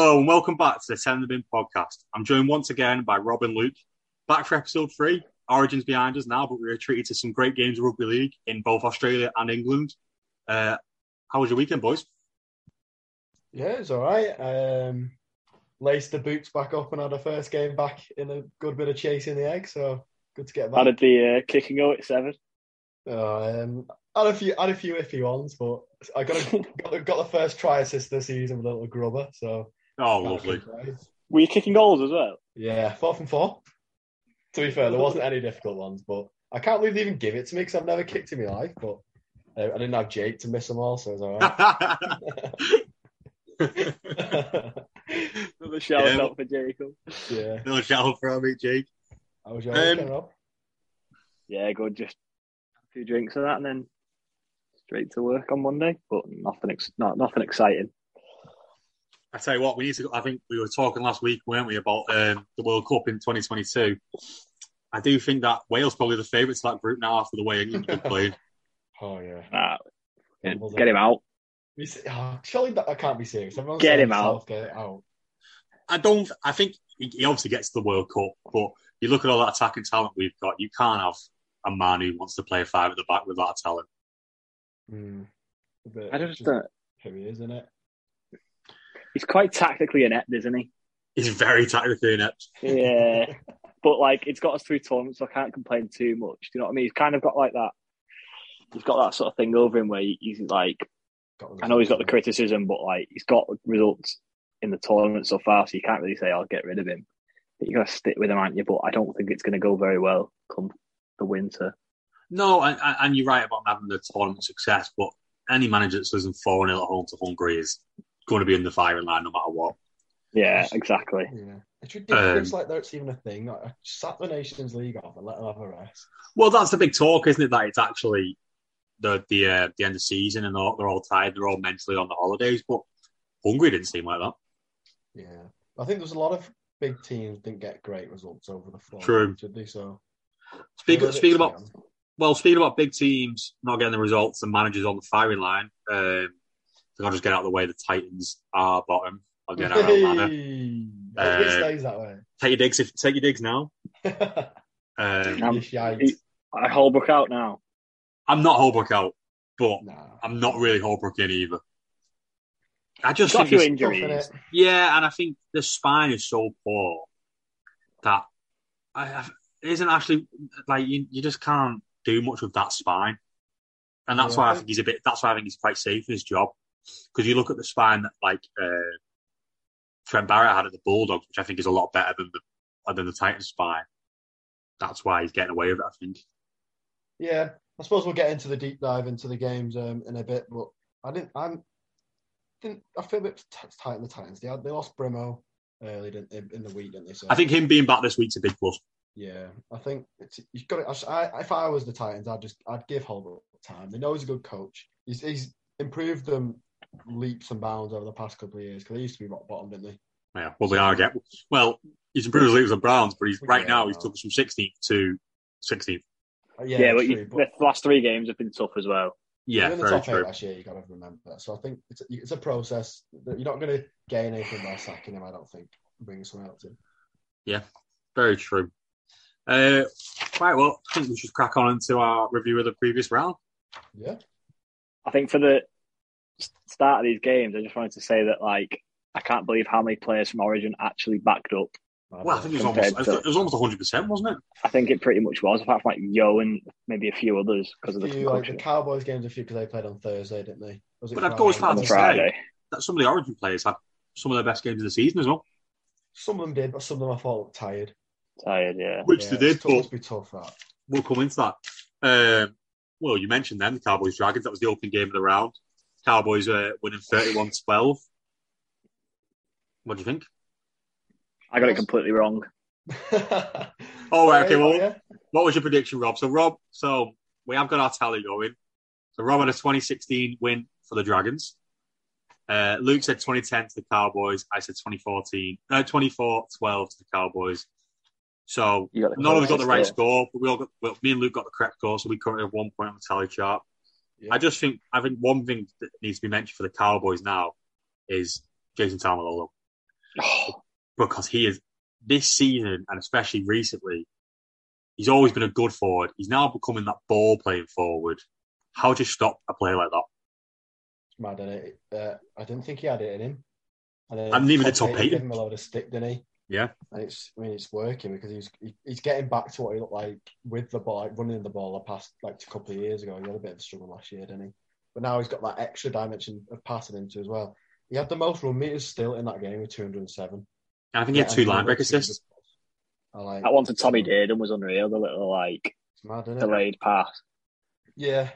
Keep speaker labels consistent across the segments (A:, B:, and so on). A: Hello and welcome back to the Ten the Bin podcast. I'm joined once again by Rob and Luke. Back for episode three. Origins behind us now, but we were treated to some great games of rugby league in both Australia and England. Uh, how was your weekend, boys?
B: Yeah, it's all right. Um, laced the boots back up and had a first game back in a good bit of chasing the egg, so good to get back.
C: How did the uh, kicking go at seven?
B: Oh, um, had a few had a few iffy ones, but I got a, got, the, got the first try assist this season with a little grubber. So
A: Oh, lovely.
C: Were you kicking goals as well?
B: Yeah, four from four. To be fair, there wasn't any difficult ones, but I can't believe they even give it to me because I've never kicked in my life. But uh, I didn't have Jake to miss them all, so it's all right.
C: Another shout
A: Yeah.
C: out for Jacob.
B: yeah,
A: Another shout out for our mate Jake.
B: I was your
A: Um,
B: weekend, Rob?
C: Yeah, good. Just a few drinks of that, and then straight to work on Monday. But nothing, ex- not nothing exciting.
A: I tell you what, we need to. I think we were talking last week, weren't we, about um, the World Cup in 2022? I do think that Wales probably the favourites of that group now after the way England have been playing.
B: Oh yeah.
C: Nah,
B: Yeah,
C: get
B: was
C: get
B: it?
C: him out.
B: We s- oh, surely that, I can't be serious. Everyone's
C: Get
B: saying
C: him out.
B: Southgate out.
A: I don't. I think he he obviously gets to the World Cup, but you look at all that attacking talent we've got. You can't have a man who wants to play five at the back with that talent.
B: Mm. But
C: I
B: it's just
C: just don't.
B: who he is, isn't it?
C: He's quite tactically inept, isn't he?
A: He's very tactically inept.
C: Yeah, but like it's got us through tournaments, so I can't complain too much. Do you know what I mean? He's kind of got like that. He's got that sort of thing over him where he- he's like I know he's got the criticism, but like he's got results in the tournament so far, so you can't really say I'll get rid of him. But you got to stick with him, aren't you? But I don't think it's going to go very well come the winter.
A: No, and, and- and you're right about him having the tournament success, but any manager that's losing 4 0 at home to Hungary is going to be in the firing line no matter what.
C: Yeah, exactly.
B: Yeah. It's ridiculous.
A: Um,
B: like that's even a thing. Like, I sat the Nations League off and let them have a rest.
A: Well, that's the big talk, isn't it? That it's actually the the uh, the end of season and they're, all- they're all tired, they're all mentally on the holidays, but Hungary didn't seem like that.
B: Yeah. I think there's a lot of big teams didn't get great results over the fall.
A: True.
B: Did they? So
A: Speaking,
B: They're a
A: speaking
B: bit
A: about
B: down.
A: Well, speaking about big teams not getting the results and managers on the firing line, um, I think I'll just get out of the way. The Titans are bottom. I'll get out of that manner.
B: Hey!
A: Uh,
B: it stays that way.
A: Take your digs if take your digs now. Um,
C: Um,
B: You shite.
C: he- I Holbrook out now.
A: I'm not Holbrook out, but
B: Nah.
A: I'm not really Holbrook in either. I just
C: He's got a
A: think
C: few
A: it's-
B: Tough,
C: injuries.
B: innit?
A: yeah, and I think the spine is so poor that I, I isn't actually like you, you just can't do much with that spine, and that's
B: Yeah,
A: why
B: I
A: I
B: think-
A: think he's a bit. That's why I think he's quite safe in his job because you look at the spine that like uh, Trent Barrett had at the Bulldogs, which I think is a lot better than the than the Titans spine. That's why he's getting away with it. I think.
B: Yeah, I suppose we'll get into the deep dive into the games um, in a bit, but I didn't. I'm. Didn't, I feel a bit t- tight in the Titans. They, had, they lost Brimo early didn't, in, in the week, didn't they? So
A: I think him being back this week's a big plus.
B: Yeah, I think it's, you've got it. I, if I was the Titans, I'd just I'd give Holbrook time. They know he's a good coach. He's, he's improved them leaps and bounds over the past couple of years because they used to be rock bottom, didn't they?
A: Yeah, well, they are get well. He's improved his leagues on Browns, but he's right
B: Yeah,
A: now he's
B: no.
A: took us from 16th to 16th.
B: Uh,
C: Yeah,
B: it's
C: but, you,
B: true,
C: the last three games have been tough as well.
A: Yeah,
B: you're in the
A: very
B: top
A: true.
B: eight last year. You got to remember that. So I think it's a, it's a process. That you're not going to gain anything by sacking him. I don't think bringing someone else in.
A: Very true. Uh, right, well, I think we should crack on into our review of the previous round.
B: Yeah,
C: I think for the s- start of these games, I just wanted to say that like I can't believe how many players from Origin actually backed up.
A: Well, I think it was
C: Compared
A: almost
C: to-
A: it was almost 100, percent wasn't it?
C: I think it pretty much was, apart from like Yo and maybe a few others because of the
B: few, like the
C: concussion
B: Cowboys games a few because they played on Thursday, didn't they? Was it
A: But I'd go as far
C: on
A: to say-
C: Friday.
A: That some of the Origin players had some of their best games of the season as well,
B: Some of them did, but some of them I thought looked tired.
C: Tired, yeah.
A: which
B: Yeah,
A: they did.
B: it's tough-
A: But
B: must be tough. That
A: we'll come into that. Um, well, you mentioned them, the Cowboys Dragons. That was the opening game of the round. Cowboys uh, winning 31-12. What do you think?
C: I got it completely wrong.
A: Oh,
B: Sorry,
A: okay, well-
B: yeah.
A: What was your prediction, Rob? So, Rob, so we have got our tally going. So, Rob had a 2016 win for the Dragons. Uh, Luke said 2010 to the Cowboys. I said uh, 2014, no, 24 12 to the Cowboys. So,
C: You got it
A: none of us got
C: correct
A: the right score,
C: score.
A: but we all got, well, me and Luke got the correct score, so we currently have one point on the tally chart.
B: Yeah.
A: I just think, I think one thing that needs to be mentioned for the Cowboys now is Jason Tamalolo. because he is this season and especially recently, he's always been a good forward. He's now becoming that ball playing forward. How do you stop a player like that?
B: mad at it. Uh, I didn't think he had it in him. And then
A: I'm leaving the top
B: he
A: eight.
B: Gave him a load of stick, didn't he?
A: Yeah.
B: And it's, I mean, it's working because he's he, he's getting back to what he looked like with the ball, like running the ball the past like a couple of years ago. He had a bit of a struggle last year, didn't he? But now he's got that extra dimension of passing into as well. He had the most run meters still in that game with 207.
A: And I think he had two line break assists.
B: I like
C: That one to Tommy Dearden was unreal. The little like
B: It's mad, isn't it?
C: delayed pass.
B: Yeah,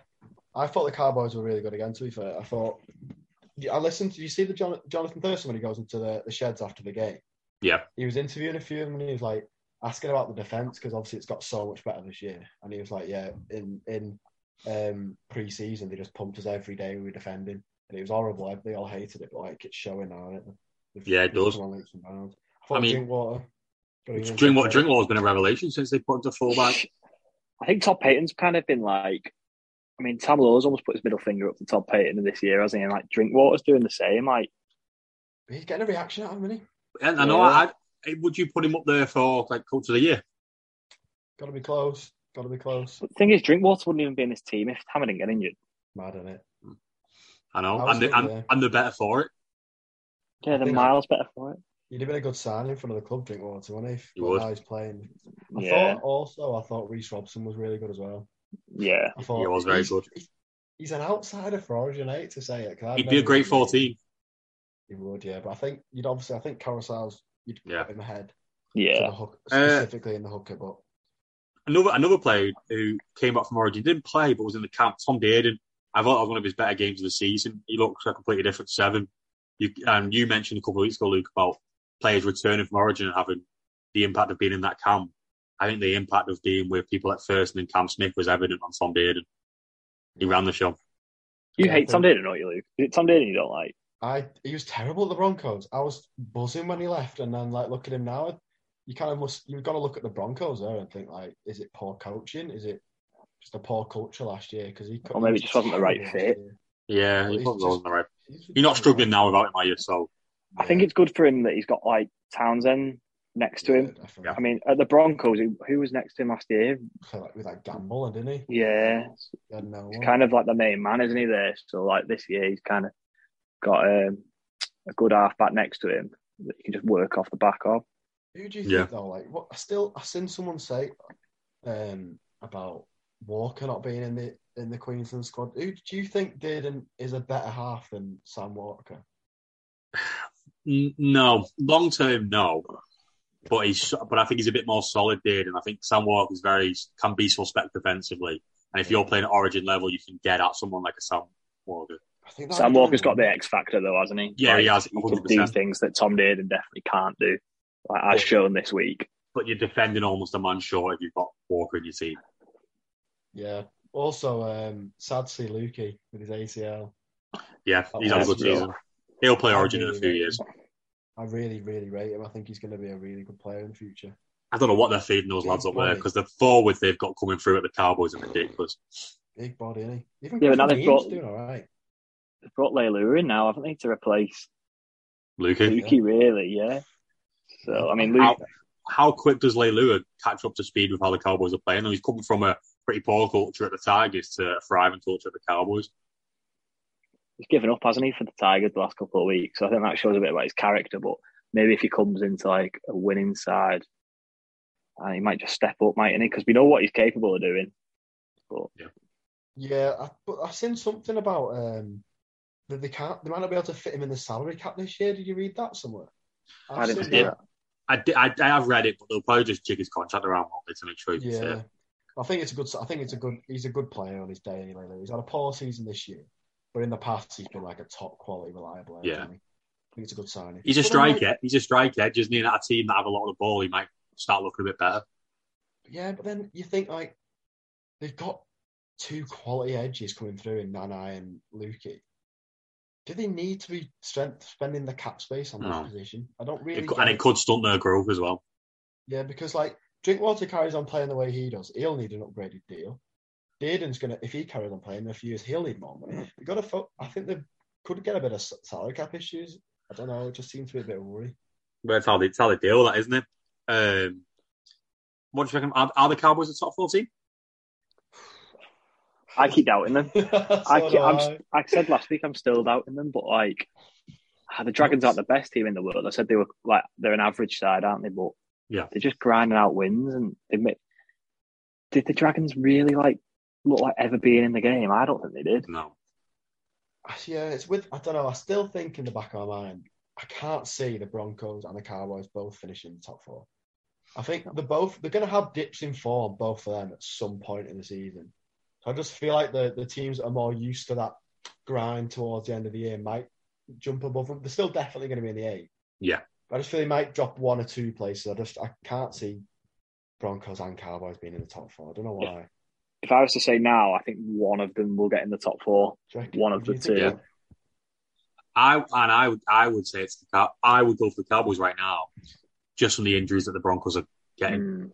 B: I thought the Cowboys were really good again. To be fair, I thought yeah, I listened. to you see the Jon Jonathan Thurston when he goes into the, the sheds after the game?
A: Yeah.
B: he was interviewing a few of them and he was like asking about the defense because obviously it's got so much better this year. And he was like, yeah, in in um, pre-season they just pumped us every day we were defending and it was horrible. They all hated it, but like it's showing now. Isn't it? They've-
A: Yeah, it
B: they've
A: does.
B: come on leaps and bounds. I, thought
A: I mean,
B: drink water.
A: Drink what drink has been a revelation since they put him to fullback.
C: I think Todd Payton's kind of been like, I mean, Tam Lowe's almost put his middle finger up to Todd Payton this year, hasn't he? And like Drinkwater's doing the same. Like,
B: He's getting a reaction out of him, isn't he?
A: And I know. I, I, would you put him up there for like coach of the year?
B: Got to be close. Got to be close.
C: but the thing is, Drinkwater wouldn't even be in his team if Tam didn't get injured.
B: Mad in it.
A: I know,
B: I was
A: and the,
B: thinking,
A: and,
B: yeah.
A: and the better for it.
C: Yeah, the
B: think
C: miles better for it.
B: He'd have been a good signing for another club, Drinkwater, wouldn't he?
A: He
B: But
A: would.
B: now he's playing. I
C: Yeah,
B: thought also, I thought Reese Robson was really good as well.
C: yeah.
B: I thought
A: He was very
B: he's-
A: good.
B: he- He's an outsider for Origin 8 to say it. 'cause I'd
A: He'd be a
B: never
A: great
B: really-
A: 14.
B: He would, yeah. But I think you'd obviously, I think Carousel's, you'd
A: Yeah.
B: put him ahead. For
C: Yeah,
B: the hook,
A: Uh,
B: specifically in the hooker, but
A: Another another player who came up from Origin didn't play but was in the camp. Tom Dearden. I thought that was one of his better games of the season. He looks a completely different seven. You and you mentioned a couple of weeks ago, Luke, about players returning from Origin and having the impact of being in that camp. I think the impact of being with people at first and then Cam Smith was evident on Tom Dearden. He ran the show.
C: you
B: Yeah, I
C: hate Tom
B: think-
C: Dearden, don't you, Luke? Is it Tom Dearden you don't like?
B: I he was terrible at the Broncos. I was buzzing when he left, and then like look at him now. You kind of must you've got to look at the Broncos there and think like, is it poor coaching? Is it just a poor culture last year? Because he
C: Or maybe it just wasn't the right
B: terrible
C: fit.
B: last year.
A: Yeah,
B: Well,
A: he
B: he's
A: probably
B: just-
A: wasn't the right.
B: He's-
A: You're not struggling now without him, are you? So
C: I think
B: Yeah,
C: it's good for him that he's got like Townsend next to
B: yeah,
C: him.
B: definitely.
C: I mean, at the Broncos, who, who was next to him last year?
B: So, like, with that gamble, didn't he?
C: Yeah,
B: He had no
C: he's
B: one.
C: kind of like the main man, isn't he? There, so like this year, he's kind of got um, a good halfback next to him that he can just work off the back of.
B: Who do you
A: Yeah.
B: think though? Like, what? I still, I seen someone say um, about Walker not being in the in the Queensland squad. Who do you think Dearden is a better half than Sam Walker?
A: N- No, long term, no. But he's, but I think he's a bit more solid, dude. And I think Sam Walker's very can be suspect defensively. And if you're playing at Origin level, you can get at someone like a Sam Walker.
B: I think that'd
C: Sam
B: be
C: Walker's got
B: one.
C: the X factor though, hasn't he?
A: Yeah, he
C: Like,
A: has
C: He can do
A: 100%.
C: things that Tom Dearden definitely can't do, like as
B: Yeah.
C: shown this week.
A: But you're defending almost a man short if you've got Walker in your team.
B: Yeah. Also, um, sad to see Lukey with his ACL.
A: Yeah, he's had a good
C: That's real.
A: season. He'll play Origin in a few years.
B: I really, really rate him. I think he's going to be a really good player in the future.
A: I don't know what they're feeding those lads up there because the forward they've got coming through at the Cowboys are ridiculous.
B: Big body, isn't he? Even
C: Yeah, but now
B: Griffin
C: they've
B: Eames
C: brought-
B: doing all right.
C: They've brought Leilua in now, haven't they, to replace
A: Luke,
C: Lukey? Really, yeah. So I mean, Luke,
A: How- how quick does Leilua catch up to speed with how the Cowboys are playing? He's coming from a pretty poor culture at the Tigers to a thriving culture at the Cowboys.
C: he's given up, hasn't he, for the Tigers the last couple of weeks? So I think that shows a bit about his character. But maybe if he comes into like a winning side, and he might just step up, mightn't he? Because we know what he's capable of doing.
B: Yeah, I, but I seen something about um, that they can't. They might not be able to fit him in the salary cap this year. Did you read that somewhere?
C: I didn't
B: seen
C: see
B: that.
A: I, di- I, I have read it, but they'll probably just jig his contract around won't they, to make sure he can
B: Yeah,
A: sit.
B: I think it's a good. I think it's a good. He's a good player on his day. Anyway, Lou. he's had a poor season this year, but in the past he's been like a top quality, reliable. player,
A: Yeah.
B: hasn't he? I think it's a good signing.
A: He's a
B: But then, like,
A: striker. He's a striker. Just needing a team that have a lot of the ball, he might start looking a bit better.
B: Yeah, but then you think like they've got two quality edges coming through in Nanai and Lukey. Do they need to be strength spending the cap space on that
A: No.
B: position? I don't really.
A: It, cou-
B: get
A: and it could stunt their growth as well.
B: Yeah, because like Drinkwater carries on playing the way he does, he'll need an upgraded deal. Dearden's gonna if he carries on playing in a few years, he'll need more money. They got to. Fo- I think they could get a bit of s- salary cap issues. I don't know. It just seems to be a bit of worry.
A: But it's how they, it's how they deal with that, isn't it? Um, what do you reckon? Are, are the Cowboys the top 14?
C: I keep doubting them. I,
B: So
C: keep,
B: do
C: I'm,
B: I.
C: s- I said last week I'm still doubting them, but like ah, the Dragons aren't the best team in the world. I said they were like they're an average side, aren't they? But
A: Yeah.
C: they're just grinding out wins, and they make. Did the Dragons really like look like ever being in the game? I don't think they did.
A: No.
B: Yeah, it's with. I don't know. I still think in the back of my mind, I can't see the Broncos and the Cowboys both finishing the top four. I think they're both. They're going to have dips in form, both of them, at some point in the season. So I just feel like the the teams that are more used to that grind towards the end of the year might jump above them. They're still definitely going to be in the eight.
A: Yeah.
B: But I just feel they might drop one or two places. I just I can't see Broncos and Cowboys being in the top four. I don't know why.
C: If I was to say now, I think one of them will get in the top four.
B: Do you reckon-
C: One of
B: do
C: the
B: you think
C: two.
B: that-
A: I and I would I would say it's the Cow- I would go for the Cowboys right now, just from the injuries that the Broncos are getting.
C: Mm.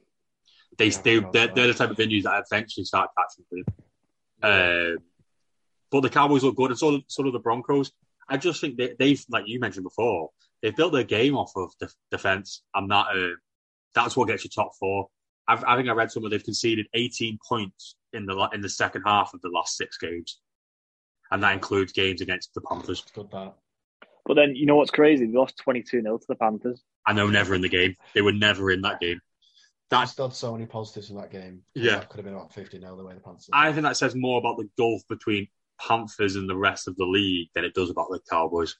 A: They
B: Yeah,
A: they
B: I forgot
A: they're,
B: about
A: they're the
B: that.
A: type of injuries that eventually start catching for them. Um, but the Cowboys look good, and so so do the Broncos. I just think they they like you mentioned before, they built their game off of def defense, and that uh, that's what gets you top four. I've, I think I read somewhere they've conceded 18 points in the la- in the second half of the last six games, and that includes games against the Panthers,
B: It's good that.
C: But then you know what's crazy? They lost twenty two 0 to the Panthers.
A: and they were never in the game. They were never in that game.
B: I still had so many positives in that game.
A: Yeah.
B: That could have been about 50 now the way the Panthers.
A: I think that says more about the gulf between Panthers and the rest of the league than it does about the Cowboys.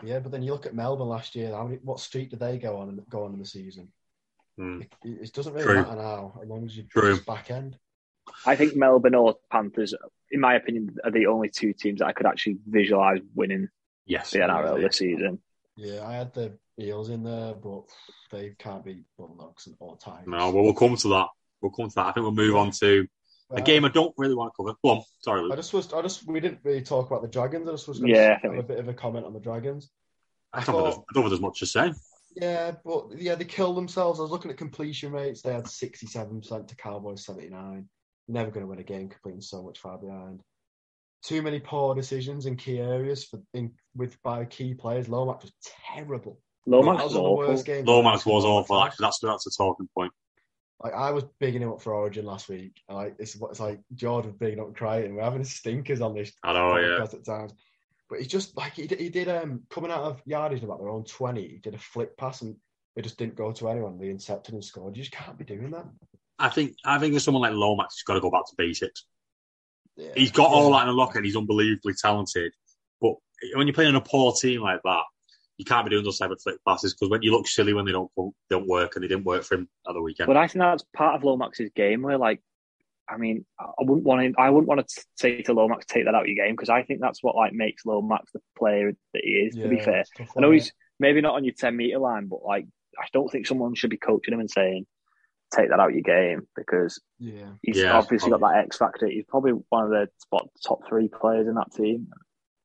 B: yeah, but then you look at Melbourne last year. How many, what streak did they go on in, go on in the season?
A: Hmm.
B: It, it doesn't really
A: True.
B: matter now, as long as you
A: True.
B: it's back end.
C: I think Melbourne or Panthers, in my opinion, are the only two teams that I could actually visualize winning
A: Yes.
C: the NRL this season.
B: Yeah, I had the Eels in there, but they can't beat Bulldogs and all time.
A: No, well, we'll come to that. We'll come to that. I think we'll move on to
B: Uh,
A: a game I don't really want to cover. Go on. Sorry,
B: I
A: Luke.
B: just was. I just. We didn't really talk about the Dragons. I just was. Gonna
C: Yeah, I
B: have
C: think
B: a bit of a comment on the Dragons.
A: I don't, know if there's- I don't know if there's much to say.
B: Yeah, but yeah, they killed themselves. I was looking at completion rates. They had 67% to Cowboys 79. You're never going to win a game completing so much far behind. Too many poor decisions in key areas for in, with by key players. Lomax was terrible.
C: Lomax
B: That
C: was
B: on the
C: awful.
B: worst game.
A: Lomax was awful, actually. That's, that's a talking point.
B: Like I was bigging him up for Origin last week. and, Like it's, it's like George was bigging up crying. We're having stinkers on this
A: I know, Oh, yeah.
B: podcast at times. But he just like he did, he did um coming out of yardage about their own twenty. He did a flip pass and it just didn't go to anyone. They intercepted and scored. You just can't be doing that.
A: I think I think there's someone like Lomax who's got to go back to basics.
B: Yeah.
A: He's got all that in the locker and he's unbelievably talented. But when you're playing in a poor team like that, you can't be doing those type of flip passes because when you look silly when they don't don't work and they didn't work for him at the weekend.
C: But I think that's part of Lomax's game where, like, I mean, I I wouldn't want to, I wouldn't want to say to Lomax, take that out of your game because I think that's what, like, makes Lomax the player that he is, to be
B: Yeah,
C: fair.
B: it's tough
C: I
B: one,
C: know he's maybe not on your 10 meter line, but, like, I don't think someone should be coaching him and saying, take that out of your game because
B: yeah. Yeah.
C: He's
A: Yeah,
C: obviously
A: probably.
C: got that X factor. He's probably one of the spot, top three players in that team.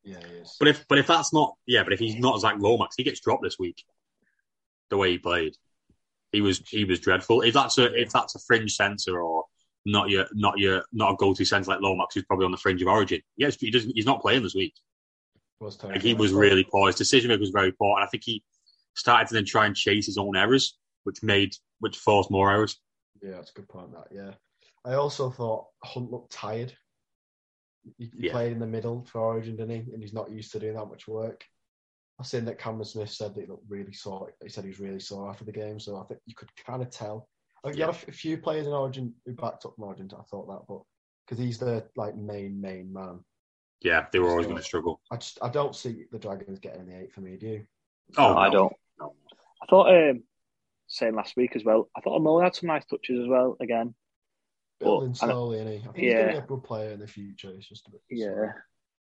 B: Yeah, he is.
A: But if but if that's not yeah, but if he's not Zach Lomax, he gets dropped this week. The way he played, he was he was dreadful. If that's a if that's a fringe centre or not your not your not a go to centre like Lomax, who's probably on the fringe of origin. Yes, he doesn't. He's not playing this week.
B: was
A: Like
B: terrible.
A: he was really poor. His decision making was very poor, and I think he started to then try and chase his own errors, which made which forced more errors.
B: Yeah, that's a good point. That yeah. I also thought Hunt looked tired. He, he
A: Yeah.
B: played in the middle for Origin, didn't he? And he's not used to doing that much work. I've seen that Cameron Smith said that he looked really sore. He said he was really sore after the game, so I think you could kind of tell. Like, You had a f- a few players in Origin who backed up from Origin. I thought that, but because he's the like main main man,
A: Yeah, they were always going to struggle.
B: I just I don't see the Dragons getting in the eight for me. Do you?
A: Oh,
C: No, I
A: no.
C: don't.
A: No.
C: I thought, um, same last week as well, I thought Amoli had some nice touches as well. Again,
B: Building
C: I know-
B: slowly, and he. I think he's gonna
C: Yeah.
B: be a good player in the future. It's just a bit.
C: yeah.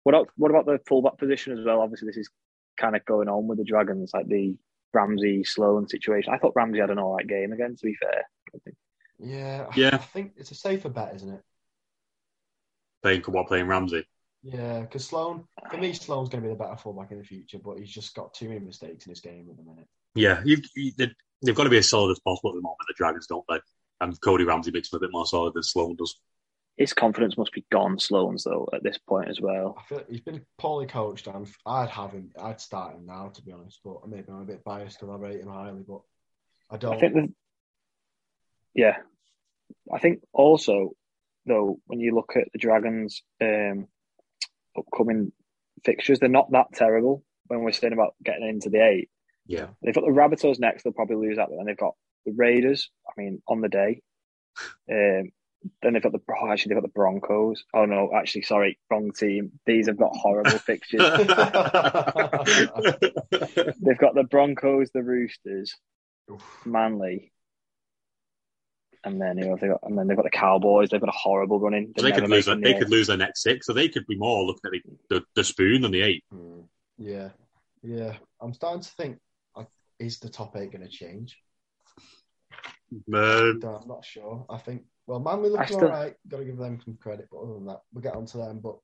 C: What about, what about the fullback position as well? Obviously, this is kind of going on with the Dragons, like the Ramsey Sloan situation. I thought Ramsey had an all right game again. To be fair,
B: Yeah, I-
A: Yeah.
B: I think it's a safer bet, isn't it?
A: Playing what playing Ramsey.
B: Yeah, because Sloan, for me, Sloan's going to be the better fullback in the future, but he's just got too many mistakes in his game at the minute.
A: Yeah, you've, you, they- they've got to be as solid as possible at the moment. The Dragons don't they? And Cody Ramsey makes them a bit more solid than Sloan does.
C: His confidence must be gone, Sloan's, though, at this point as well.
B: I feel like he's been poorly coached, and I'd have him. I'd start him now, to be honest. But maybe I'm a bit biased because I rate him highly, but I don't.
C: I think the, yeah, I think also though when you look at the Dragons' um, upcoming fixtures, they're not that terrible. When we're saying about getting into the eight,
A: Yeah.
C: they've got the Rabbitohs next. They'll probably lose that one. Then they've got the Raiders. I mean, on the day. Um, then they've got the oh, actually they've got the Broncos. Oh no, actually, sorry, wrong team. These have got horrible fixtures. They've got the Broncos, the Roosters,
B: Oof.
C: Manly, and then who have they got? And then they've got the Cowboys. They've got a horrible running.
A: So they could lose. Their, they could lose their next six, so they could be more looking at the, the, the spoon than the eight.
B: Hmm. Yeah, yeah. I'm starting to think: like, is the top eight going to change?
A: Um,
B: No, I'm not sure. I think. Well, Manly
C: I
B: looking
C: still-
B: all right. Got to give them some credit, but other than that, we'll get on to them. But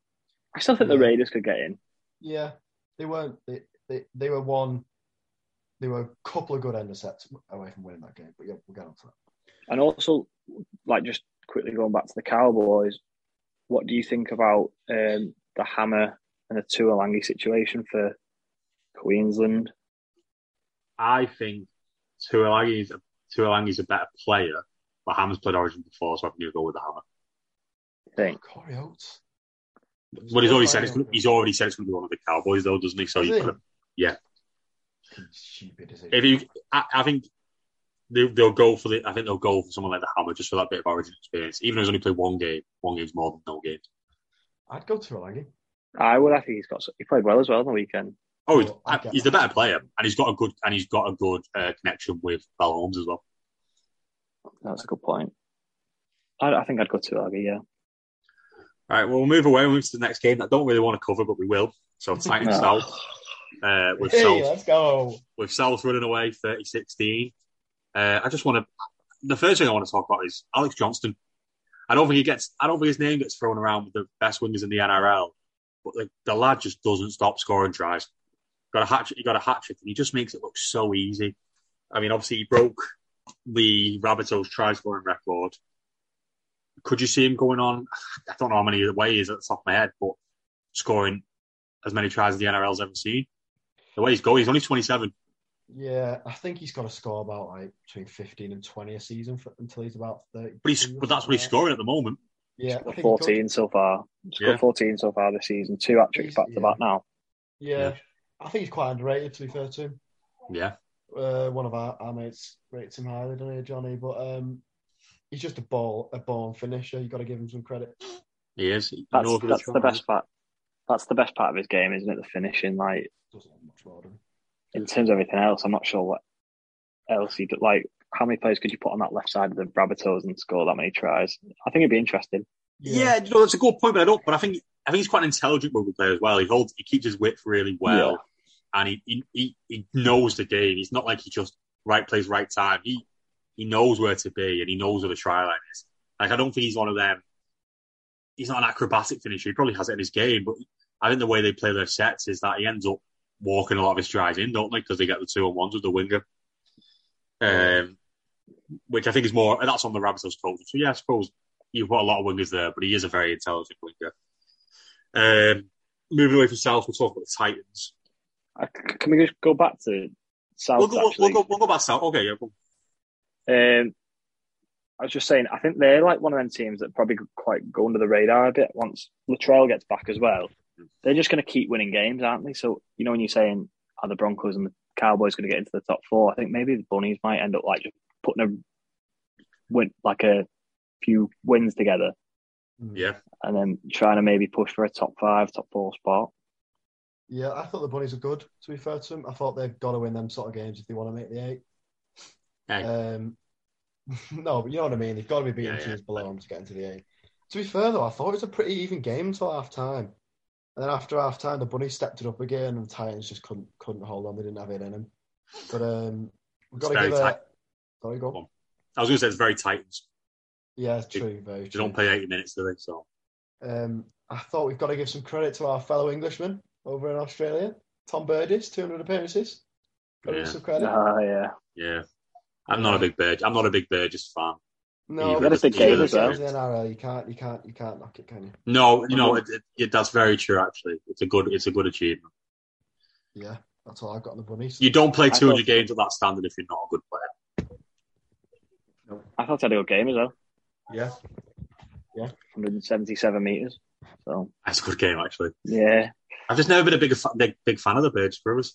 C: I still think the
B: Yeah.
C: Raiders could get in.
B: yeah, they weren't. They they, they were one. They were a couple of good intercepts away from winning that game. But yeah, we'll get on to that.
C: And also, like just quickly going back to the Cowboys, what do you think about um, the Hammer and the Tuolangi situation for Queensland?
A: I think Tuolangi is Tuolangi is a better player, but Hammer's played Origin before, so I'm going to go with the Hammer.
C: Think
B: Corey Oates.
A: But he's already said it's, he's already said it's going to be one of the Cowboys, though, doesn't he? So
B: Has
A: you
B: he?
A: put him- yeah.
B: Stupid, is
A: if you, I, I think they, they'll go for the. I think they'll go for someone like the Hammer just for that bit of Origin experience. Even though he's only played one game, one game's more than no game.
B: I'd go to Alagi.
C: I would. I think he's got. He played well as well on the weekend.
A: Oh, he's,
B: Well, I get
A: he's the
B: that.
A: better player, and he's got a good and he's got a good uh, connection with Val Holmes as well.
C: That's a good point. I, I think I'd go Tuolangi. Yeah.
A: All right, well, we'll move away. We'll move to the next game. that I don't really want to cover, but we will. So Titans
C: Oh.
A: South uh, with
B: Hey,
A: South
B: let's go.
A: with South running away 30-16. Uh, I just want to. The first thing I want to talk about is Alex Johnston. I don't think he gets. I don't think his name gets thrown around with the best wingers in the NRL, but the, the lad just doesn't stop scoring tries. Got a hat. He got a hat trick, and he just makes it look so easy. I mean, obviously he broke the Rabbitohs try scoring record. Could you see him going on? I don't know how many away he is at the top of my head, but scoring as many tries as the NRL's ever seen. The way he's going, he's only twenty-seven.
B: Yeah, I think he's got to score about like between 15 and 20 a season for, until he's about 30.
A: But he's but that's what he's scoring at the moment.
B: Yeah, I think he could-
C: 14 so far. He's
A: Yeah.
C: got 14 so far this season. Two hat
B: He's-
C: tricks back to back now.
B: Yeah.
A: Yeah.
B: I think he's quite underrated, to be fair to him.
A: Yeah.
B: Uh, one of our, our mates rates him highly, don't he, Johnny? But um, he's just a ball, a born finisher. You've got to give him some credit.
A: He is. You
C: That's,
A: know if he's
C: that's
A: strong,
C: the best part. That's the best part of his game, isn't it? The finishing, like
B: Doesn't have much more, does he?
C: in terms of everything else, I'm not sure what else he did. Like, how many players could you put on that left side of the Rabbitohs and score that many tries? I think it'd be interesting.
A: Yeah, you know, that's a good point, but I don't but I think I think he's quite an intelligent rugby player as well. He holds he keeps his width really well and he, he, he, he knows the game. He's not like he just right plays right time. He he knows where to be and he knows where the try line is. Like I don't think he's one of them he's not an acrobatic finisher. He probably has it in his game, but I think the way they play their sets is that he ends up walking a lot of his tries in, don't they? Because they get the two on ones with the winger. Um, which I think is more, and that's on the Rabbitohs culture. So, yeah, I suppose you've got a lot of wingers there, but he is a very intelligent winger. Um, moving away from South, we'll talk about the Titans.
C: I, can we just go back to South?
A: We'll go,
C: actually?
A: we'll, go, we'll go back South. Okay, yeah. Well,
C: Um, I was just saying, I think they're like one of them teams that probably could quite go under the radar a bit once Latrell gets back as well. They're just going to keep winning games, aren't they? So you know when you're saying are the Broncos and the Cowboys going to get into the top four? I think maybe the Bunnies might end up like just putting a win like a few wins together
B: Mm.
A: yeah.
C: and then trying to maybe push for a top five, top four spot.
B: Yeah, I thought the Bunnies were good, to be fair to them. I thought they've got to win them sort of games if they want to make the eight.
A: Hey.
B: Um, no, but you know what I mean? They've got to be beating
A: Yeah, yeah.
B: teams below them to get into the eight. To be fair, though, I thought it was a pretty even game until half time. And then after half time, the Bunnies stepped it up again, and the Titans just couldn't couldn't hold on. They didn't have it in them. But um, we've got
A: It's
B: to
A: very
B: give a.
A: tight.
B: Sorry, go. on.
A: I was going to say it's very Titans.
B: Yeah, it's
A: They-
B: true. Very
A: They
B: true.
A: don't play 80 minutes, do they? So,
B: Um, I thought we've got to give some credit to our fellow Englishman over in Australia, Tom Birdis, 200 appearances. Got to give
A: Yeah.
B: some credit.
C: Ah, yeah.
A: yeah. I'm not a big Bird. I'm not a big Burgess fan.
B: No,
A: You've
B: but
C: got
B: it's
C: to
B: the
C: think
B: games
C: of it
B: in
C: as
B: the NRL. You can't, you can't, you can't knock it, can you?
A: No, you know, it, it, yeah, that's very true. Actually, it's a good, it's a good achievement.
B: Yeah, that's all I've got on the bunnies.
A: You don't play
C: I
A: 200
C: thought-
A: games at that standard if you're not a good player.
C: I thought I had a good game as well.
B: Yeah,
C: 177 meters. So
A: That's a good game, actually.
C: yeah,
A: I've just never been a big, fa- big, big fan of the Birds Brewers.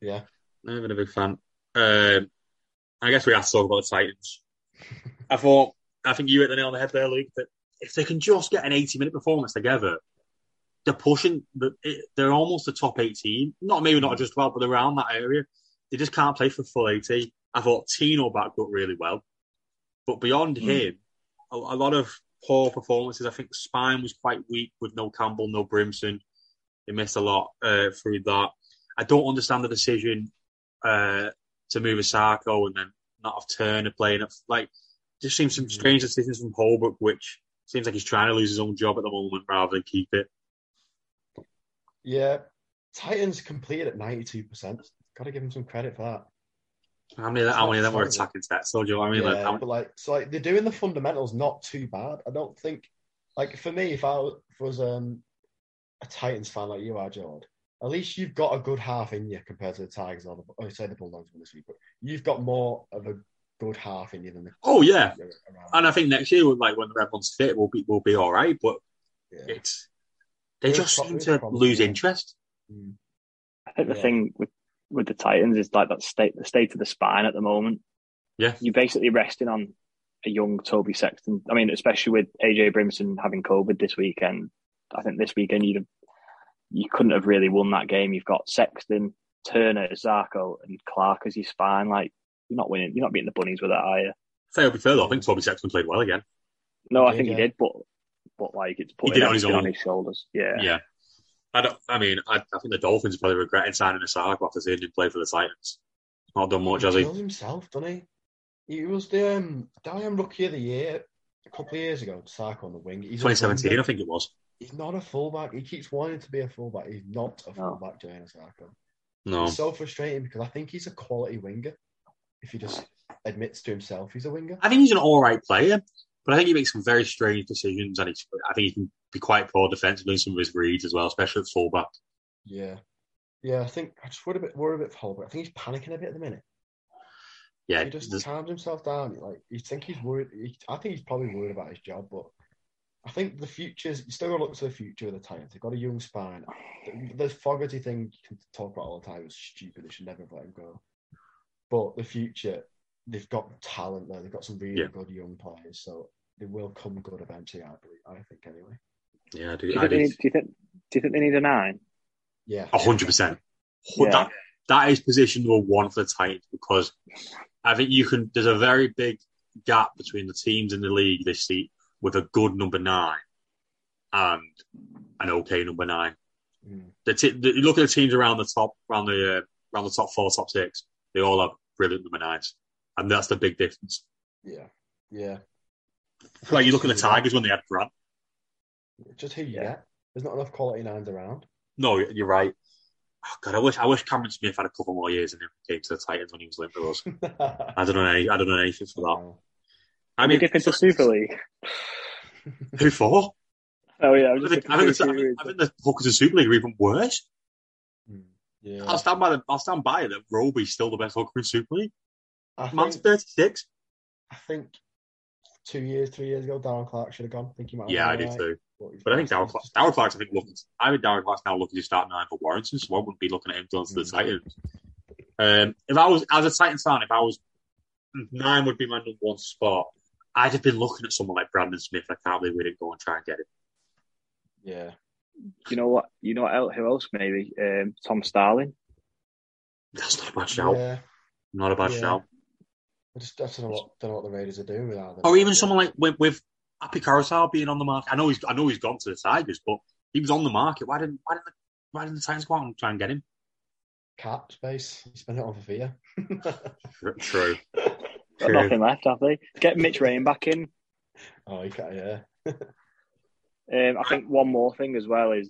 B: yeah.
A: Never been a big fan. Um, I guess we have to talk about the Titans. I thought, I think you hit the nail on the head there, Luke. That if they can just get an 80 minute performance together, they're pushing. the- it- They're almost the top 18. Not maybe not just well, but around that area. They just can't play for full 80. I thought Tino backed up really well, but beyond
C: Hmm.
A: him, a, a lot of poor performances. I think Spine was quite weak with no Campbell, no Brimson. They missed a lot uh, through that. I don't understand the decision uh, to move Asako and then not have Turner playing. It. Like, just seems some strange decisions from Holbrook, which seems like he's trying to lose his own job at the moment rather than keep it.
B: Yeah, Titans completed at ninety-two percent. Got to give them some credit for that.
A: How many, how many of them were
B: Absolutely.
A: attacking stats? So, do you know what I mean?
B: yeah,
A: Like, how many-
B: but like, so like they're doing the fundamentals not too bad. I don't think, like for me, if I was- was um, a Titans fan like you are, George, at least you've got a good half in you compared to the Tigers or the, oh, say the Bulldogs won this week, but you've got more of a good half in you than the.
A: oh yeah,
B: around.
A: and I think next year, like when the Red One's fit, we'll be we'll be all right. But
B: Yeah.
A: it's they
B: It's
A: just
B: pro-
A: seem
B: it's
A: to
B: probably-
A: lose interest.
C: I think the
B: Yeah.
C: thing with with the Titans is like that state the state of the spine at the moment.
A: Yeah.
C: you're basically resting on a young Toby Sexton. I mean, especially with AJ Brimson having COVID this weekend. I think this weekend you'd have, you couldn't have really won that game. You've got Sexton, Turner, Zarko, and Clark as your spine. Like you're not winning. You're not beating the bunnies with that, are you?
A: Fair be fair, though. I think Toby Sexton played well again.
C: No,
B: He
C: I
B: did,
C: think
B: yeah.
C: he did, but but like it's putting
A: did it on his
C: everything on
A: own.
C: his shoulders. Yeah.
A: Yeah. I don't. I mean, I, I think the Dolphins probably regretted signing Asako after seeing him play for the Titans. Not done much, has
B: he
A: he?
B: killed himself, doesn't he? He was the um, Diamond Rookie of the Year a couple of years ago. Sark on the wing. He's a winger.
A: 2017, I think it was.
B: He's not a fullback. He keeps wanting to be a fullback. He's not a fullback, Jalen Sarko.
A: No,
B: It's so frustrating because I think he's a quality winger. If he just admits to himself he's a winger.
A: I think he's an all right player, but I think he makes some very strange decisions, and he's, I think he can be quite poor defensively in some of his reads as well, especially at fullback.
B: Yeah. Yeah, I think I just worry a bit worry a bit for Holbrook. I think he's panicking a bit at the minute.
A: Yeah,
B: He just
A: there's-
B: calms himself down. Like you think he's worried. He, I think he's probably worried about his job, but I think the future's. You still got to look to the future of the Titans. They've got a young spine. The, the Fogarty thing you can talk about all the time is stupid. They should never have let him go. But the future, they've got talent there. They've got some really
A: Yeah.
B: good young players, so they will come good eventually. I believe. I think anyway.
A: yeah, I do.
C: Do you
A: I
C: think they
A: do.
C: need, do you think do you think they need a nine?
B: Yeah.
A: A hundred percent.
C: Yeah.
A: That that is position number one for the Titans because I think you can. There's a very big gap between the teams in the league this season with a good number nine and an okay number nine.
B: Mm.
A: The t- the, you look at the teams around the top, around the uh, around the top four, top six. They all have brilliant number nines, and that's the big difference.
B: Yeah. Yeah.
A: Like you look at the Tigers when they had Grant.
B: Just who you
C: Yeah.
B: get. There's not enough quality nines around.
A: No, you're right. Oh, God, I wish I wish Cameron Smith had a couple more years and then came to the Titans when he was linked with us. I don't know. Any, I don't know anything for that. I
C: I mean,
A: mean,
C: dip into Super League.
A: who for?
C: Oh yeah, I was
A: I
C: just
A: think, I
C: looking
A: think,
C: through
A: the- I think,
C: Super League.
A: I think the Hookers and Super League are even worse.
B: Mm. Yeah.
A: I'll stand by the, I'll stand by it that Roby's still the best hooker in Super League.
B: I
A: Man's
B: think,
A: thirty six.
B: I think two years, three years ago, Darren Clark should have gone. I think he might have
A: Yeah,
B: gone
A: I do
B: right,
A: too.
B: he's-
A: But I think Darren
B: he's
A: Clark,
B: just-
A: Darren Clark's I think looking. I think Darren Clark's now looking to start nine for Warrington, so I wouldn't be looking at him going to the
C: Hmm.
B: Mm.
A: Titans. Um, if I was as a Titans fan, if I was nine would be my number one spot. I'd have been looking at someone like Brandon Smith. I can't believe we didn't go and try and get him.
B: Yeah.
C: You know what? You know what else, who else? Maybe um, Tom Starling.
A: That's not a bad shout.
B: Yeah.
A: Not a bad
B: Yeah.
A: shout.
B: I just I don't know what don't know what the Raiders are doing without them.
A: Or even someone like with, with Happy Carousel being on the market. I know he's I know he's gone to the Tigers, but he was on the market. Why didn't why didn't the, why didn't the Titans go out and try and get him?
B: cap space. You spend it on Vivia.
A: True.
C: Got nothing left, have they? Get Mitch Rain back in.
B: oh, you can't, yeah.
C: Um, I think one more thing as well is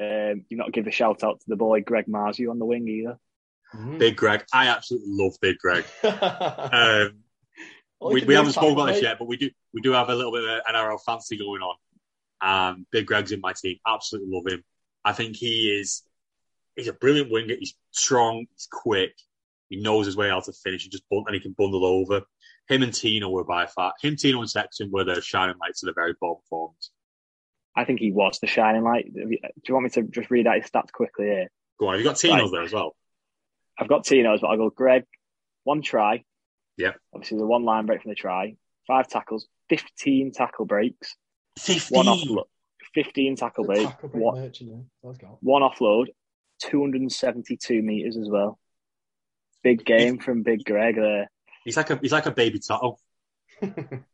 C: um, you not give a shout out to the boy Greg Marzu on the wing either.
A: Mm-hmm.
B: Mm.
A: Big Greg. I absolutely love Big Greg. Um, Uh, we, we haven't spoken about this yet, but we do we do have a little bit of an NRL fancy going on. Um, Big Greg's in my team. Absolutely love him. I think he is he's a brilliant winger. He's strong. He's quick. He knows his way out to finish. He just bun- and he can bundle over. Him and Tino were by far. Him, Tino, and Sexton were the shining lights of the very bottom forms.
C: I think he was the shining light. Do you want me to just read out his stats quickly here?
A: Go on. Have you got Tino there as well?
C: I've got Tino's, but I go Greg, one try.
A: Yeah.
C: Obviously, the one line break from the try, five tackles, 15 tackle breaks,
A: 15.
C: one offload, 15 tackle breaks,
B: Tackle break
C: one,
B: merchant, yeah. Let's go.
C: one offload, 272 metres as well. Big game from Big Greg there.
A: He's like a he's like a baby Oh, turtle.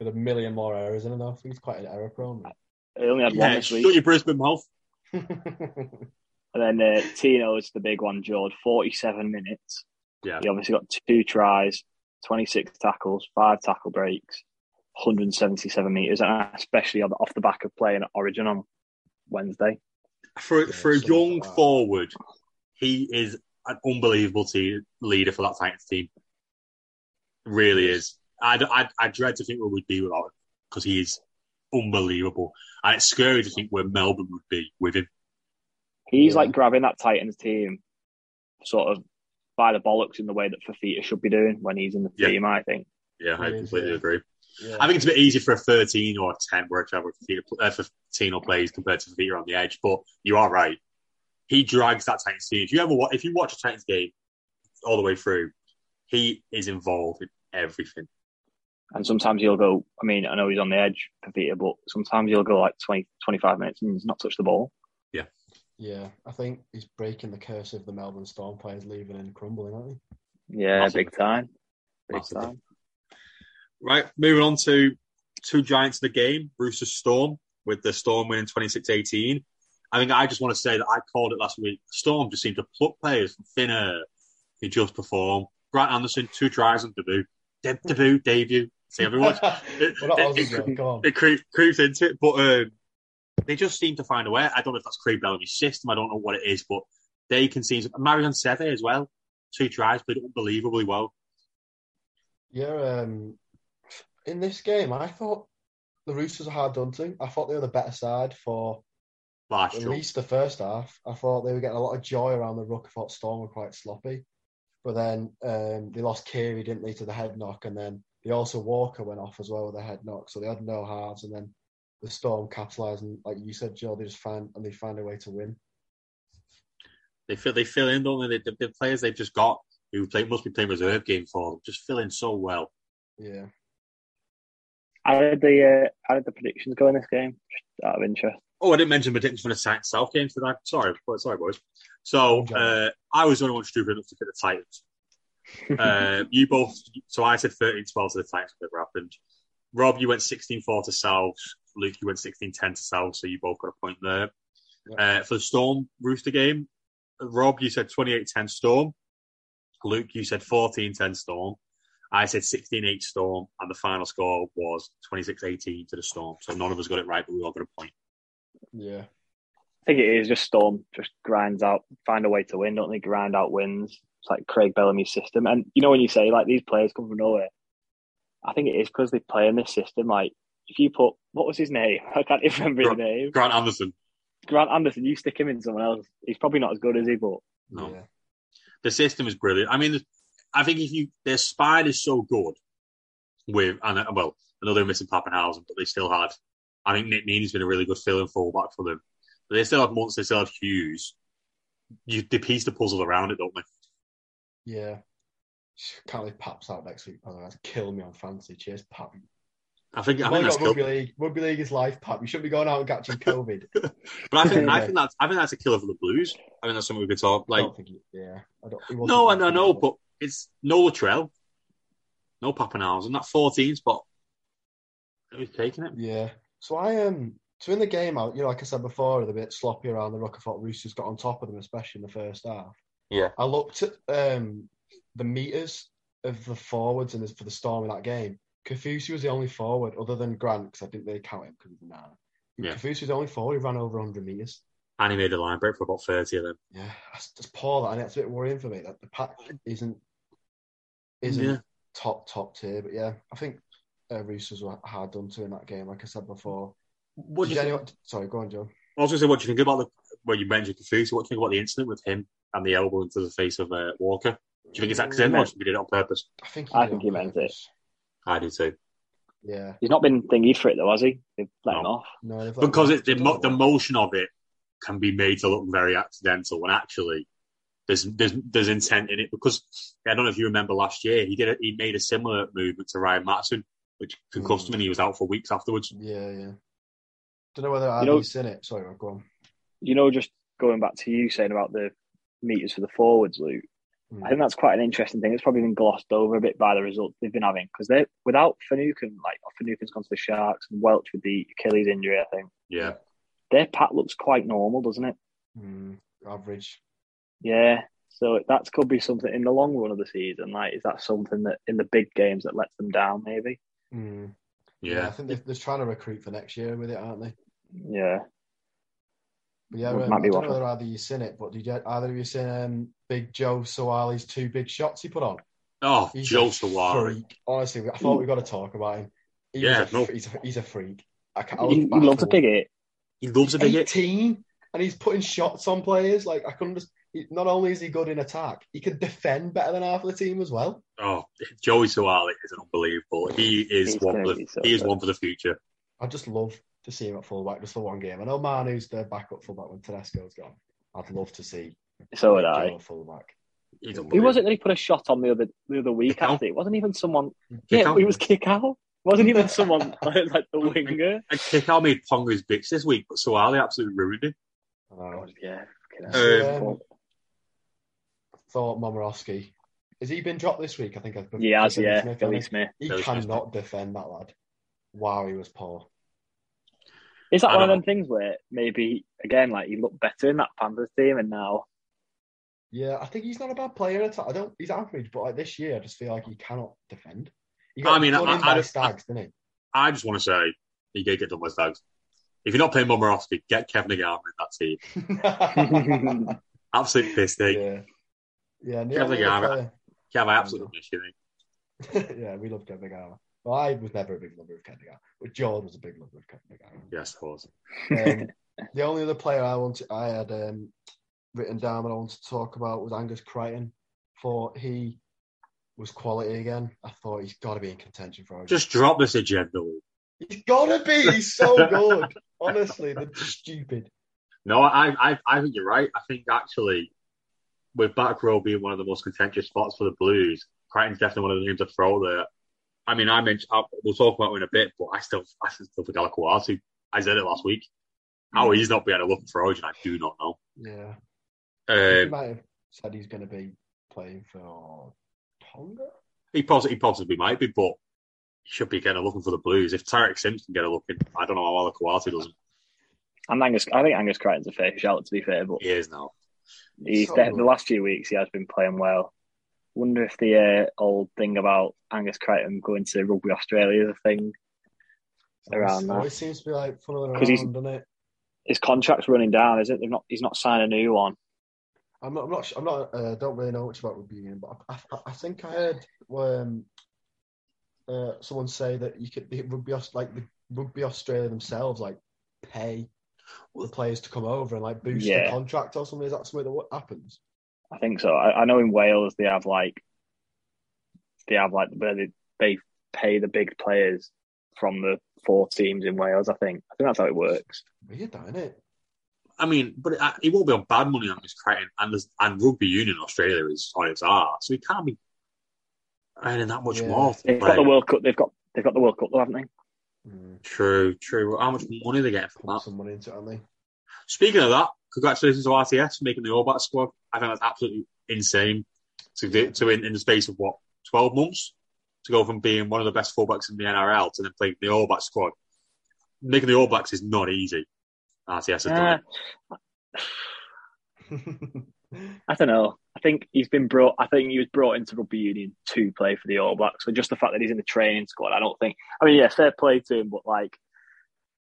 B: With a million more errors in it, though. I think it's quite an error prone.
C: He only had one
A: Yeah,
C: this
A: shut
C: week.
A: your Brisbane mouth.
C: And then uh, Tino's the big one, George, 47 minutes.
A: Yeah.
C: He obviously got two tries, 26 tackles, five tackle breaks, 177 metres, and especially on the, off the back of playing at Origin on Wednesday.
A: for
B: Yeah,
A: for a
B: something like
A: young
B: that.
A: forward, he is an unbelievable team, leader for that Titans team. Really is. I, I, I dread to think where we'd be without him because he is unbelievable, and it's scary to think where Melbourne would be with him.
C: He's
B: Yeah.
C: like grabbing that Titans team sort of by the bollocks in the way that Fafita should be doing when he's in the
A: Yeah.
C: team, I think.
A: Yeah, I
B: He is,
A: completely
B: yeah.
A: agree.
B: Yeah.
A: I think it's a bit easier for a thirteen or a ten, whichever Fafita pl- uh, Fafita plays compared to Fafita on the edge. But you are right. He drags that Titans team. If you ever wa- if you watch a Titans game all the way through, he is involved in everything.
C: And sometimes he'll go, I mean, I know he's on the edge, Fafita, but sometimes he'll go like 20, 25 minutes and he's not touched the ball.
B: yeah, I think he's breaking the curse of the Melbourne Storm players leaving and crumbling, aren't
C: Yeah,
A: Massively.
C: big time. Big
A: Massively.
C: time.
A: Right, moving on to two giants of the game, Brewster Storm, with the Storm winning 26-18. I think I just want to say that I called it last week. Storm just seemed to pluck players from thin air. They just perform. Grant Anderson, two tries and debut. De- debut, debut. See
B: they?
A: everyone.
B: We're not
A: It-
B: Aussies,
A: it-
B: though, come on.
A: it creep, creeps into it, but um, they just seem to find a way. I don't know if that's creeped out of his system. I don't know what it is, but they can see. Marion Seve as well. Two tries, played unbelievably well.
B: Yeah, um, in this game, I thought the Roosters were hard done to. I thought they were the better side for
A: Last
B: at
A: year.
B: least the first half. I thought they were getting a lot of joy around the ruck. I thought Storm were quite sloppy. But then um, they lost Carey, didn't they, to the head knock. And then they also Walker went off as well with a head knock. So they had no halves. And then the Storm capitalised. And like you said, Joe, they just find, and they find a way to win.
A: They fill they fill in, don't they? The, the players they've just got who play must be playing reserve game for them just fill in so well.
B: Yeah.
C: How did the uh, how did the predictions go in this game? Just out of interest.
A: Oh, I didn't mention predictions for the Titan South game today. Sorry, bo- sorry, boys. So uh, I was the only one stupid enough to pick the Titans. Uh, you both, so I said 13 12 to the Titans, whatever happened. Rob, you went 16 4 to South. Luke, you went 16 10 to South, so you both got a point there. Uh, for the Storm Rooster game, Rob, you said 28 10 Storm. Luke, you said 14 10 Storm. I said 16 8 Storm, and the final score was 26 18 to the Storm. So none of us got it right, but we all got a point.
B: Yeah.
C: I think it is just Storm just grinds out, find a way to win, don't they? Grind out wins. It's like Craig Bellamy's system. And you know when you say like these players come from nowhere, I think it is because they play in this system. Like if you put what was his name? I can't even remember his
A: Grant-
C: name.
A: Grant Anderson.
C: Grant Anderson. You stick him in someone else, he's probably not as good as he. But
A: No.
B: Yeah.
A: The system is brilliant. I mean, I think if you their spine is so good with and uh, well, I know they're missing Pappenhausen, but they still had. I think Nick Neen's been a really good filling fullback for them. But they still have Munster, they still have Hughes. You they piece the puzzle around it, don't they?
B: Yeah. Can't leave Paps out next week. Otherwise, kill me on fancy. Cheers, Pap.
A: I think I think
B: I've only
A: that's
B: got
A: cool.
B: rugby league. Rugby league is life, Pap. You shouldn't be going out and catching COVID.
A: But I think I
B: Yeah.
A: think that's I think that's a killer for the Blues. I think that's something we could talk
B: I
A: like.
B: don't think he, yeah. I don't, he wasn't
A: No, I
B: like
A: know, I
B: that,
A: know, but it's no Latrell, no Pappenhausen. That 14 spot, who's taking it?
B: yeah. So I um so in the game out, you know, like I said before, they're a bit sloppy around the ruck. I thought Roosters got on top of them, especially in the first half.
A: Yeah.
B: I looked at um the meters of the forwards and this for the Storm in that game. Kafusi was the only forward other than Grant because I didn't really count him because he's nine.
A: Yeah.
B: Kafusi was the only forward who ran over 100 meters.
A: And he made a line break for about 30 of them.
B: Yeah, that's, that's poor. That and that's a bit worrying for me. That the pack isn't isn't
A: Yeah.
B: top top tier. But yeah, I think uh, Reese was hard done to in that game. Like I said before.
A: What do
B: Did
A: you think?
B: anyone- Sorry, go on, John.
A: I was going to say, what do you think about the when you mentioned Kafusi? What do you think about the incident with him and the elbow into the face of uh, Walker? Do you think
B: Mm.
A: it's accidental or do you think he did it on purpose?
B: I think
C: I
B: did
C: think
B: on
C: he meant it.
B: purpose.
A: I do too.
B: Yeah,
C: He's not been thingy for it though, has he? They've let him
A: No.
C: off.
B: no, they've let
A: Because
B: him-
A: it's the, mo- the motion of it can be made to look very accidental when actually there's there's, there's intent in it. Because I don't know if you remember last year, he did a, he made a similar movement to Ryan Matson, which
B: Mm.
A: concussed him and he was out for weeks afterwards.
B: Yeah, yeah. Don't know whether I've
C: know-
B: seen it. Sorry, Rob, go on.
C: You know, just going back to you saying about the meters for the forwards, Luke.
B: Hmm.
C: I think that's quite an interesting thing. It's probably been glossed over a bit by the results they've been having because they without Fanucan, like Fanucan's gone to the Sharks and Welch with the Achilles injury, I think
A: Yeah.
C: their pack looks quite normal, doesn't it?
B: Mm, average.
C: Yeah. So that could be something in the long run of the season. Like, is that something that in the big games that lets them down? Maybe.
B: Mm. I
A: Yeah.
B: think they're, they're trying to recruit for next year with it, aren't they?
C: Yeah.
B: But yeah,
C: Well, it
B: um,
C: might
B: I
C: be
B: don't
C: Watford.
B: know whether either you've seen it, but did you, either of you seen um, Big Joe Sawali's two big shots he put on?
A: Oh,
B: He's
A: Joe
B: a
A: Sawari.
B: freak. Honestly, I thought we got to talk about him. He
A: Yeah,
B: was a,
A: no.
B: fr- he's, a, he's a freak. I can't, I was
C: He, he
B: baffled.
C: loves a pig it.
A: He loves a big hit.
B: 18 and he's putting shots on players. Like, I couldn't just. He, not only is he good in attack, he can defend better than half of the team as well.
A: Oh, Joey Sawali is unbelievable. He is
C: He's
A: one
C: gonna
A: for
C: be
A: the,
C: so
A: he is
C: good.
A: one for the future.
B: I'd just love to see him at fullback just for one game. I know Manu's the backup fullback when Tedesco's gone. I'd love to see
C: So would
B: Big
C: I.
B: Joe at fullback.
A: He's
B: Who
C: Who
A: unbelievable.
C: was it that he put a shot on the other the other week?
A: Kick out.
C: After it wasn't even someone.
A: Kick
C: yeah,
A: out.
C: it was kick out. Wasn't even someone like the winger.
A: And Kikau made Ponga's bits this week, but Sawali absolutely ruined it.
B: I know.
C: God, Oh, yeah. fucking
A: Uh,
C: hell.
B: Um, Thought Momorowski. Has he been dropped this week? I think I've
C: he has,
B: Billy
C: yeah.
B: Smith,
C: Billy
B: hasn't
C: Smith.
B: he? He
A: Billy Smith.
B: cannot defend that lad. Wow, he was poor.
C: Is that
A: I
C: one of
A: don't
C: them things where maybe again, like he looked better in that Panthers team, and now
B: Yeah, I think he's not a bad player. At all. I don't. He's average, but like this year, I just feel like he cannot defend. He
A: I mean,
B: done
A: I-
B: in
A: I-
B: by Stags, didn't he?
A: I just want to say, he did get done by Stags. If you're not playing Momorowski, get Kevin Agarman in that team. Absolute piss take.
B: yeah, yeah. and the
A: Kevin
B: only
A: Garnett.
B: other
A: Kev, I absolutely miss you. mate.
B: player- yeah, we love Kevin Garner. Well, I was never a big lover of Kevin Garner, but George was a big lover of Kevin Garner.
A: Yes, I was.
B: Um, the only other player I wanted, I had um, written down that I wanted to talk about was Angus Crichton. Thought he was quality again. I thought he's got to be in contention for. it.
A: Just drop this agenda. Lou.
B: he's got to be. He's so good. Honestly, they're stupid.
A: No, I, I, I think you're right. I think actually, with back row being one of the most contentious spots for the Blues, Crichton's definitely one of the names to throw there. I mean, I mentioned I- we'll talk about it in a bit, but I still, I still think Alakwasi. I said it last week. How he's not being a look for Origin, I do not know.
B: Yeah, he
A: Um,
B: might have said he's going to be playing for Tonga.
A: he possibly, he possibly might be, but he should be getting a looking for the Blues. If Tarek Sims can get a looking, I don't know how Alakwasi doesn't.
C: and Angus, I think Angus Crichton's a fair shout to be fair, but
A: He is now.
C: he's
B: So
C: de-
B: good.
C: the last few weeks he has been playing well. Wonder if the uh, old thing about Angus Crichton going to Rugby Australia is a thing. Around
B: Always,
C: that.
B: always seems to be like funneling around,
C: 'Cause he's-
B: doesn't it?
C: His contract's running down, isn't it? They've not. He's not signed a new one.
B: I'm not. I'm not. su- I'm not. Uh, don't really know much about rugby union, but I, I, I think I heard um, uh, someone say that you could the rugby Aus- like the rugby Australia themselves like pay the players to come over and like boost
C: Yeah.
B: the contract or something. Is that something that what happens?
C: I think so. I, I know in Wales they have like they have like where they, they pay the big players from the four teams in Wales. I think I think that's how it works.
B: Weird, that isn't it?
A: I mean, but it, it won't be on bad money on this Crichton, and there's, and Rugby Union Australia is on its arse, so he can't be earning that much
B: Yeah.
A: more.
C: They've got the World Cup. They've got they've got the World Cup though, haven't they?
B: Mm,
A: True, true. How much money they get from
B: pump
A: that?
B: some money into it, aren't they?
A: Speaking of that, congratulations to RTS for making the All Black squad. I think that's absolutely insane to do to in, in the space of what twelve months to go from being one of the best fullbacks in the NRL to then playing the All Black squad. Making the All Blacks is not easy. RTS has done it.
C: I don't know. I think he's been brought. I think he was brought into rugby union to play for the All Blacks. So just the fact that he's in the training squad, I don't think. I mean, yeah, fair play to him, but like,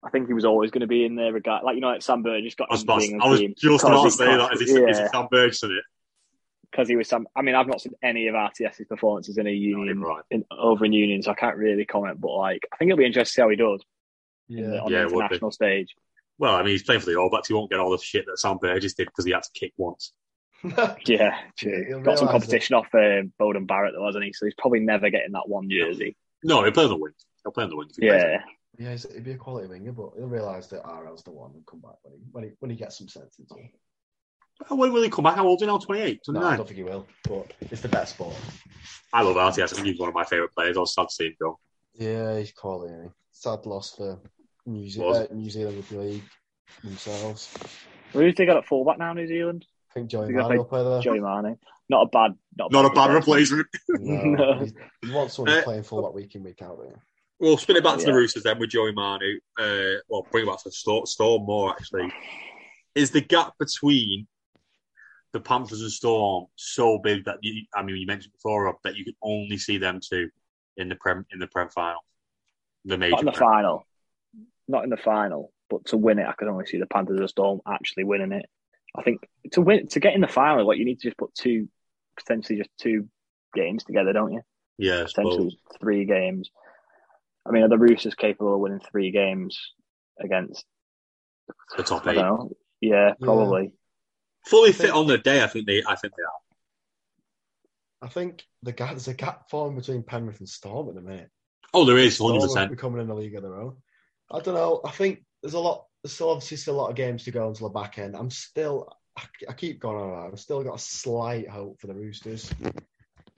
C: I think he was always going to be in there. Regard like you know, like Sam Burgess got
A: I was,
C: into
A: about,
C: the
A: I was
C: England team.
A: just about to
C: Cosby-
A: say that. Is it, is
C: Yeah.
A: it Sam Burgess in it?
C: because he was some. I mean, I've not seen any of RTS's performances in a union
A: right.
C: in, over in union, so I can't really comment. But like, I think it'll be interesting to see how he does in the-
B: Yeah.
C: on
A: Yeah,
C: the
A: it would be.
C: international stage.
A: Well, I mean, he's playing for the All Blacks. He won't get all the shit that Sam Burgess did because he had to kick once.
C: Yeah, true.
B: He'll
C: got some
B: realise
C: competition off um, Bowden Barrett, though, hasn't he? So he's probably never getting that one jersey.
A: No, he'll play on the wing. He'll play on the wing. if he plays.
C: Yeah,
B: that- Yeah, he's- he'd be a quality winger, but he'll realise that RL's the one and come back when he when he, when he gets some sense into him.
A: Oh, When will he come back? How old is he now? 28,
B: No,
A: 29?
B: I don't think he will, but it's the better sport.
A: I love RTS. I think he's one of my favourite players. I was sad to see him go.
B: Yeah, he's quality. isn't he? Sad loss for New, Ze-
A: Was
B: uh, New Zealand Rugby League themselves.
C: who's they got at fullback now? New Zealand,
B: I think Joey
C: They're gonna
B: Mann will play there.
C: Joey Marnie. Not a bad, not a
A: Not a
C: bad,
A: bad
C: replacement.
A: replacement.
B: No, he's- you want someone who's
A: Uh,
B: playing full that week in, week out. There.
A: We'll spin it back to the
C: Yeah.
A: Roosters then with Joey Manu. Uh, well, bring it back to Storm, Storm more, actually. Is the gap between the Panthers and Storm so big that, you, I mean, you mentioned before, Rob, that you can only see them two in the Prem in the Prem final? The major
C: Not in the
A: Prem.
C: final. Not in the final, but to win it, I could only see the Panthers or Storm actually winning it. I think to win to get in the final, like you need to just put two, potentially just two games together, don't you?
A: Yeah, I suppose.
C: Potentially three games. I mean, are the Roosters capable of winning three games against?
A: The top
C: I
A: eight.
C: don't know. Yeah, probably.
A: Fully
B: I think-
A: fit on the day, I think they I think they are.
B: I think the gap, there's a gap forming between Penrith and Storm at the minute.
A: Oh, there is,
B: Storm
A: 100%.
B: are becoming in a league of their own. I don't know. I think there's a lot. There's still obviously still a lot of games to go until the back end. I'm still. I, I keep going on. about it. I've still got a slight hope for the Roosters,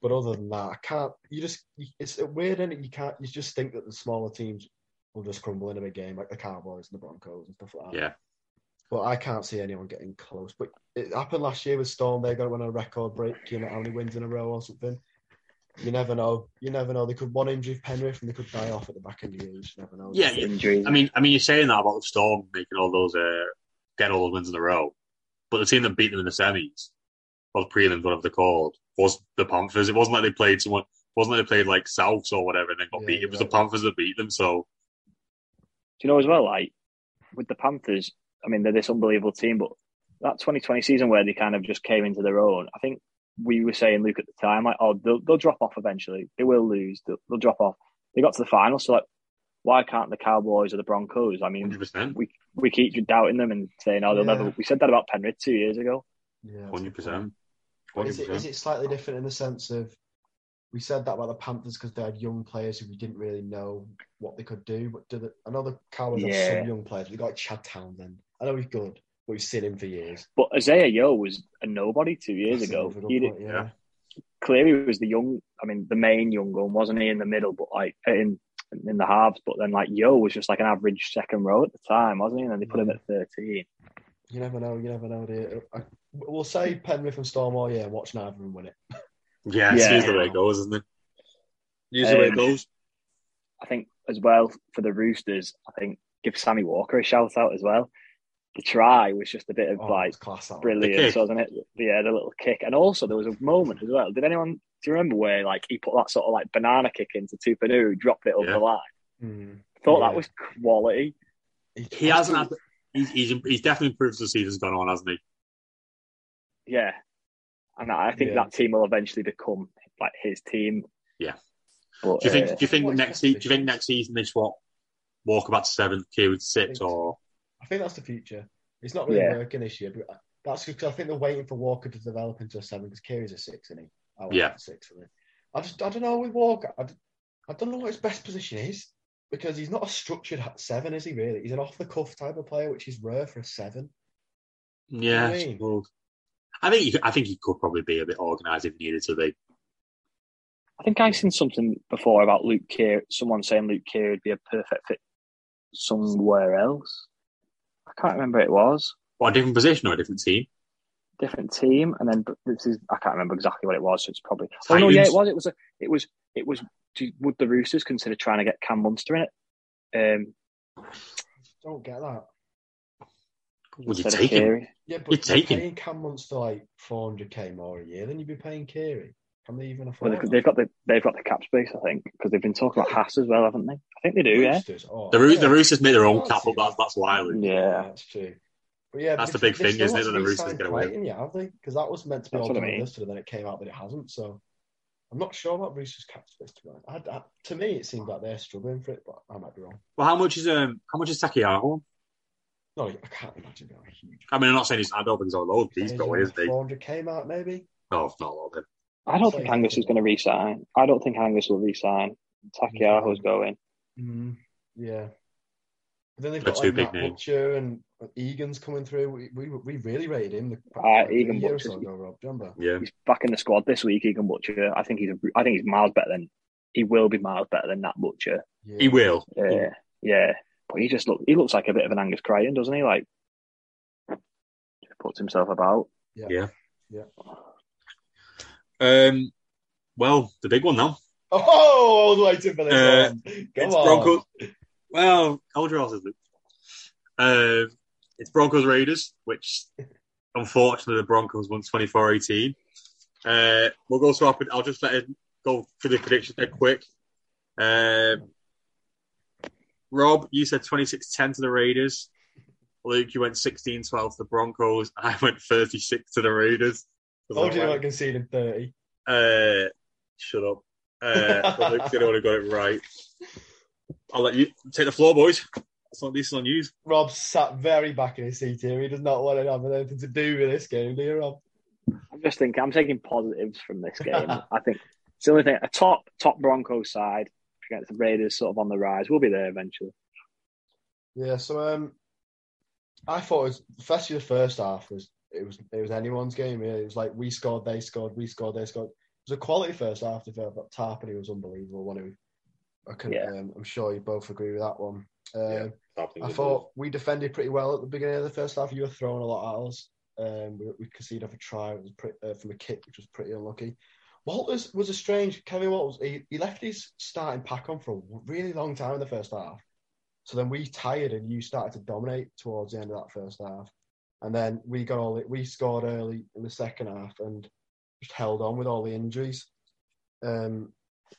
B: but other than that, I can't. You just. It's weird, is it? You can't. You just think that the smaller teams will just crumble in a big game, like the Cowboys and the Broncos and stuff like that.
A: Yeah.
B: But I can't see anyone getting close. But it happened last year with Storm. They got on a record break. You know how many wins in a row or something. You never know. You never know. They could one injury of Penrith and they could die off at the back end of the year. You just never know.
A: Yeah, yeah.
C: Injuries.
A: I mean, I mean, you're saying that about the Storm making all those uh, get all those wins in a row, but the team that beat them in the semis or the prelims, whatever they're called, was the Panthers. It wasn't like they played someone. It wasn't like they played like Souths or whatever and then got
B: Yeah,
A: beat. It was the
B: exactly.
A: Panthers that beat them. So
C: Do you know as well, like with the Panthers, I mean, they're this unbelievable team, but that 2020 season where they kind of just came into their own, I think we were saying, Luke, at the time, like, oh, they'll, they'll drop off eventually. They will lose. They'll, they'll drop off. They got to the final. So, like, why can't the Cowboys or the Broncos? I mean,
A: 100, percent
C: we, we keep doubting them and saying, oh, they'll
B: Yeah.
C: never. We said that about Penrith two years ago.
B: Yeah,
A: 100, percent
B: Is it, is it slightly different in the sense of we said that about the Panthers because they had young players who we didn't really know what they could do. But do the, I know the Cowboys have
C: Yeah.
B: some young players. They got like Chad Townsend. I know he's good, but we've seen him for years.
C: But Isaiah Yo was a nobody two years
B: That's
C: ago.
B: another good
C: He did,
B: point,
A: yeah.
B: yeah.
C: clearly was the young, I mean, the main young one, wasn't he, in the middle, but like in in the halves. But then like Yo was just like an average second row at the time, wasn't he? And then they put him at
A: Mm.
C: thirteen.
B: You never know. You never know. Dear. I, we'll say Penrith and Storm all year. Watch neither of them win it.
A: Yeah, it's
C: Yeah.
A: usually the way it goes, isn't it? Usually the way it
C: Um,
A: goes.
C: I think as well for the Roosters, I think give Sammy Walker a shout out as well. The try was just a bit of
B: Oh,
C: like
B: it's class. that one.
A: The
C: brilliant,
A: kick.
C: wasn't it? Yeah, the little kick, and also there was a moment as well. Did anyone do you remember where like he put that sort of like banana kick into Tupanu, who dropped it over
A: Yeah.
C: the line?
B: Mm.
C: Thought
B: Yeah.
C: that was quality.
A: He hasn't had. He's, he's, he's definitely improved as the season's gone on, hasn't he?
C: Yeah. And I think
B: Yeah.
C: that team will eventually become like his team.
A: Yeah.
C: But,
A: Do you think?
C: uh,
A: Do you think
B: What is
A: next?
B: that
A: se- Do you think next season they swap Walker back to seventh, Kieran to six, or
B: I think that's the future. It's not really
C: Yeah.
B: working this year, but that's because I think they're waiting for Walker to develop into a seven because Kerry's a six, isn't he? I like
A: Yeah.
B: that six. Isn't he? I just I don't know with Walker. I, d- I don't know what his best position is because he's not a structured ha- seven, is he? Really, he's an off the cuff type of player, which is rare for a seven.
A: Yeah,
B: I
A: I
B: mean-
A: suppose. I think he, I think he could probably be a bit organised if needed to be.
C: I think I seen something before about Luke Keir, someone saying Luke Keir would be a perfect fit somewhere else. I can't remember it was.
A: Or a different position or a different team.
C: Different team, and then but this is I can't remember exactly what it was. So it's probably oh no,
A: Titans.
C: yeah, it was. It was a, it was it was. do- Would the Roosters consider trying to get Cam Munster in it? Um,
B: Don't get that.
A: Would you
C: instead of
A: take him?
C: Keir?
B: Yeah,
A: You're
B: but if
A: taking-
B: paying Cam Munster like four hundred k more a year than you'd be paying Kerry. Can they even
C: Well,
B: afford?
C: they've,
B: that?
C: they've got the they've got the cap space, I think, because they've been talking about Haas as well, haven't they? I think they do, yeah.
B: Roosters, oh,
A: The, Roo-
B: yeah.
A: the Roosters made their own
B: Can't
A: cap
B: see
A: up. That's,
B: that.
A: that's why. Luke.
C: Yeah,
B: that's true. But yeah,
A: That's the big
B: because they
A: thing, isn't it,
B: still haven't
A: that the Roosters
B: re-signed
A: gonna win?
B: Crichton yet, have they? Because that was meant to be
C: That's
B: all
C: what I
B: done
C: mean.
B: listed, and then it came out that it hasn't. So I'm not sure about Roosters' cap space. To, be honest. I, I, to me, it seemed like they're struggling for it, but I might be wrong.
A: Well, how much is um how much is Takiyaho? on?
B: No, I can't imagine being a huge.
A: I mean, I'm not saying he's I don't think he's on load. but He's got away, isn't he?
B: 400k mark, maybe.
A: No, it's not on him.
C: I don't think Angus is going to resign. I don't think Angus will resign. Takiyaho's going.
B: Mm, yeah. But then they've
A: They're
B: got
A: two
B: like
A: big
B: Matt
A: names.
B: Butcher and Egan's coming through. We we, we really rated him. The,
C: Uh, Egan
B: a year or so
C: Butcher's-
B: ago, Rob, do you remember?
A: Yeah.
C: He's back in the squad this week. Egan Butcher. I think he's. A, I think he's miles better than. He will be miles better than that Butcher.
B: Yeah.
A: He will.
C: Yeah, yeah. But he just look. He looks like a bit of an Angus Crichton, doesn't he? Like, just puts himself about.
A: Um well, the big one now.
B: Oh, I was waiting for this
A: Uh,
B: one. Come
A: it's
B: on.
A: Broncos. Well, Eldros is it? Uh, it's Broncos Raiders, which unfortunately the Broncos won 24 18. Uh, we'll go to our, I'll just let it go through the predictions there quick. Um, Rob, you said 26 10 to the Raiders. Luke, you went 16 12 to the Broncos. I went 36 to the Raiders.
B: Told you they weren't conceding 30.
A: Uh, shut up. Uh, I think anyone who got it right. I'll let you take the floor, boys. It's not this is on you.
B: Rob sat very back in his seat here. He does not want to have anything to do with this game, do you, Rob?
C: I'm just thinking. I'm taking positives from this game. I think it's the only thing. A top top Broncos side against the Raiders, sort of on the rise. We'll be there eventually.
B: Yeah, so um, I thought it was, especially the first half was it was it was anyone's game. Really. It was like we scored, they scored, we scored, they scored. It was a quality first half. If but Tarpany was unbelievable. One who I could,
C: Yeah.
B: um, I'm sure you both agree with that one. Um,
A: Yeah.
B: I thought we defended pretty well at the beginning of the first half. You were throwing a lot at us. Um, we, we conceded off a try it was pretty, uh, from a kick, which was pretty unlucky. Walters was a strange. Kevin Walters, he, he left his starting pack on for a really long time in the first half. So then we tired and you started to dominate towards the end of that first half. And then we got all the, we scored early in the second half and just held on with all the injuries. Um,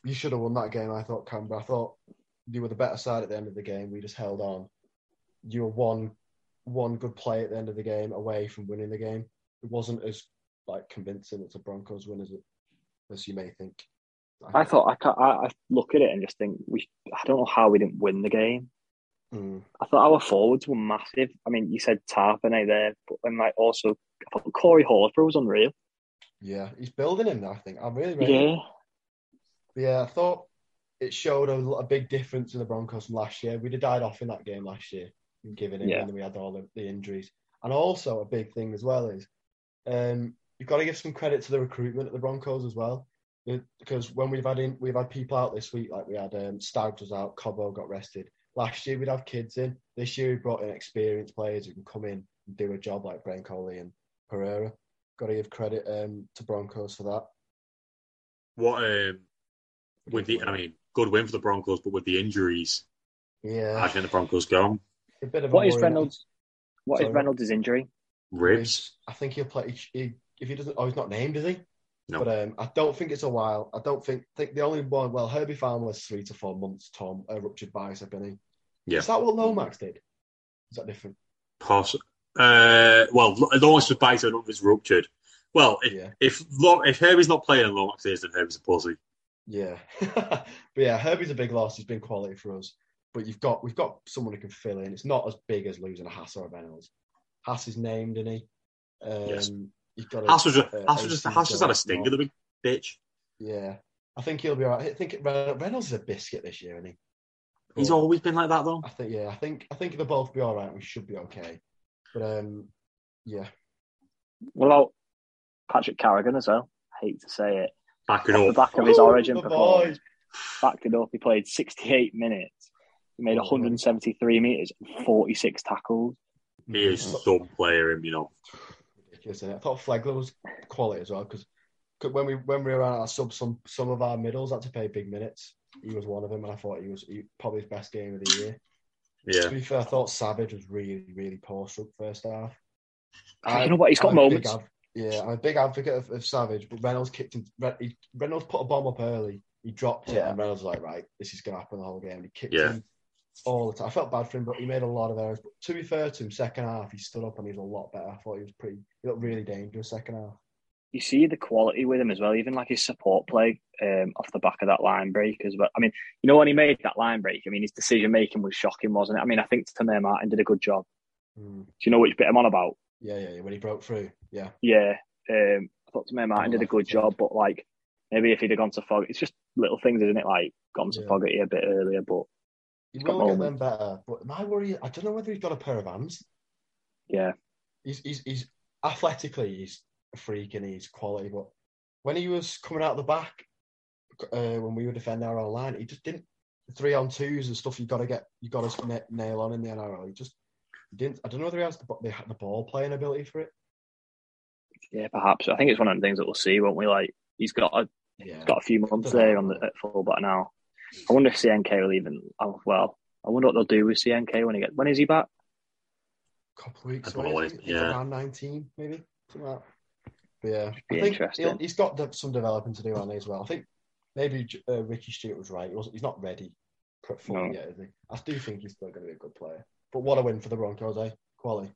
B: you should have won that game, I thought, Canberra. I thought you were the better side at the end of the game. We just held on. You were one one good play at the end of the game away from winning the game. It wasn't as like convincing as a Broncos win as it, as you may think.
C: I thought I can't. I, I look at it and just think we. I don't know how we didn't win the game.
B: Mm.
C: I thought our forwards were massive. I mean, you said Tarpane there, but and like also I thought Corey Horsburgh was unreal.
B: Yeah, he's building him now. I think I really, really
C: Yeah,
B: Yeah, I thought it showed a, a big difference in the Broncos from last year. We'd have died off in that game last year, given it,
C: Yeah.
B: and then we had all the, the injuries. And also, a big thing as well is um, you've got to give some credit to the recruitment at the Broncos as well, It- because when we've had in, we've had people out this week, like we had um, Staggs was out, Cobbo got rested. Last year we'd have kids in. This year we brought in experienced players who can come in and do a job like Brain Coley and Pereira. Got to give credit um, to Broncos for that.
A: what um, with the I mean, good win for the Broncos, but with the injuries, I
B: yeah,
A: think the Broncos gone
B: a bit of a
C: What is
B: worry.
C: Reynolds? What is
B: Sorry.
C: Reynolds' injury?
A: ribs.
B: I think he'll play. He, he- if he doesn't, oh, he's not named, is he?
A: No.
B: But um, I don't think it's a while. I don't think. Think the only one. Well, Herbie Farmer was three to four months. Tom uh, ruptured bicep, and he.
A: Yeah.
B: Is that what Lomax did? Is that different?
A: Poss- uh, well, Lo- Lawrence was biting up his ruptured. Well, if
B: Yeah.
A: if, Lo- if Herbie's not playing and Lawrence is, then Herbie's a pussy.
B: Yeah. but yeah, Herbie's a big loss. He's been quality for us. But you've got we've got someone who can fill in. It's not as big as losing a Hass or a Reynolds. Hass is named, isn't he? Um,
A: Yes.
B: You've got a-
A: Haas was just,
B: uh,
A: Haas was just,
B: AC
A: Haas just had a
B: Dillon.
A: stinger, the big bitch.
B: Yeah. I think he'll be all right. I think Re- Reynolds is a biscuit this year, isn't he?
A: He's
B: But-
A: always been like that, though.
B: I think yeah, I think I think they'll both be all right. We should be okay. But um, yeah,
C: What about Patrick Carrigan as well? I hate to say it.
A: Back it
C: Off the
A: up.
C: back of his
B: Ooh,
C: Origin
B: Oh, the
C: performance, backed it up. He played 68 minutes. He made
B: Oh,
C: 173 meters, 46 tackles.
A: He is some player, him, you know.
B: ridiculous. Isn't it? I thought Flegler was quality as well because when we when we were on our sub, some some of our middles had to play big minutes. He was one of them, and I thought he was he, probably his best game of the year.
A: Yeah.
B: To be fair, I thought Savage was really really poor sub first half.
C: you know what? He's got
B: I'm a big
C: moments.
B: adv- yeah, I'm a big advocate of, of Savage, but Reynolds kicked him. Re- he, Reynolds put a bomb up early. He dropped it,
C: Yeah.
B: and Reynolds was like, right, this is going to happen the whole game. He kicked
A: Yeah.
B: him all the time. I felt bad for him, but he made a lot of errors. But to be fair to him, second half he stood up and he was a lot better. I thought he was pretty. He looked really dangerous second half.
C: You see the quality with him as well, even like his support play um, off the back of that line break as well. I mean, you know when he made that line break, I mean his decision making was shocking, wasn't it? I mean, I think Tamir Martin did a good job.
B: Mm.
C: Do you know which bit I'm on about?
B: Yeah, yeah, yeah. When he broke through, yeah,
C: Yeah, um, I thought Tamir Martin did a good job, but like maybe if he'd have gone to Fogarty, it's just little things, isn't it? Like gone to
B: Yeah.
C: Fogarty a bit earlier, but
B: he
C: got
B: will get them
C: moments.
B: better. But my worry, I don't know whether he's got a pair of hands.
C: yeah,
B: he's he's, he's athletically he's a freak and he's quality, but when he was coming out the back, uh, when we were defending our own line, he just didn't the three on twos and stuff. You got to get you got to na- nail on in the NRL. He just didn't. I don't know whether he has the, b- the, the ball playing ability for it.
C: yeah, perhaps. I think it's one of the things that we'll see, won't we? Like he's got a
B: Yeah,
C: He's got a few months there on the at fullback now. I wonder if CNK will even. Oh, well, I wonder what they'll do with CNK when he gets. When is he back?
B: couple of weeks
A: I don't
B: away.
A: know,
B: isn't he?
A: yeah.
B: He's around nineteen, maybe. Something like that. But yeah,
C: be
B: I think
C: interesting.
B: he'll- he's got de- some developing to do on it as well. I think maybe J- uh, Ricky Stewart was right. He wasn't, he's not ready for full
C: No.
B: yet, is he? I do think he's still going to be a good player. But what a win for the Broncos, eh? Quality.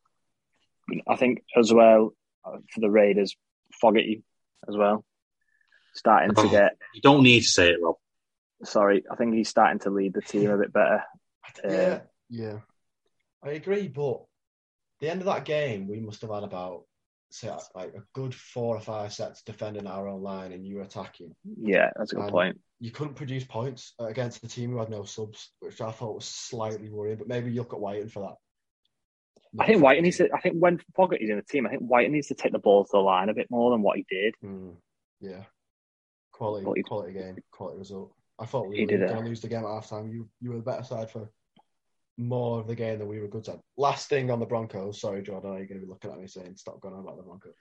C: I think as well uh, for the Raiders, Fogarty as well starting to
A: Oh.
C: get.
A: You don't need to say it, Rob.
C: Sorry, I think he's starting to lead the team a bit better.
B: I d-
C: Yeah.
B: yeah, yeah. I agree, but the end of that game, we must have had about say, like a good four or five sets defending our own line, and you were attacking.
C: Yeah, that's a good
B: Um,
C: point.
B: you couldn't produce points against the team who had no subs, which I thought was slightly worrying. But maybe you look at Whiting for that.
C: I think White needs to. I think when Fogarty's in the team, I think White needs to take the ball to the line a bit more than what he did.
B: Mm, yeah, quality,
C: What he-
B: quality game, quality result. I thought we
C: He
B: were
C: did it.
B: going to lose the game at halftime. You you were the better side for more of the game than we were good at. Last thing on the Broncos. Sorry, Jordan, you're going to be looking at me saying stop going on about the Broncos.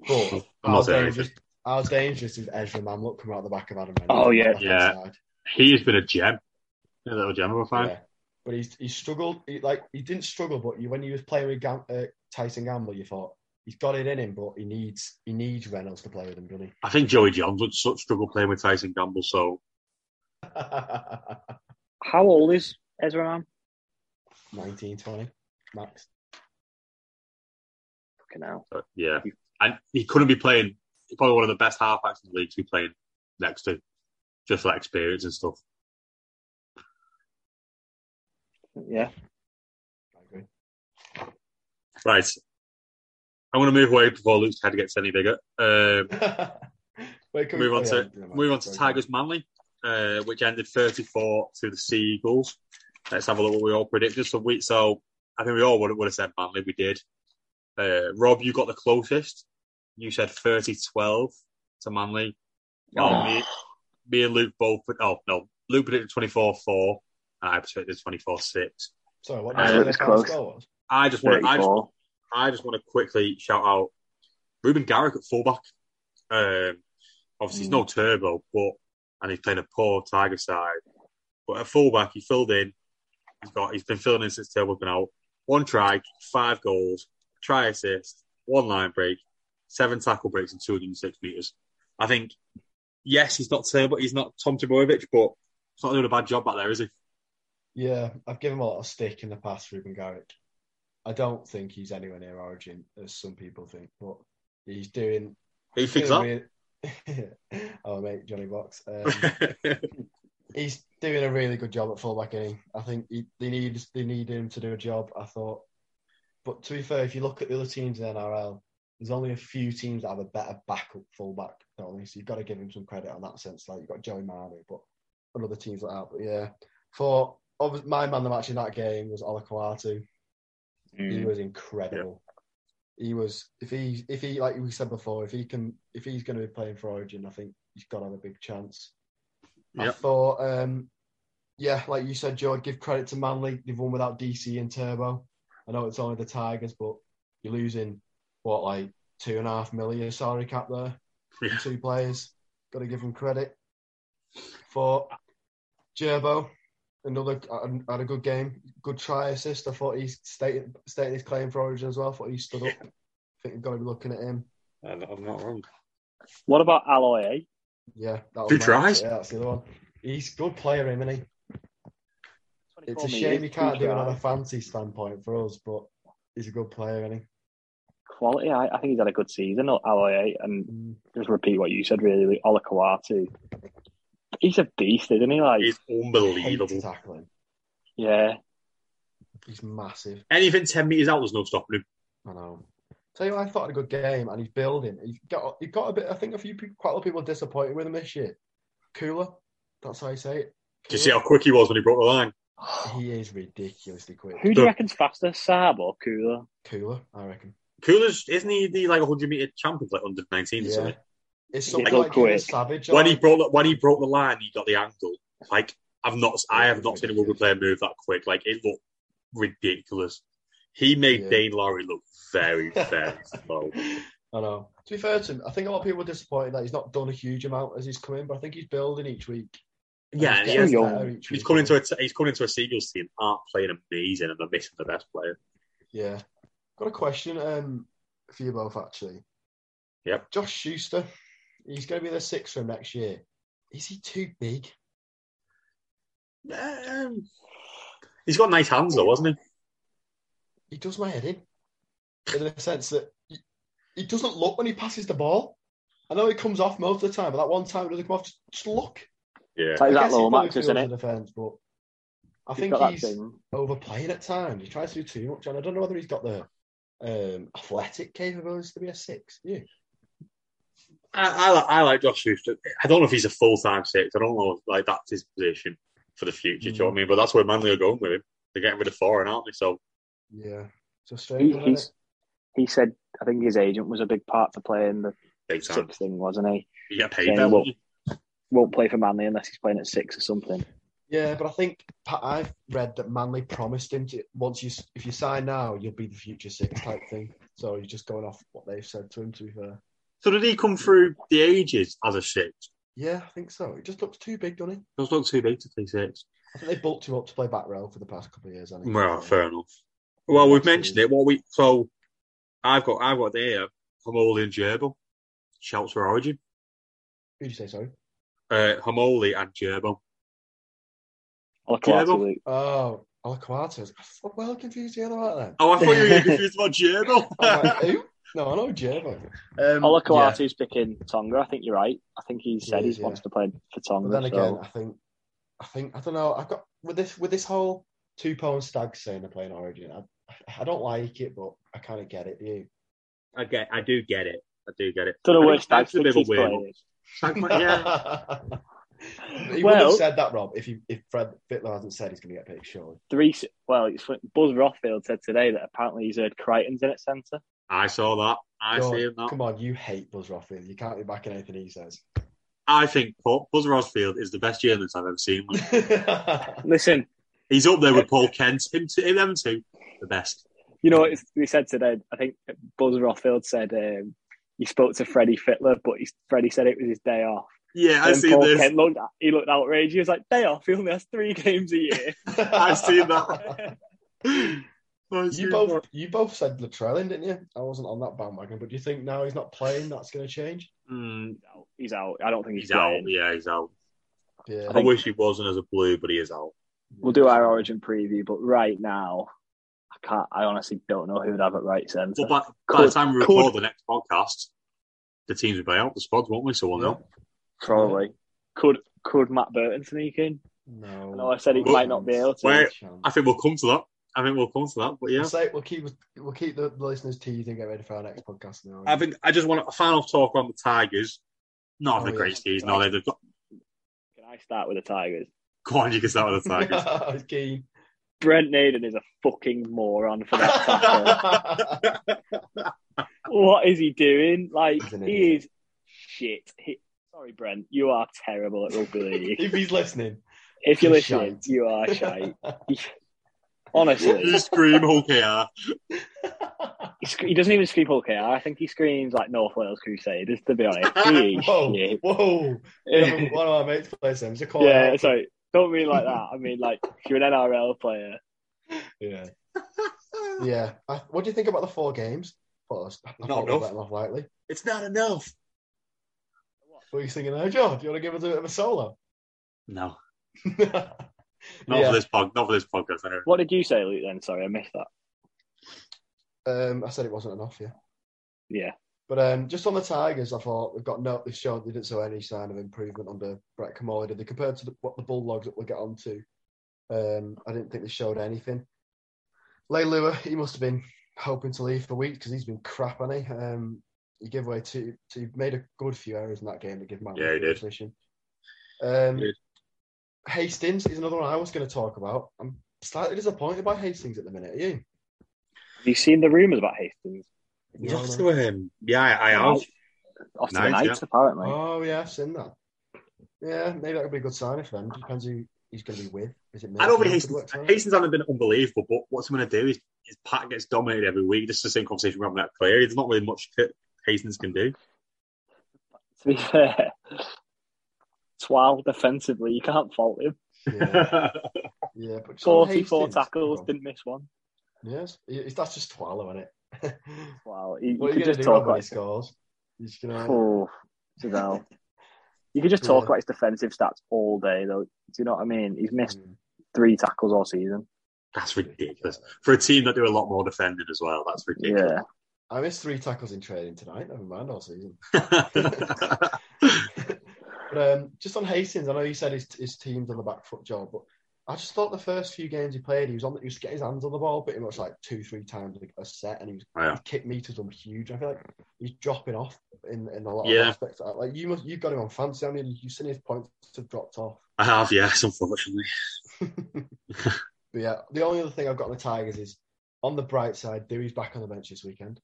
B: But
A: I'm not
B: how
A: saying
B: dangerous,
A: anything.
B: how dangerous is Ezra Mamlock coming out the back of Adam? Reynolds
C: Oh,
B: on the
C: yeah.
B: left-hand
A: Yeah.
B: side?
A: He has been a gem, a little gem of a fan.
B: Yeah. But he's he struggled. He, like he didn't struggle, but you, when he was playing with Gam- uh, Tyson Gamble, you thought he's got it in him, but he needs he needs Reynolds to play with him, doesn't he?
A: I think Joey Johns would su- struggle playing with Tyson Gamble, so
C: How old is Ezra Man?
B: Nineteen twenty, max.
C: Fucking hell.
A: but uh, yeah. And he couldn't be playing, he's probably one of the best halfbacks in the league to be playing next to, just for that experience and stuff.
C: Yeah.
B: I agree.
A: Right. I'm going to move away before Luke's head gets any bigger. Um,
B: Wait, can we-
A: move on
B: oh,
A: to
B: yeah,
A: move on to
B: sorry.
A: Tigers Manly, uh, which ended 34 to the Seagulls. Let's have a look what we all predicted. So we so I think we all would, would have said Manly. We did. Uh, Rob, you got the closest. You said 30-12 to Manly. Oh, me, me and Luke both. put- Oh no, Luke predicted 24-4. and I predicted 24-6.
B: Sorry, what
A: Uh,
B: did you
C: it's
B: say the
C: close.
B: final score was?
A: I just want. I just
C: 34.
A: I just want to quickly shout out Ruben Garrick at fullback. Um, obviously, he's no turbo, but and he's playing a poor Tiger side. But at fullback, he filled in. He's got. He's been filling in since turbo's been out. One try, five goals, try assist, one line break, seven tackle breaks, and two hundred and six meters. I think. Yes, he's not turbo. He's not Tom Trbojevic, but he's not doing a bad job back there, is he?
B: Yeah, I've given him a lot of stick in the past, Ruben Garrick. I don't think he's anywhere near Origin as some people think, but he's doing.
A: He thinks
B: doing
A: that.
B: really- oh mate, Johnny Box. Um, he's doing a really good job at fullback. Isn't he? I think he, they need they need him to do a job. I thought, but to be fair, if you look at the other teams in NRL, there's only a few teams that have a better backup fullback. Don't they? So you've got to give him some credit on that sense. Like you've got Joey Marnie, but and other teams like that. But yeah, for obvi- my man the match in that game was Olakwatu.
C: Hmm.
B: He
C: Mm.
B: was incredible. He was if he if he like we said before, if he can if he's going to be playing for Origin, I think he's got to have a big chance. I
A: Yep.
B: thought, um, yeah, like you said, Joe, I'd give credit to Manly. They've won without DC and Turbo. I know it's only the Tigers, but you're losing what like two and a half million salary cap there from
A: Yeah.
B: two players. Got to give them credit for Gerbo. Another uh, um, had a good game, good try assist. I thought he stated stated his claim for Origin as well. I thought he stood up. I think we've got to be looking at him.
A: I'm not- I'm not wrong.
C: What about Alloy? eh?
B: Yeah, that was
A: Two
B: my-
A: tries?
B: Yeah, that's the other one. Oh, He's a good player, isn't he? It's a shame he can't do it on a fancy standpoint for us, but he's a good player, isn't he?
C: Quality, I, I think he's had a good season. Not LA, and
B: Mm,
C: just repeat what you said, really. Ola Kawati, he's a beast, isn't he? Like,
A: It's
B: Hate
A: unbelievable.
B: tackling.
C: yeah,
B: He's massive.
A: Anything 10 metres out, there's no stopping him.
B: I know. Tell you what, I thought had a good game, and he's building. He's got he got a bit. I think a few people, quite a lot of people were disappointed with him this year. Cooler, that's how you say it.
A: Did you see how quick he was when he broke the line?
B: He is ridiculously quick.
C: Who do you reckon's faster, Saab or Cooler?
B: Cooler, I reckon.
A: Cooler's, isn't he the like 100 metre champion, like under 19 or something?
B: It's
C: He's
B: something
C: so
B: like Cooler
C: quick.
B: Savage.
A: When
B: I
A: he
B: think.
A: broke the, when he broke the line, he got the angle. Like I've not, I have not seen a rugby player move that quick. Like it looked ridiculous. He made
B: Yeah.
A: Dane Laurie look very, very slow.
B: I know. To be fair to him, I think a lot of people were disappointed that he's not done a huge amount as he's come in, but I think he's building each week. And
A: Yeah,
B: he's
A: he
B: getting
A: has,
C: young.
B: better each
A: he's
B: week.
A: coming into a t- he's coming into a Seagulls team, aren't playing amazing, and they're missing the best player.
B: Yeah. Got a question um, for you both, actually.
A: Yep.
B: Josh Schuster, he's going to be the sixth for him next year. Is he too big?
A: Um, he's got nice hands though, hasn't
B: He does my head in, in the sense that he, he doesn't look when he passes the ball. I know it comes off most of the time, but that one time it doesn't come off. Just, just look.
A: he? Yeah.
C: It's like
B: I
C: that
B: guess he
C: little
B: probably
C: Max, isn't
B: feels
C: it?
B: the Defense, but I
C: He's
B: think
C: got that
B: he's
C: thing.
B: overplaying at times. He tries to do too much, and I don't know whether he's got the um, athletic capabilities to be a six. Yeah,
A: I, I, like- I like Josh Schuster. I don't know if he's a full time six. I don't know. Like that's his position for the future. Do you know what
C: Mm.
A: I mean? But that's where Manly are going with him. They're getting rid of foreign, aren't they? So
B: yeah. So straight.
C: He,
B: isn't it?
C: he's, he said, I think his agent was a big part for playing the
A: big time.
C: six thing, wasn't he?
A: You get paid.
C: Yeah,
A: don't
C: well-
A: you?
C: Won't play for Manly unless he's playing at six or something.
B: Yeah, but I think Pa- I've read that Manly promised him to once you if you sign now, you'll be the future six type thing. So he's just going off what they've said to him. To be fair,
A: So did he come through the ages as a six?
B: yeah, I think so. It just looks too big, doesn't he?
A: Does look too big to play six.
B: I think they bulked him up to play back row for the past couple of years. I think.
A: Well,
B: So-
A: fair enough. Well, we've
B: Absolutely.
A: mentioned it. What we so I've got I've got there Homoli and Gerbil. Shouts for origin.
B: Who'd you say sorry?
A: Uh, Homoli and Gerbil.
C: I look
A: Yeah,
C: forward to
A: well-
C: Luke.
B: Oh, Alaquatas. I'm well confused the other way then.
A: Oh, I thought you were confused about Gerbil.
C: Oh,
B: I'm like, who? No, I know Jervo.
A: um,
C: Ola Kawatu's picking Tonga. I think you're right. I think he said he
B: is, yeah.
C: wants to play for Tonga.
B: But then
C: so-
B: again, I think, I think I don't know. I've got with this with this whole two pound stag saying they're playing Origin. I, I don't like it, but I kind of get it. Do you?
A: I get, I do get it. I do get it.
C: Don't know
A: I
C: where
A: think Stags
C: Stags
A: a bit
C: thinks
A: of a weird
C: he's playing.
A: Stags might- yeah.
B: he would
C: Well-
B: have said that, Rob, if he, if Fred Fitler hasn't said he's going to get picked. Surely,
C: Three, well, it's Buzz Rothfield said today that apparently he's heard Crichton's in at centre.
A: I saw that. I
B: God,
A: see him that.
B: Come on, you hate Buzz Rothfield. You can't be backing anything he says.
A: I think Paul, Buzz Rosfield is the best journalist I've ever seen. man.
C: Listen,
A: He's up there with Paul Kent. Him, two, them two, the best.
C: You know, it's, we said today. I think Buzz Rothfield said um, he spoke to Freddie Fitler, but he, Freddie said it was his day off.
A: Yeah, I
C: And
A: see
C: Paul
A: this.
C: Kent looked, he looked outraged. He was like, "Day off? He only has three games a year."
A: I've seen that. I see
B: You
A: that.
B: both, you both said Latrellin, didn't you? I wasn't on that bandwagon, but do you think now he's not playing, that's going to change?
A: Mm,
C: he's out. I don't think he's,
A: he's out.
C: playing.
A: Yeah, he's out.
B: Yeah,
A: I,
C: think-
A: wish he wasn't as a blue, but he is out.
C: We'll do our Origin preview, but right now, I can't. I honestly don't know who would have it right centre.
A: But by, by the
C: Could-
A: time we
C: could-
A: record the next podcast, the teams will be out. The squads won't we? So we'll know.
C: Probably could could Matt Burton sneak in?
B: No,
C: I know I said he
A: Well,
C: might not be able to.
A: where-
B: Chance.
A: I think we'll come to that. I think we'll come to that. But yeah.
B: We'll, say, we'll keep we'll keep the listeners teased and get ready for our next podcast now.
A: I think I just want a final talk on the Tigers. Not
B: Oh,
A: the
B: yeah.
A: great season, no, they've got.
C: Can I start with the Tigers?
A: Go on, you can start with the Tigers.
B: I was keen.
C: Brent Naden is a fucking moron for that tackle. what is he doing? Like
B: He's an
C: he
B: idiot.
C: is shit. He, sorry, Brent, you are terrible at rugby league.
B: if he's listening,
C: if you're
B: You're
C: listening,
B: shite.
C: you are shy.
A: you
C: Honestly,
A: scream, okay, ah.
C: he, sc- he doesn't even scream Hulk KR. I think he screams like North Wales Crusaders. To be honest, he is
B: whoa,
C: shit.
B: whoa! Yeah, One of our mates plays him. He's a call
C: yeah,
B: out.
C: sorry. Don't mean like that. I mean like if you're an NRL player.
B: yeah, yeah. I, what do you think about the four games? Well, I
A: Not
B: thought we'd
A: enough.
B: let him off lightly.
A: It's not enough.
B: What are you singing there, Joe? Do you want to give us a bit of a solo?
A: No. Not for this pod. Not for this podcast. Anyway.
C: What did you say, Luke? Then sorry, I missed that.
B: Um, I said it wasn't enough. Yeah.
C: Yeah.
B: But um, just on the Tigers, I thought we've got no. They showed they didn't show any sign of improvement under Brett Kamala. Did they compared to the, what the Bulldogs that we'll get on to? Um, I didn't think they showed anything. Leilua, he must have been hoping to leave for weeks because he's been crap, hasn't he? Um, he gave away two, two. He made a good few errors in that game to give Matt
A: Yeah, he
B: the
A: did.
B: position. Um,
A: He did.
B: Hastings is another one I was going to talk about. I'm slightly disappointed by Hastings at the minute. Are you?
C: Have you seen the rumours about Hastings?
A: He's off to him. Yeah, I, I have.
C: Off to the
A: Nice,
C: Knights, apparently.
B: Oh yeah, I've seen that. Yeah, maybe that could be a good sign for them. Depends who he's going to be with. Is it?
A: I don't think
B: Milton? Could
A: Hastings,
B: work out.
A: Hastings hasn't been unbelievable, but what's he going to do is his Pat gets dominated every week. This is the same conversation we're having at Clear. There's not really much that Hastings can do.
C: To be fair, Twal defensively, you can't fault him.
B: Yeah, yeah, but just on
C: 44
B: Hastings-
C: tackles,
B: Oh,
C: didn't miss one.
B: Yes, It- that's just twallow, isn't it?
C: Wow, you,
B: what
C: you
B: are you going
C: could just
B: to do
C: talk
B: Rob, when he
C: about.
B: scores? He's just gonna-
C: Oh, Giselle. You could just talk
B: Yeah.
C: about his defensive stats all day, though. Do you know what I mean? He's missed
B: Mm,
C: three tackles all season.
A: That's ridiculous. For a team that do a lot more defending as well, that's ridiculous.
C: Yeah.
B: I missed three tackles in training tonight. Never mind all season. But um, just on Hastings, I know you said his, his team's on the back foot job, but I just thought the first few games he played, he was on. He used to get his hands on the ball pretty much like two, three times a- a set, and he was
A: Oh, Yeah.
B: his kick meters were huge. I feel like he's dropping off in, in a lot
A: Yeah.
B: of aspects. Like you must, you've got him on fancy. I mean, you've seen his points have dropped off.
A: I have, yes, unfortunately.
B: But yeah, the only other thing I've got on the Tigers is on the bright side, Dewey's back on the bench this weekend,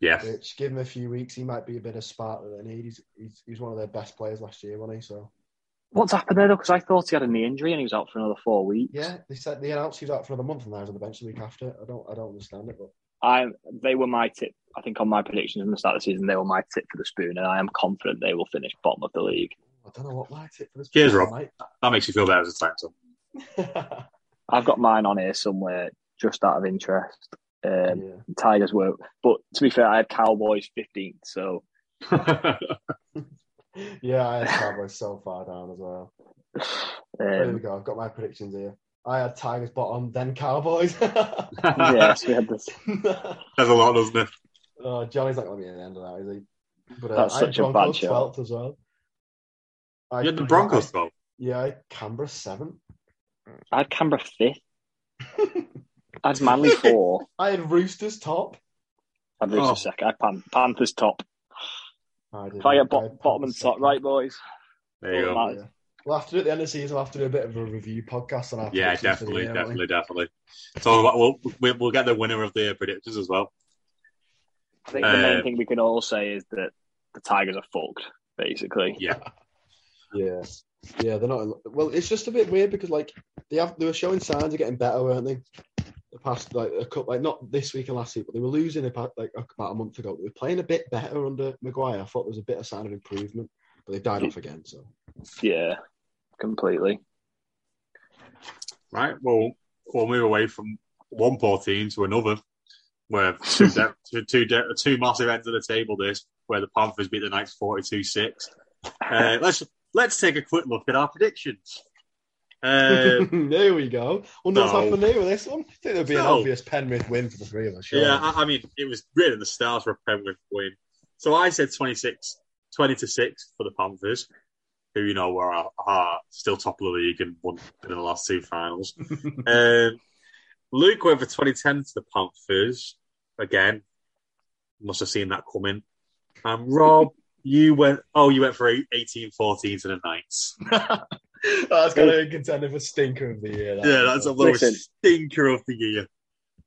A: Yeah.
B: which give him a few weeks, he might be a bit of spark that they need. He's, he's, he's one of their best players last year, wasn't he? So
C: What's happened there, though? Because I thought he had a knee injury and he was out for another four weeks.
B: yeah, they said they announced he was out for another month and now he's on the bench the week after. I don't, I don't understand it, but
C: I they were my tip. I think on my predictions from the start of the season, they were my tip for the spoon, and I am confident they will finish bottom of the league.
B: oh, I don't know what lights it for this.
A: Cheers,
B: team,
A: Rob. That makes you feel better as a time. So.
B: mate.
C: I've got mine on here somewhere, just out of interest. Um,
B: yeah.
C: Tigers were, but to be fair, I had Cowboys 15th, so
B: yeah, I had Cowboys so far down as well. There we
C: um,
B: go. I've got my predictions here. I had Tigers bottom, then Cowboys.
C: yes, we had this.
A: There's a lot, doesn't it?
B: oh, Johnny's not going to be at the end of that, is he? But, uh,
C: That's
B: I
C: such a
B: had
C: bad
B: Broncos
C: show.
B: 12th as well. I,
A: You had the Broncos,
B: I-
A: though.
B: yeah, I had Canberra 7th.
C: I had Canberra fifth. I had Manly four.
B: I had Roosters top.
C: I had Roosters
A: Oh.
C: second. I had Pan- Panthers top.
B: I did.
C: If I get
B: I
C: bo-
B: had
C: bottom and
B: Panthers
C: top,
B: second.
C: right, boys?
A: There you
C: Doesn't
A: go.
C: matter.
B: Yeah. We'll have to do at the end of the season, we'll have to do a bit of a review podcast on our
A: Yeah,
B: predictions for the
A: definitely,
B: year, won't
A: definitely,
B: we?
A: definitely. So we'll, we'll, we'll get the winner of the predictions as well.
C: I think the main
A: Uh,
C: thing we can all say is that the Tigers are fucked, basically.
A: Yeah.
B: Yeah, yeah, they're not. Well, it's just a bit weird because like they have they were showing signs of getting better, weren't they? The past like a couple, like not this week and last week, but they were losing the pa- like about a month ago. They were playing a bit better under Maguire. I thought there was a bit of sign of improvement, but they've died off again. So
C: Yeah, completely.
A: Right. Well, we'll move away from one poor team to another, where two de- two, two, de- two massive ends of the table. This where the Panthers beat the Knights forty-two six. Uh, let's let's take a quick look at our predictions. Uh,
B: there we go. Well, what's
A: no.
B: happening there with this one? I think there'll be an
A: No.
B: obvious Penrith win for the three of us. Sure.
A: yeah, I, I mean, it was really in the stars for a Penrith win. So I said 26, 20 to six for the Panthers, who you know are, are still top of the league and won in the last two finals. Um, Luke went for 2010 to the Panthers again. Must have seen that coming. And Rob, you went. Oh, you went for 1814 to the Knights.
B: that's going to be a contender for stinker of the year. that
A: Yeah,
B: one.
A: that's a little
C: Listen.
A: stinker of the year.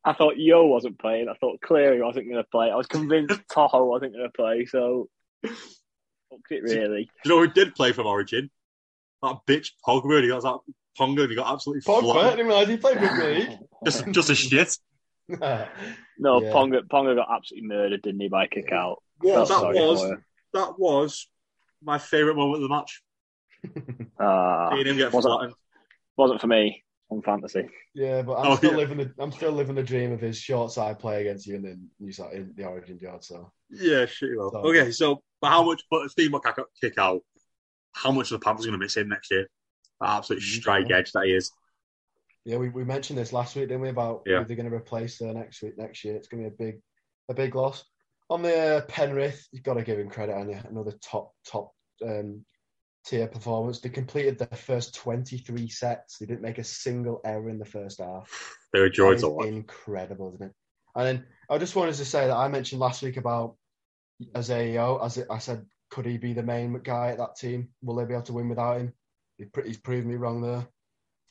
C: I thought Yo wasn't playing. I thought Cleary wasn't going to play. I was convinced Toho wasn't going to play, so fucked it really.
A: You know who did play from Origin? That bitch Pogba. and He got that Pongo. and He got absolutely
B: Pogba. I
A: flattened.
B: didn't realise he played rugby
A: Just, just a shit.
B: league.
C: No,
B: Yeah.
C: Ponga, Ponga got absolutely murdered, didn't he, by a kick out?
A: What
C: Felt
A: that
C: sorry
A: was.
C: for him.
A: That was my favourite moment of the match.
C: Ah,
A: Seeing him get
C: wasn't-
A: flattened.
C: wasn't for me on fantasy.
B: Yeah, but I'm
A: Oh,
B: still
A: yeah.
B: living the I'm still living the dream of his short side play against you in the New South in the Origin yard. So
A: Yeah, shit. you will.
B: So-
A: okay, so but how much? But if Steve Mac kick out, how much are the Panthers going to miss him next year? Absolute strike edge that he is.
B: Yeah, we, we mentioned this last week, didn't we? About
A: Yeah.
B: who they're going to replace uh, next week, next year. It's going to be a big, a big loss. On the uh, Penrith, you've got to give him credit on another top, top um, tier performance. They completed their first 23 sets. They didn't make a single error in the first half.
A: They were
B: That
A: droids
B: is
A: a lot.
B: incredible, isn't it? And then I just wanted to say that I mentioned last week about as AEO, as I said, could he be the main guy at that team? Will they be able to win without him? He pr- He's proven me wrong there.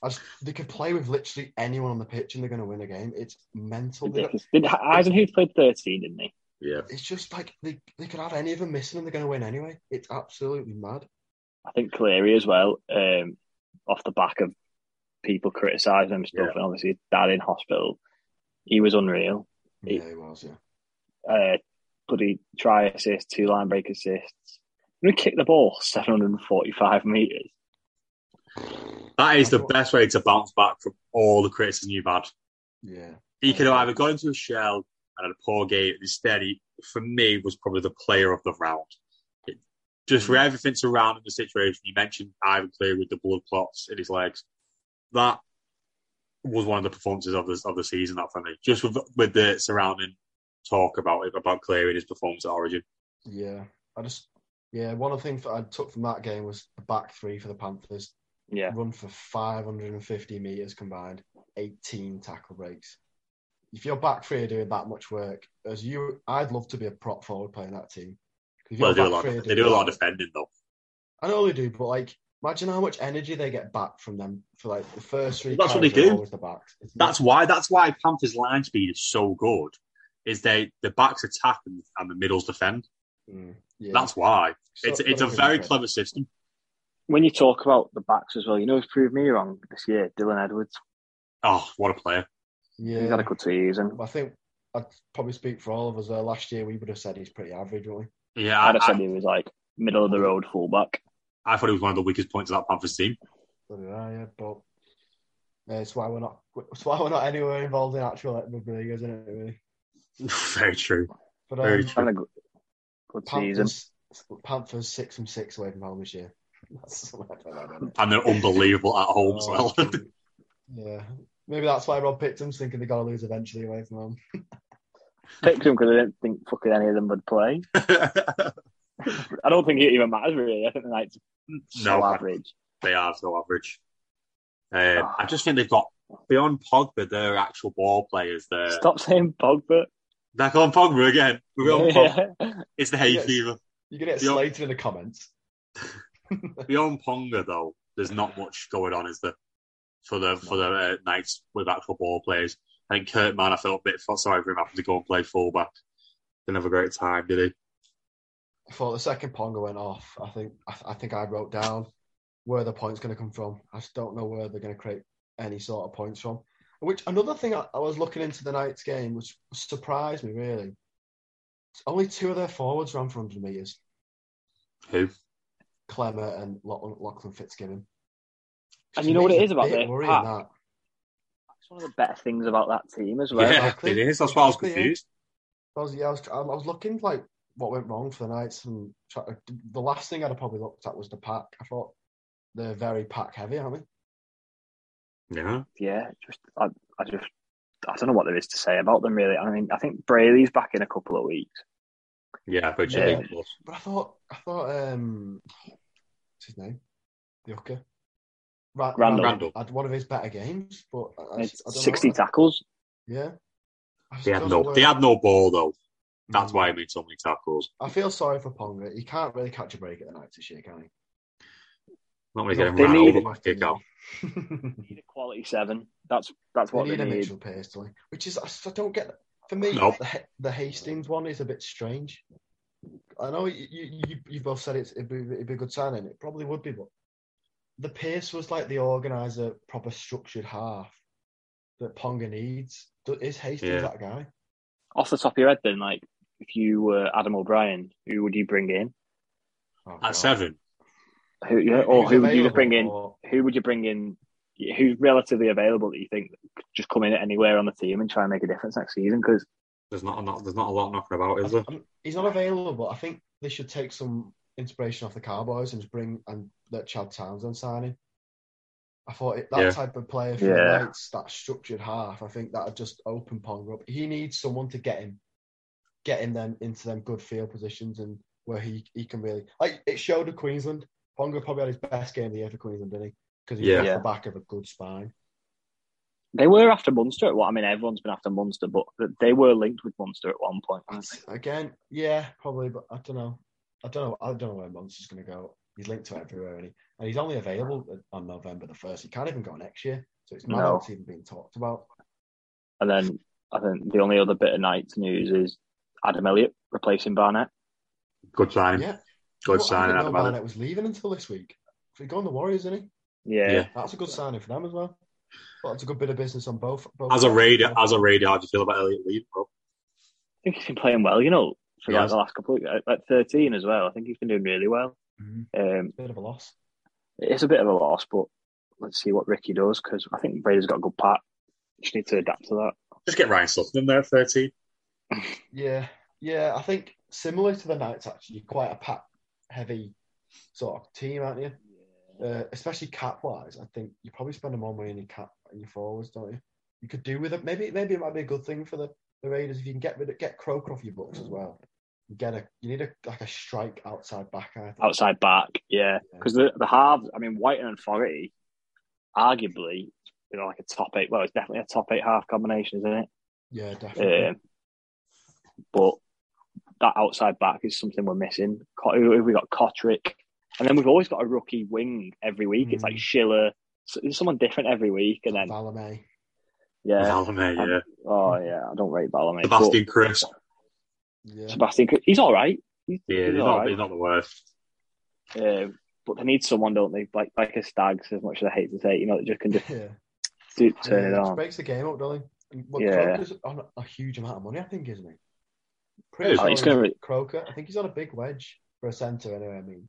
B: I just, they could play with literally anyone on the pitch and they're going to win a game. It's mental. They don't-
C: Ridiculous. Did Eisenhuth played thirteen, didn't he?
A: Yeah.
B: It's just like they, they could have any of them missing and they're going to win anyway. It's absolutely mad.
C: I think Cleary as well, um, off the back of people criticising him and stuff,
A: Yeah.
C: and obviously his dad in hospital. He was unreal. It-
B: yeah, he was, yeah.
C: Uh, bloody try assist, two line break assists. And we kicked the ball 745 metres.
A: That is the best way to bounce back from all the criticism you've had.
B: Yeah.
A: He could have either got into a shell and had a poor game. Instead, he, for me, was probably the player of the round. It, just
B: Mm.
A: for everything surrounding the situation, you mentioned Ivan Clear with the blood clots in his legs. That was one of the performances of the of the season. That for me, just with with the surrounding talk about it about Clear and his performance at Origin.
B: Yeah. I just, yeah, one of the things that I took from that game was the back three for the Panthers.
C: Yeah.
B: run for 550 meters combined, 18 tackle breaks. If your back three are doing that much work, as you, I'd love to be a prop forward playing that team. 'Cause if
A: Well,
B: your
A: they do a
B: back
A: lot.
B: three are
A: Of, they
B: doing
A: do a
B: that-
A: lot of defending though.
B: I know they do, but like, imagine how much energy they get back from them for like the first three.
A: That's what they
B: carries are
A: do.
B: Always the backs. It's
A: That's why. That's why Panthers' line speed is so good. Is they the backs attack and, and the middles defend.
B: Mm, yeah.
A: That's why.
B: So-
A: It's it's a
B: don't give
A: very
B: them
A: clever system.
C: When you talk about the backs as well, you know who's proved me wrong this year? Dylan Edwards.
A: Oh, what a player!
B: credit.
C: He's
B: Yeah.
C: had a good season.
B: I think I'd probably speak for all of us. Uh, last year, we would have said he's pretty average, wouldn't
A: Yeah, I,
C: I'd have said
A: I,
C: he was like middle of the road fullback.
A: I thought it was one of the weakest points of that Panthers team.
B: we? So did I, yeah, but. Uh, it's why we're not. It's why we're not anywhere involved in actual rugby league, isn't it? Really.
A: very true.
B: But
A: Very
B: um,
A: true.
C: Having a good, good season.
B: Panthers, Panthers six and six away from home this year. That's
A: And they're unbelievable at home as Oh, well.
B: Oh, yeah, maybe that's why Rob picked them, thinking they got to lose eventually away from home.
C: Picked him because I didn't think fucking any of them would play. I don't think it even matters really. I think the Knights so
A: no,
C: average.
A: they are so average. Um, I just think they've got beyond Pogba, they're actual ball players. They're
C: Stop saying Pogba.
A: back on Pogba again. We're on Pogba.
C: Yeah.
A: It's the hay
B: Yes.
A: fever.
B: You're gonna get
A: Yeah.
B: slated in the comments.
A: Beyond Ponga though, there's not much going on, is there? For the for the uh, nights with actual ball players. I think Kurt Mann, I felt a bit sorry for him having to go and play fullback. Didn't have a great time, did he?
B: Before the second Ponga went off, I think I, I think I wrote down where the points going to come from. I just don't know where they're going to create any sort of points from. Which another thing I, I was looking into the night's game, which surprised me really. Only two of their forwards ran for 100 meters.
A: Who?
B: Clemmer and Lach- Lachlan Fitzgibbon.
C: And you know what it
B: It's
C: is
B: a
C: about
B: bit
C: their
B: worrying
C: pack?
B: that.
C: It's one of the better things about that team as well.
A: Yeah,
B: exactly.
A: it is. That's why I was
B: Exactly, yeah.
A: confused.
B: I was, yeah, I was, I was looking like what went wrong for the Knights, and try, the last thing I'd have probably looked at was the pack. I thought they're very pack heavy, aren't they?
A: Yeah.
C: Yeah, just I, I just I don't know what there is to say about them really. I mean, I think Brayley's back in a couple of weeks.
A: Yeah, but
B: Yeah.
A: yeah.
B: But I thought, I thought, um, what's his name? The hooker, Ra-
C: Randall.
A: Randall.
B: Had one of his better games, but I, I,
C: It's
B: I don't
C: sixty
B: know.
C: tackles.
B: Yeah, I just Mm.
A: They had
B: don't
A: no
B: know
A: they
B: where-
A: had no ball though. That's why he made so many tackles.
B: I feel sorry for Ponga. He can't really catch a break at the Knights this year, can he?
A: Not really getting
C: They
A: ran
C: need-
A: over by kick out.
C: They need a quality seven. That's that's what
B: they
C: they
B: need a
C: need.
B: Mitchell Pearce, don't they? which is I s- I don't get. that. For me,
A: Nope.
B: the, Ha- the Hastings one is a bit strange. I know you you, you both said it's, it'd, be, it'd be a good signing. It probably would be, but the Pearce was like the organizer, proper structured half that Ponga needs. Do- Is
A: Yeah.
B: Hastings that guy?
C: Off the top of your head, then, like if you were Adam O'Brien, who would you bring in?
B: Oh, God.
A: At seven.
C: Who yeah, or
B: Who's
C: who would you
B: available,
C: bring in?
B: or-
C: Who would you bring in? Who's relatively available that you think could just come in anywhere on the team and try and make a difference next season? Because
A: There's not, not there's not a lot knocking about, is
B: I-
A: there?
B: I'm- he's not available, but I think they should take some inspiration off the Cowboys and just bring and that Chad Townsend signing. I thought it, that
A: Yeah.
B: type of player for
C: Yeah.
B: the Knights, that structured half, I think that'd just open Pong up. He needs someone to get him, getting them into them good field positions and where he, he can really. Like it showed at Queensland. Ponga probably had his best game of the year for Queensland, didn't he? Because he
A: Yeah.
B: was off
C: Yeah.
B: the back of a good spine.
C: They were after Munster at one. I mean, everyone's been after Munster, but they were linked with Munster at one point.
B: I
C: weren't
B: th- Again, yeah, probably, but I don't know. I don't know. I don't know where Monster's going to go. He's linked to everywhere, and, he, and he's only available on November the first. He can't even go next year, so it's not
C: No.
B: it's even being talked about.
C: they? And then I think the only other bit of Knights news is Adam Elliott replacing Barnett.
A: Good signing.
B: Yeah,
A: Good
B: Well, I
A: signing
B: didn't
A: out
B: know
A: of Adam.
B: Barnett was leaving until this week. He's going to the Warriors, isn't he?
C: Yeah.
A: Yeah.
B: That's a good signing for them as well. Well, that's a good bit of business on both. both
A: As a
B: sides.
A: raider, as a raider, how do you feel about Elliot Lee? bro?
C: I think he's been playing well, you know, for
A: He
C: like
A: has.
C: the last couple of at- at 13 as well. I think he's been doing really well.
B: Mhm.
C: Um,
B: bit of a loss.
C: it's a bit of a loss, but let's see what Ricky does because I think Brady's got a good pat. Just need to adapt to that.
A: Just get Ryan Sutton in there at 13.
B: Yeah, yeah. I think similar to the Knights, actually, you're quite a pack heavy sort of team, aren't you? Uh, especially cap wise, I think you probably spend more money on your cap and your forwards, don't you? You could do with it. Maybe maybe it might be a good thing for the, the Raiders if you can get rid of get Croker off your books as well. You get a you need a like a strike outside back. I think.
C: Outside back, yeah. Because the, the halves, I mean, White and Fogarty, arguably, you know, like a top eight. Well, it's definitely a top eight half combination, isn't it?
B: Yeah, definitely.
C: Um, but that outside back is something we're missing. Co- who have We got Kotrick, and then we've always got a rookie wing every week. It's like
B: Mm.
C: Schiller, so- there's someone different every week, and then
B: Valame.
C: yeah,
A: Valame,
C: Um,
A: yeah.
C: oh yeah, I don't rate Ballamey.
A: Sebastian Chris.
B: Yeah.
C: but Sebastian, Cr- he's all right. He's,
A: Yeah, he's
C: he's
A: not,
C: all right.
A: he's not the worst.
C: Um, but they need someone, don't they? Like like a Stags, as much as I hate to say, it, you know, that just can just
B: yeah.
C: do, turn
B: Yeah,
C: it
B: just
C: on.
B: breaks the game up, doesn't he? And, Well,
C: Yeah.
B: Croker's on a huge amount of money, I think, isn't he?
A: It
B: Pretty
A: is.
B: sure
C: Oh, he's gonna re-
B: Croker. I think he's on a big wedge for a centre, anyway. I mean,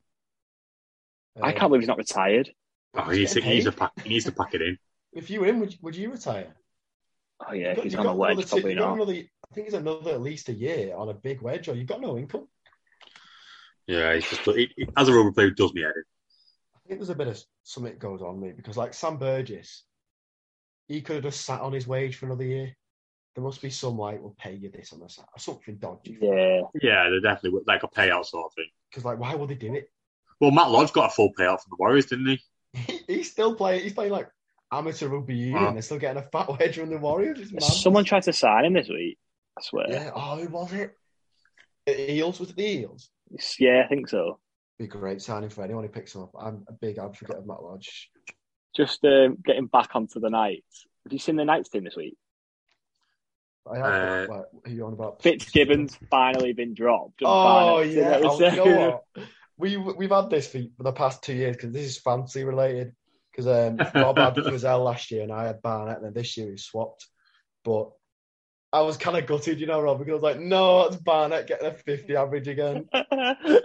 C: I
B: Um,
C: can't believe he's not retired.
A: Oh, he's,
B: he's
A: he,
B: getting
A: needs to
B: paid.
A: pack, he needs to pack it in.
B: If you were in, would you, would you retire?
C: Oh
B: You've
C: yeah, if
B: got-
C: he's
B: you've
C: on a
B: got
C: wedge,
B: another-
C: probably
B: you've got
C: not.
B: another- I think it's another at least a year on a big wedge, or you've got no income.
A: Yeah, he's just, he, he- as a rugby player, he does me head in.
B: I think there's a bit of something that goes on, mate, because like Sam Burgess, he could have just sat on his wage for another year. There must be some like, we'll pay you this on the side, or something dodgy.
C: Yeah,
A: Yeah, they're definitely like a payout sort of thing.
B: Because like, why would they do it?
A: Well, Matt Lodge got a full payout from the Warriors, didn't he?
B: he's still playing. He's playing like amateur rugby union.
A: Wow.
B: They're still getting a fat wedge from the Warriors. It's mad.
C: someone tried to sign him this week. I swear. Yeah,
B: Yeah. Oh, who was it? The Eels was it the Eels?
C: I think so.
B: Be great signing for anyone who picks him up. I'm a big advocate of Matt Lodge.
C: Just um, getting back onto the Knights. Have you seen the Knights team this week?
B: I have like, who you on about?
C: Fitzgibbon's finally been dropped. and
B: Oh
C: Barnett's in
B: yeah.
C: at the
B: Oh, you
C: same-
B: know what? We we've had this for, for the past two years because this is fancy related. Because um, Rob had Gazelle last year and I had Barnett, and then this year we swapped. But I was kind of gutted, you know, Rob, because I was like, no, it's Barnett getting a 50 average again. I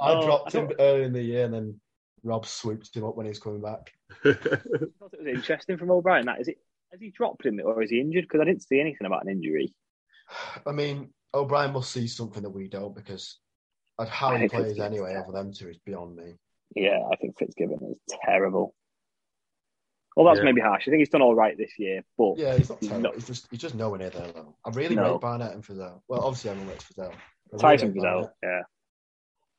C: Oh,
B: dropped
C: I
B: him early in the year, and then Rob swooped him up when he was coming back.
C: I thought it was interesting from O'Brien. That is it. Has he dropped him or is he injured? Because I didn't see anything about an injury.
B: I mean, O'Brien must see something that we don't because at how he
C: I think
B: plays
C: it's-
B: anyway over them two is beyond me.
C: Yeah, I think Fitzgibbon is terrible. Well, that's
A: Yeah.
C: maybe harsh. I think he's done all right this year, but
B: Yeah, he's not
C: He's
B: terrible.
C: not-
B: He's just he's just nowhere near their level. I really
C: No.
B: rate Barnett and Frizzell. Well, obviously everyone rates Frizzell. I
C: Tyson
B: really rate
C: Brazil,
B: Barnett.
C: yeah.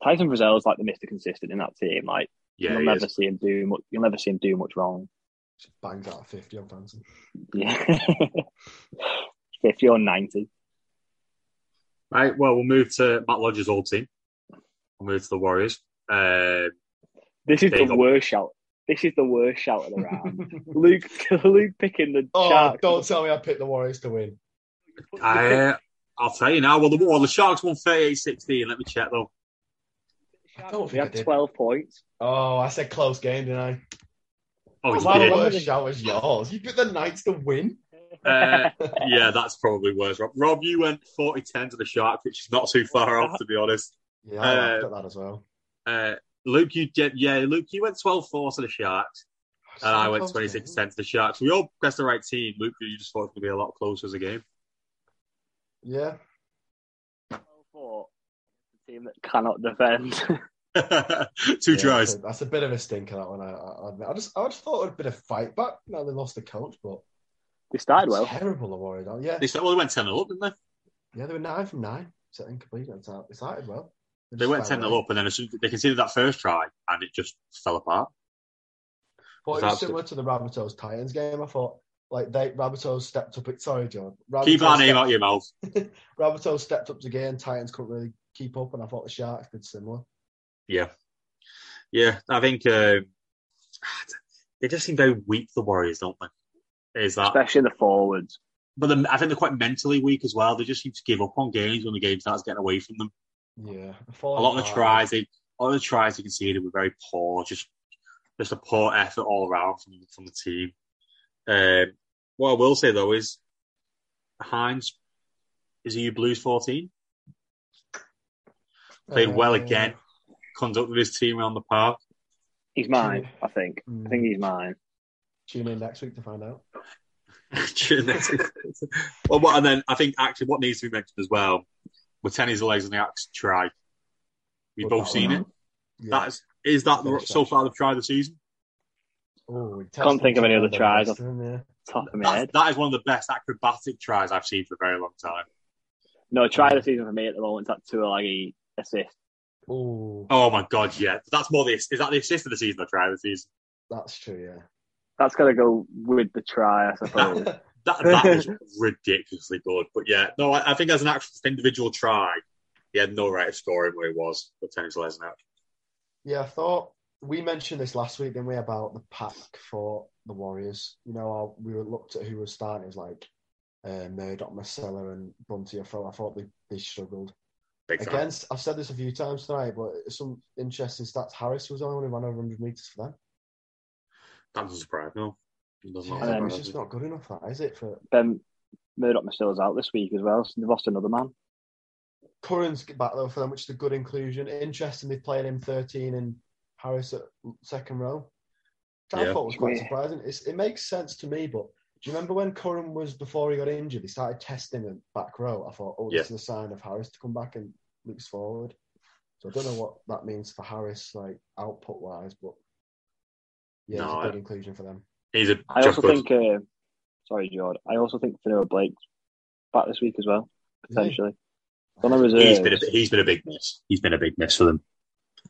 C: Tyson Brazil is like the Mister Consistent in that team. Like
A: yeah,
C: you'll
A: he
C: never
A: is.
C: see him do much. You'll never see him do much wrong.
B: Just bangs out 50 on Fancy.
C: Yeah, fifty or ninety.
A: Right, well, we'll move to Matt Lodge's old team. We'll move to the Warriors. Uh,
C: This is
A: There you
C: the
A: go.
C: worst shout. This is the worst shout of the round. Luke, Luke picking the
B: Oh,
C: Sharks.
B: don't tell me I picked the Warriors to win.
A: I, I'll tell you now. Well, the, well, the Sharks won 38-16. Let me check, though.
B: I don't
C: We
B: think I
C: had
B: did.
C: twelve points.
B: Oh, I said close game, didn't I?
A: Oh,
B: Why
A: he
B: the
A: did.
B: worst shout was yours? You picked the Knights to win?
A: Uh, yeah, that's probably worse, Rob. Rob, you went 40-10 to the Sharks, which is not too far off, to be honest.
B: Yeah, I
A: Uh,
B: laughed at that as well.
A: Uh, Luke, you did, yeah, Luke, you went 12-4 to the Sharks, and uh, I went
B: Close game.
A: 26-10 to the Sharks. We all guessed the right team. Luke, you just thought it was going to be a lot closer as a game.
B: Yeah.
C: Well fought. The team that cannot defend.
A: Too
B: Yeah,
A: dry.
B: That's a, that's a bit of a stinker that one. I, I, admit. I just I just thought it would have been a fight back. You know, they lost the coach, but
C: They started
B: it's
C: well.
B: terrible. The Warriors, aren't- yeah,
A: They said, well, they went 10 0 up, didn't they?
B: yeah, they were nine from nine. So incomplete. It's out. It's out well.
A: They
B: just
A: went
B: found
A: 10
B: a way.
A: 0 up, and then as soon, they conceded that first try, and it just fell apart.
B: But it
A: That's
B: was similar to the Rabbitohs Titans game. I thought like they Rabbitohs stepped up. It sorry, John. Rabbitohs
A: Keep our name
B: stepped-
A: out of your mouth.
B: Rabbitohs stepped up again. Titans couldn't really keep up, and I thought the Sharks did similar.
A: Yeah. Yeah, I think um, they just seem very weak, the Warriors, don't they? Is that?
C: especially the forwards.
A: But then I think they're quite mentally weak as well. They just seem to give up on games when the game starts getting away from them.
B: Yeah,
A: A lot
B: Oh.
A: of the tries, they, a lot of the tries they conceded were very poor. Just, just a poor effort all around from from the team. Um, what I will say though is, Hines is he a Blues fourteen? Played
B: uh,
A: well again. Conducted his team around the park.
C: He's mine, I think. I think he's mine.
B: hmm, Tune in next week to find out.
A: well, what, and then I think actually what needs to be mentioned as well, with Tenny's legs on the axe try. We've
B: Well,
A: both
B: that
A: seen
B: one.
A: it.
B: Yeah.
A: That is, is that the, so far the try of the season?
B: Ooh, we
C: Can't think of any other
B: tested
C: tries.
B: Tested him, yeah.
C: Top of my
A: That's,
C: head.
A: that is one of the best acrobatic tries I've seen for a very long time.
C: No, try the season for me at the moment. That Tuolagi assist.
B: Ooh,
A: Oh my god, yeah, that's more the is that the assist of the season or try of the season?
B: that's true.
C: That's got to go with the try, I suppose.
B: Yeah.
A: That that is ridiculously good. But yeah, no, I, I think as an actual individual try, he had no right of scoring where he was with Tenny's legs on the axe.
B: yeah, I thought we mentioned this last week, didn't we, about the pack for the Warriors? You know, how we were looked at who was starting. It was like uh, Murdoch, Marcella, and Bunty. I thought I thought they, they struggled
A: Big time.
B: against. I've said this a few times tonight, but some interesting stats. Harris was the only one who ran over 100 meters for them.
A: That doesn't surprise me. No. It does not
B: Yeah, Um,
A: surprise
B: it's
A: me.
B: just not good enough, that is it? For
C: Then Murdoch Mastilla's out this week as well, so they've lost another man.
B: Curran's back though for them, which is a good inclusion. Interesting, they played him 13 and Harris at second row. Which I
A: Yeah.
B: thought was quite
C: Yeah.
B: surprising. It's, it makes sense to me, but do you remember when Curran was before he got injured? They started testing him back row. I thought, oh, this is a sign of Harris to come back and looks forward. So I don't know what that means for Harris, like output wise, but yeah,
A: No,
B: it's a
A: I-
B: good inclusion for them.
A: He's a
C: I
A: just
C: also
A: good.
C: think, uh, sorry, George, I also think Finoa Blake's back this week as well,
B: Is he?
C: potentially. On the reserve.
A: he's been a, he's been a big miss. He's been a big miss for them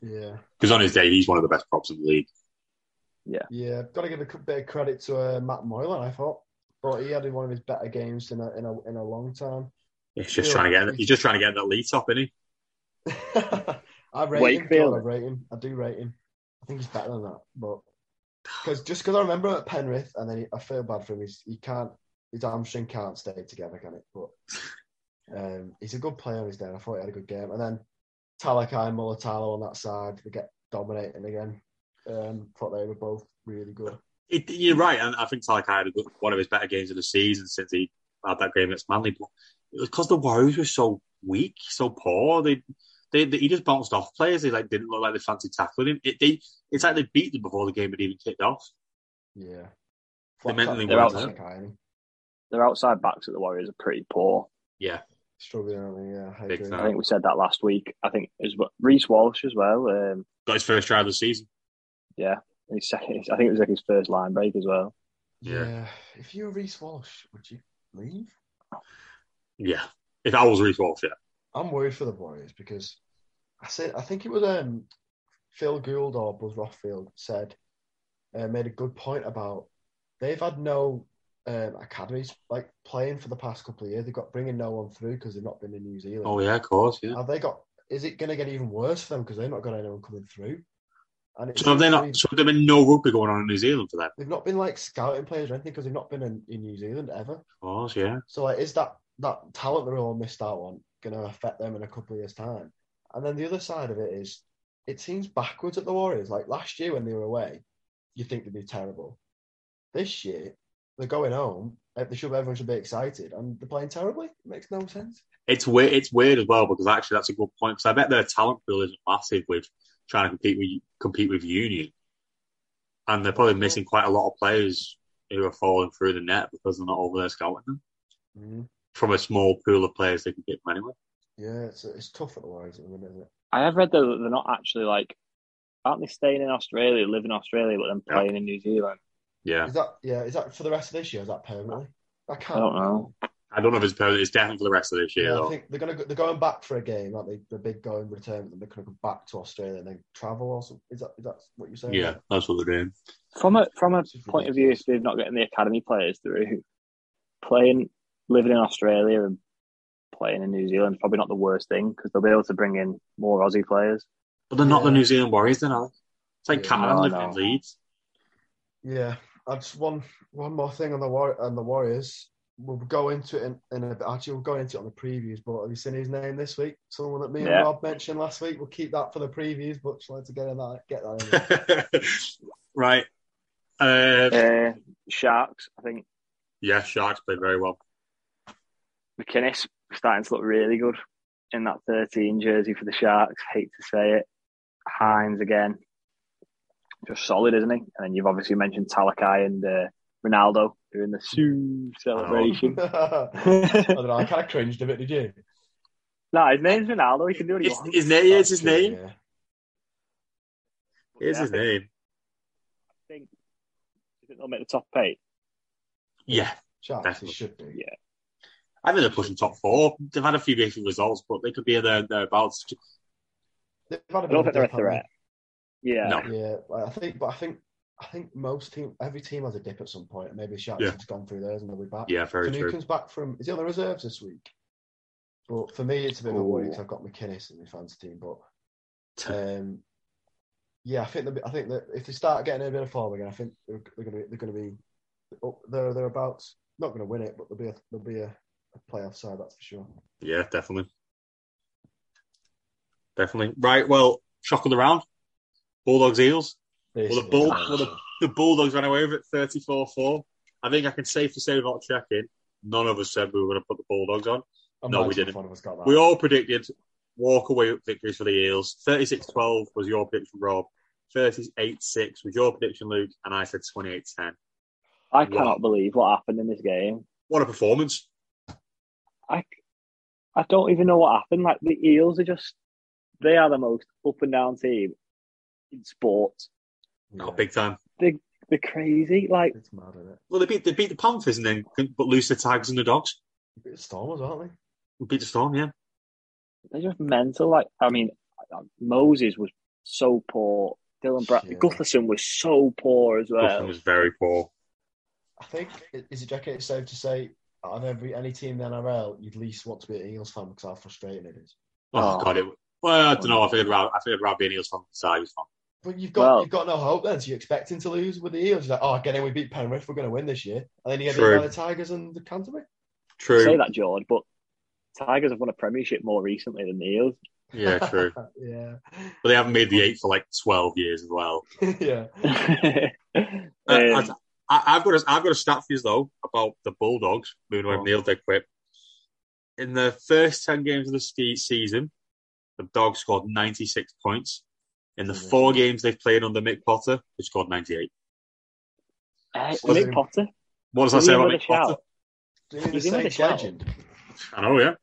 B: Yeah.
A: because on his day he's one of the best props in the league.
B: Yeah, got to give a c- bit of credit to uh, Matt Moylan. I thought, but he had one of his better games in a in a, in a long time.
A: He's just
B: Yeah.
A: trying to get he's just trying to get that lead top, isn't he?
B: I rate him.
C: Wakefield.
B: God, I rate him. I do rate him. I think he's better than that, but because just because I remember him at Penrith, and then he, I feel bad for him. He's, he can't. His hamstring can't stay together, can it? But um, he's a good player. on his day. and I thought he had a good game, and then Talakai and Mulatalo on that side, they get dominating again. Um, thought they were both really good.
A: It, you're right, and I think Talakai had a good, one of his better games of the season since he had that game against Manly. But it was because the Warriors were so weak, so poor. They, they, they he just bounced off players. They like didn't look like they fancied tackling him. It, they, it's like they beat them before the game had even kicked off.
B: Yeah,
A: They mentally
C: They're
A: weren't there.
C: out.
B: Talakai,
C: Their outside backs at the Warriors are pretty poor.
A: Yeah,
B: Struggling, aren't they? Yeah, I
A: Big
B: agree.
A: time.
C: I think we said that last week. I think it was Reese Walsh as well. Um,
A: got his first try of the season.
C: And his second, I think it was like his first line break as well.
A: Yeah.
B: Yeah. If you were Reese Walsh, would you leave?
A: Yeah, if I was Reece Walsh, yeah,
B: I'm worried for the Warriors because I said I think it was um, Phil Gould or Buzz Rothfield said uh, made a good point about they've had no um, academies like playing for the past couple of years. They've got bringing no one through because they've not been in New Zealand.
A: oh yeah, of course, yeah.
B: Have they got? Is it going to get even worse for them because they've not got anyone coming through? And it
A: So have they
B: seems to me-
A: not? So have there been no rugby going on in New Zealand for that?
B: They've not been like scouting players or anything because they've not been in, in New Zealand ever.
A: Of course, yeah.
B: So like, is that that talent they're all missed out on going to affect them in a couple of years' time? And then the other side of it is, it seems backwards at the Warriors. Like last year when they were away, you think they'd be terrible. This year, they're going home. eh, They should everyone should be excited, and they're playing terribly. It makes no sense.
A: It's weird. It's weird as well because actually that's a good point because I bet their talent pool isn't massive with trying to compete with compete with Union, and they're probably missing quite a lot of players who are falling through the net because they're not over there scouting them
B: Mm-hmm.
A: from a small pool of players they can get from anywhere.
B: Yeah, it's it's tough at the Warriors at the minute. Isn't it?
C: I have read that they're not actually like, aren't they staying in Australia, live in Australia, but then
A: Yeah.
C: playing in New Zealand?
A: Yeah.
B: Is that yeah? Is that for the rest of this year? Is that permanently? I
C: I
B: can't.
C: don't know.
A: I don't know if it's permanent. It's definitely for the rest of this year,
B: Yeah, I
A: though.
B: think they're gonna go, they're going back for a game, aren't they? The big going return, and they're gonna go back to Australia and then travel. Or something. Is that is that what you're saying?
A: yeah, that's what they're doing.
C: From a from a
B: This is
C: point of view,
B: ridiculous.
C: if they're not getting the academy players through, playing, living in Australia and playing in New Zealand is probably not the worst thing because they'll be able to bring in more Aussie players.
A: But they're not the
B: Yeah.
A: New Zealand Warriors, they're not. It's like
B: Yeah.
A: Canada
C: No,
A: living
C: no.
A: in Leeds.
B: Yeah, I just one one more thing on the war on the Warriors. We'll go into it in, in a bit. Actually, we'll go into it on the previews. But have you seen his name this week? Someone that me
C: Yeah.
B: and Rob mentioned last week. We'll keep that for the previews. But just wanted to get in that get that. In there.
A: right. Uh,
C: Uh, Sharks, I think
A: yeah, Sharks played very well.
C: McInnes starting to look really good in that 13 jersey for the Sharks. Hate to say it. Hines again. Just solid, isn't he? And then you've obviously mentioned Talakai and uh, Ronaldo doing the Sue celebration.
B: I don't know. I kind of cringed a bit. Did you?
C: no, his name's Ronaldo. He can do what he
A: It's,
C: wants.
A: his name, it's his
B: That's true,
A: name.
B: yeah.
A: It's
C: Yeah,
A: his name.
C: I think I think they'll make the top eight.
A: Yeah.
B: Sharks,
A: Definitely.
B: it should be.
C: Yeah.
A: I think they're pushing top four. They've had a few decent results, but they could be there thereabouts.
B: They've had a
C: I
B: bit
C: don't
B: of a
C: think they're a
B: dip, haven't they?
C: threat. Yeah.
A: No.
B: Yeah, like, I think, but I think, I think most team, every team has a dip at some point. and Maybe Sharks
A: Yeah.
B: has gone through theirs and they'll be back.
A: Yeah, very
B: Canoe
A: true.
B: comes back from is he on the reserves this week? But for me, it's a bit of a worry
C: Ooh.
B: because I've got McInnes in my fantasy team. But um, yeah, I think that I think that if they start getting a bit of form again, I think they're, they're going to they're going to be up there thereabouts. Not going to win it, but there'll be a, there'll be a, a playoff side that's for sure.
A: Yeah, definitely. Definitely. Right, well, shock of the round. Bulldogs Eels. Well, the, Bull, well, the, the Bulldogs ran away with it 34 4. I think I can safely say without checking, none of us said we were going to put the Bulldogs on.
B: I'm
A: no, we
B: glad
A: didn't.
B: One of us got that.
A: We all predicted walk away victories for the Eels. 36 12 was your prediction, Rob. 38 6 was your prediction, Luke. And I said 28 10.
C: I cannot believe what happened in this game.
A: What a performance.
C: I don't even know what happened. Like the Eels are just they are the most up and down team in sport.
A: No, big time.
C: They're crazy. Like
B: It's mad, isn't it?
A: Well, they beat, they beat the Panthers and then but lose the Tigers and the Dogs.
B: Stormers, aren't they?
A: We beat the Storm, yeah.
C: they're just mental. Like I mean, Moses was so poor. Dylan Brad
B: Yeah.
C: Gutherson was so poor as
A: Buffon
C: well.
A: was very poor.
B: I think is it Jacket it's safe to say out of every any team in the NRL, you'd least want to be an Eagles fan because how frustrating it is.
A: Oh,
C: Oh.
A: God. It, well, I don't know. I figured Rob, I figured Rob being Eels fan side was fun.
B: But you've got
C: Well-
B: you've got no hope then. So you're expecting to lose with the Eagles. You're like, oh, get in, we beat Penrith, we're going to win this year, and then you get
A: True.
B: beat by the Tigers and the Canterbury.
A: True.
C: Say that, George, but Tigers have won a premiership more recently than the Eels.
A: Yeah, true.
B: yeah,
A: but they haven't made the eight for like 12 years as well.
B: yeah.
A: Uh, I,
C: Um,
A: I, I've got a, I've got a stat for you though about the Bulldogs moving away from the Eels dead quick. In the first ten games of the ski season, the Dogs scored ninety six points. In the
B: Mhm.
A: four games they've played under Mick Potter, they scored ninety eight.
C: eh,
B: Was
C: Nick
B: it-
C: Potter.
A: What does that
C: Was
A: say
C: he
A: about
C: with
A: Mick
C: a shout?
A: Potter?
B: Do you mean the
C: He's in with
B: Saints
C: a shout.
B: legend?
A: I know, yeah.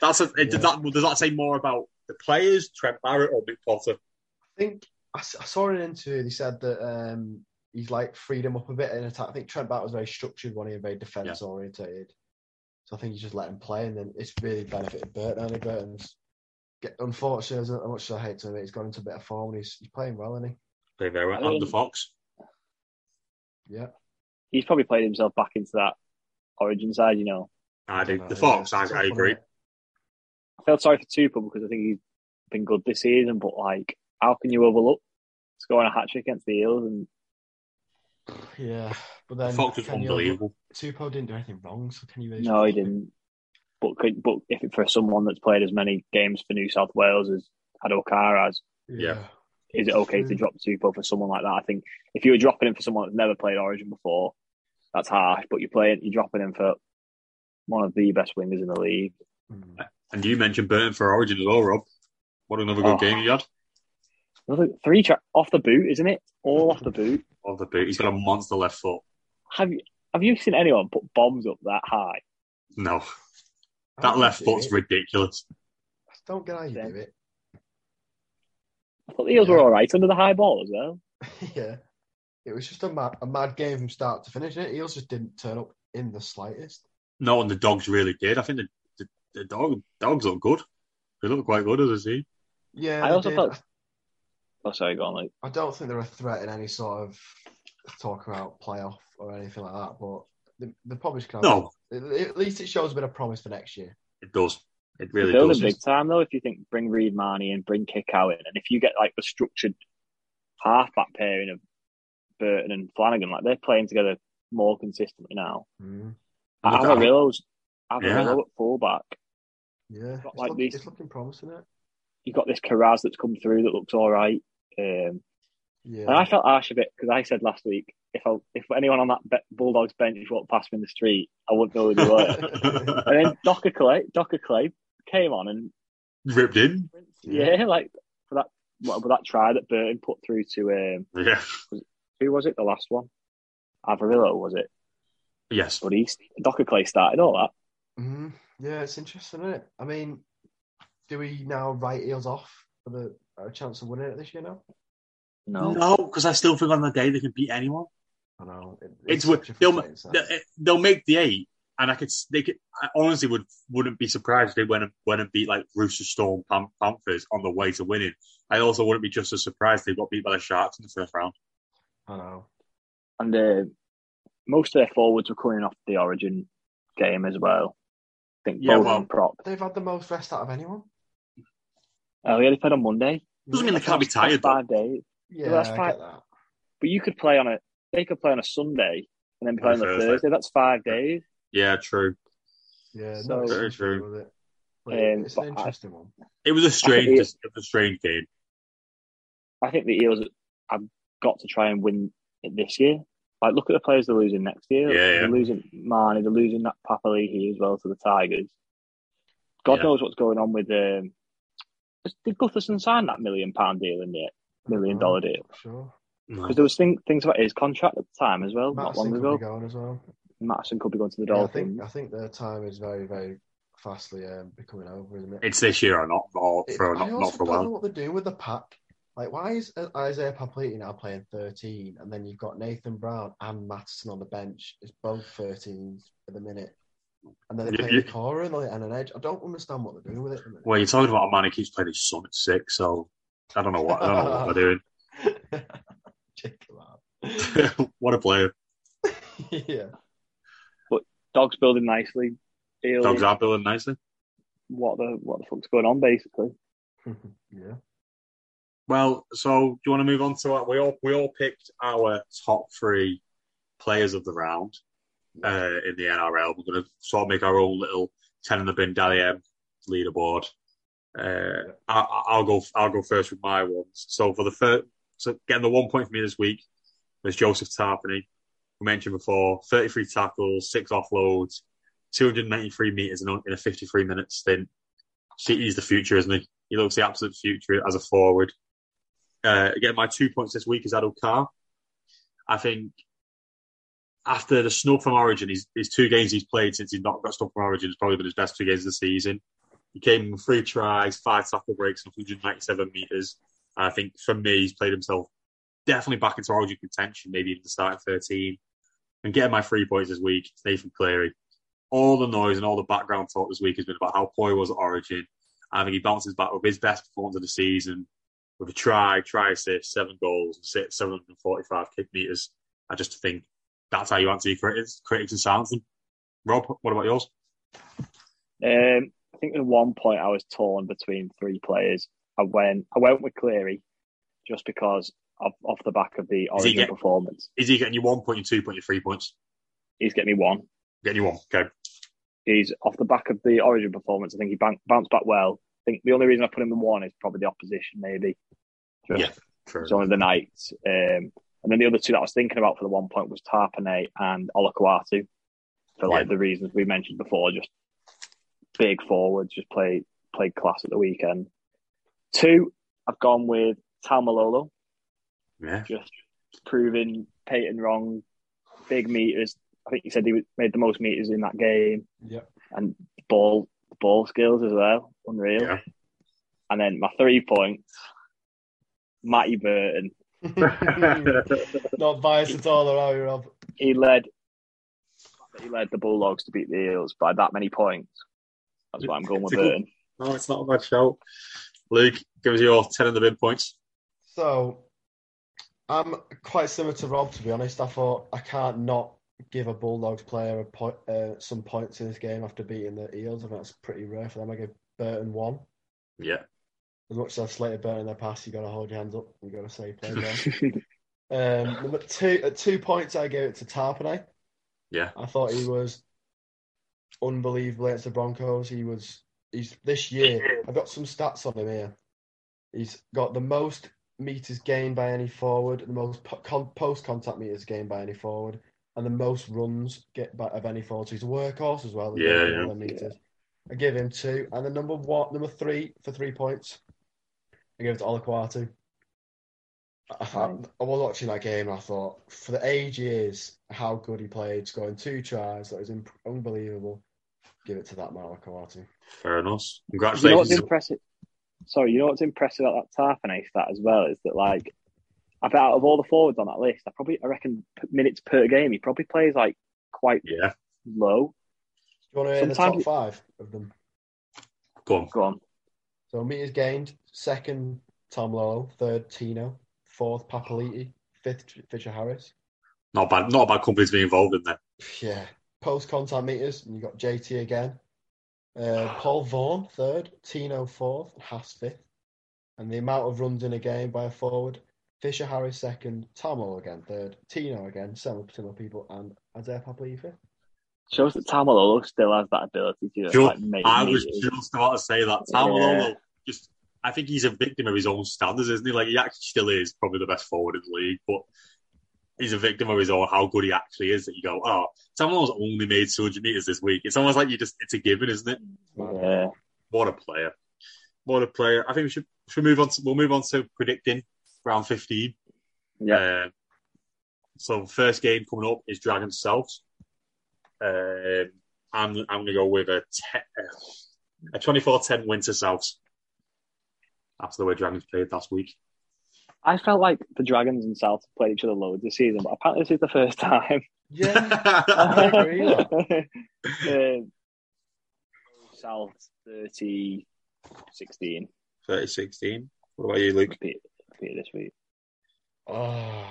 A: That's a, it- does
B: Yeah.
A: that does that say more about the players, Trent Barrett or Mick Potter?
B: I think I, s- I saw an interview. They said that um, he's like freed him up a bit in attack. I think Trent Barrett was very structured when he was very defense orientated. So I think you just let him play, and then it's really benefited Burton. Only Burton's get, unfortunately, as much as I hate to admit, he's gone into a bit of form. And he's, he's playing well, isn't
A: Play very well.
C: I mean-
A: and the Fox.
B: he? Yeah,
C: He's probably played himself back into that origin side, you know.
A: I do.
B: dunno,
A: The Fox,
B: yeah,
A: I,
B: Uh, it's
A: I
B: tough,
A: agree.
B: isn't it?
C: I felt sorry for Tupa because I think he's been good this season, but like, how can you overlook scoring a hat trick against the Eels? And
B: Yeah, but
A: The
B: then
A: Fox was
B: can you-
A: unbelievable.
B: Tupou didn't do anything wrong, so can you? Really
C: no, he didn't. But could, but if it, for someone that's played as many games for New South Wales as had O'Kara has,
A: Yeah.
C: is it okay to drop Tupo for someone like that? I think if you were dropping him for someone that's never played Origin before, that's harsh. But you're playing, you're dropping him for one of the best wingers in the league.
B: Mm.
A: And you mentioned Burton for Origin as well, Rob. What another good
C: Oh.
A: game you had.
C: Another three tra- off the boot, isn't it? All off the boot.
A: Off the boot. He's got a monster left foot.
C: Have you have you seen anyone put bombs up that high?
A: No,
B: I
A: that
B: don't
A: left
B: do
A: foot's
B: it.
A: ridiculous.
B: I don't get how you
C: Yeah.
B: do it.
C: I thought the Eels were all right under the high ball as well.
B: yeah, it was just a mad, a mad game from start to finish. It Eels just didn't turn up in the slightest.
A: No, and the dogs really did. I think the, the, the dog, dogs look good. They look quite good as a team.
B: Yeah,
C: I
B: they
C: also
B: did.
C: felt. Oh, sorry, go on, Luke.
B: I don't think they're a threat in any sort of talk about playoff or anything like that. But they, they probably should have.
A: No,
B: At at least it shows a bit of promise for next year.
A: it does. It really
C: Build
A: does.
C: a big time though. If you think bring Reed Marnie in, bring Kickow in, and if you get like the structured halfback pairing of Burton and Flanagan, like they're playing together more consistently now.
B: Mm-hmm.
A: Look at-
C: Amarillo's Amarillo
A: Yeah.
C: at fullback.
B: Yeah,
C: Not
B: it's,
C: like
B: look-
C: these-
B: it's looking promising. It.
C: You've got this Carraz that's come through that looks all right. Um,
B: Yeah,
C: And I felt harsh a bit because I said last week if I, if anyone on that be- Bulldogs bench walked past me in the street, I wouldn't know who they were. and then Docker Clay, Docker Clay came on and
A: Ripped in.
C: yeah, like for that what, for that try that Burton put through to um,
A: Yeah.
C: who was it? The last one, Avarillo was it?
A: Yes.
C: But he Docker Clay started all that.
B: Mhm. yeah, it's interesting, isn't it? I mean, do we now write Eels off for the a chance of winning it this year? Now,
C: No,
A: No, because I still think on the day they can beat anyone.
B: I know it-
A: It's wi-
B: such a
A: they'll-
B: frustrating side.
A: They- They'll make the eight, and I could. s- They could. I honestly would wouldn't be surprised if they went and went and beat like Rooster Storm Pan- Panthers on the way to winning. I also wouldn't be just as surprised if they got beat by the Sharks in the first round.
B: I know.
C: and uh, most of their forwards were coming off the Origin game as well. I think
A: Yeah,
C: Bowden
A: well-
C: and prop.
B: They've had the most rest out of anyone.
C: Oh, yeah, they played on Monday.
A: Doesn't mean they can't be
C: That's-
A: tired.
C: that's
A: Though.
C: Five days.
B: Yeah,
C: that's
B: I
C: fine.
B: get that.
C: But you could play on a they could play on a Sunday and then play on
A: On
C: the
A: a
C: Thursday.
A: Thursday.
C: That's five days.
A: Yeah, true.
B: Yeah,
C: So-
B: no,
A: Very
B: it's true.
A: true.
B: with it. But it-
C: Um,
B: it's an
C: but I-
B: interesting one.
A: It was a strange,
C: it-
A: it was a strange game.
C: I think the Eels have got to try and win it this year. Like look at the players they're losing next year.
A: Yeah, yeah.
C: They're losing Marnie, they're losing that Papalihi as well to the Tigers. God
A: Yeah.
C: knows what's going on with um did Gutherson sign that million pound deal in the million
B: Mhm.
C: dollar deal?
B: Sure.
A: No.
C: Because there was thing, things about his contract at the time as well, not
B: Madison
C: long
B: could
C: ago.
B: be going as well.
C: Matson could be going to the
B: Yeah, I think
C: Dolphins.
B: I think their time is very, very fastly um, becoming over, isn't it?
A: It's this year or not, or
B: It-
A: for,
B: I
A: not, not
B: also
A: for a
B: don't know
A: while.
B: what they're doing with the pack. Like, why is uh, Isaiah Papaliti now playing 13, and then you've got Nathan Brown and Matheson on the bench? It's both 13s at the minute, and then
A: You-
B: they play
A: you-
B: Nakora and, like, and an edge. I don't understand what they're doing with it. at the minute.
A: Well, you're talking about a man who keeps playing his son at six, so I don't know what I don't know what they're
B: Check them out.
A: doing. what a player!
B: yeah,
C: Dogs building nicely. Eels,
A: Dogs are building nicely.
C: what the what the fuck's going on basically?
B: yeah.
A: Well, so do you want to move on to what we all we all picked our top three players of the round uh, in the NRL. We're going to sort of make our own little ten in the bin dally M leaderboard. Uh, I, I- I'll go. I'll go first with my ones. So for the first, so getting the one point for me this week was Joseph Tarpany. We mentioned before, thirty-three tackles, six offloads, two hundred ninety-three meters in a, in a fifty-three minute stint. See, he's the future, isn't he? He looks the absolute future as a forward. Uh, again, my two points this week is Adil Carr. I think after the snub from Origin, his, his two games he's played since he's not got snubbed from Origin has probably been his best two games of the season. He came in with three tries, five tackle breaks, and 197 metres. I think for me, he's played himself definitely back into Origin contention, maybe even the starting 13. And getting my three points this week, it's Nathan Cleary. All the noise and all the background talk this week has been about how poor he was at Origin. I think he bounces back with his best performance of the season with a try, try assist, seven goals, and sit 745 kick meters. I just think that's how you answer your critics, critics and silence them. Rob, what about yours?
C: Um, I think at one point I was torn between three players. I went I went with Cleary just because of, off the back of the
A: Is he
C: Origin
A: get-
C: performance.
A: Is he getting you one point, your two point, your three points?
C: He's getting me one.
A: Getting you one. Okay.
C: He's off the back of the Origin performance. I think he ban- bounced back well. I think the only reason I put him in one is probably the opposition, maybe. Just
A: Yeah. True.
C: It's only the Knights. Um, and then the other two that I was thinking about for the one point was Tarpanay and Olakuatu for like
A: Yeah.
C: the reasons we mentioned before, just big forwards, just play played class at the weekend. Two, I've gone with Tamalolo,
A: yeah.
C: just proving Peyton wrong, big meters. I think he said he was- made the most meters in that game
B: Yep.
C: and ball ball skills as well, unreal.
A: Yeah.
C: And then my three points, Matty Burton.
B: Not biased at all, are you, Rob?
C: He led he led the Bulldogs to beat the Eels by that many points. That's why I'm going with
A: It's a good-
C: Burton.
A: No, it's not a bad shout. Luke, give us your 10 of the bid points.
B: So I'm quite similar to Rob, to be honest. I thought I can't not give a Bulldogs player a point, uh, some points in this game after beating the Eels. I think that's pretty rare for them. I give Burton one.
A: Yeah.
B: As much as I've slated Burton in the past, you got to hold your hands up. you got to say he played well. Um, number two, at two points, I gave it to Tarpanay.
A: Yeah.
B: I thought he was unbelievable against the Broncos. He was he's this year. I've got some stats on him here. He's got the most meters gained by any forward, the most po- con- post contact meters gained by any forward, and the most runs get by, of any forward. So he's a workhorse as well.
A: Yeah, yeah.
B: All the meters. I give him two, and the number one, number three for three points. I gave it to Olaquatu. I, I was watching that game and I thought, for the age he is, how good he played, scoring two tries, that was imp- unbelievable. Give it to that man, Olakawati.
A: Fair enough.
C: you know what's
A: Congratulations.
C: impressive? Sorry, you know what's impressive about that Tarpany stat as well is that like I bet out of all the forwards on that list, I probably I reckon p- minutes per game he probably plays like quite
A: yeah,
C: low.
B: Do you want to hear
C: Sometimes-
B: the top five of them?
A: go on.
C: Go on.
B: So meters gained, second Tom Lowe, third Tino, fourth Papaliti, fifth Fisher Harris.
A: Not bad. Not a bad company to be involved in there.
B: Yeah. Post contact meters, and you got JT again. Uh, Paul Vaughan, third. Tino, fourth. and Haas, fifth. And the amount of runs in a game by a forward. Fisher Harris, second. Tamo again, third. Tino again, seven similar people. And Adair Papali'i, fifth.
C: Shows that Tamalolo still has that ability to
A: Sure.
C: like make
A: I was
C: meters.
A: just about to say that. Tam Malolo just, I think he's a victim of his own standards, isn't he? Like, he actually still is probably the best forward in the league, but he's a victim of his own, how good he actually is, that you go, oh, Tam Malolo's only made 200 metres this week. It's almost like you just, it's a given, isn't it?
C: Yeah.
A: What a player. What a player. I think we should, should we move on to, we'll move on to predicting round 15.
C: Yeah.
A: Um, so the first game coming up is Dragons South. Um, I'm I'm gonna go with a te- a 24-10 win to South. After the way Dragons played last week,
C: I felt like the Dragons and South played each other loads this season, but apparently this is the first time.
B: Yeah. I agree with
C: Um, South 30 16
A: 30-16. What about you, Luke?
C: repeat, repeat this week.
B: oh,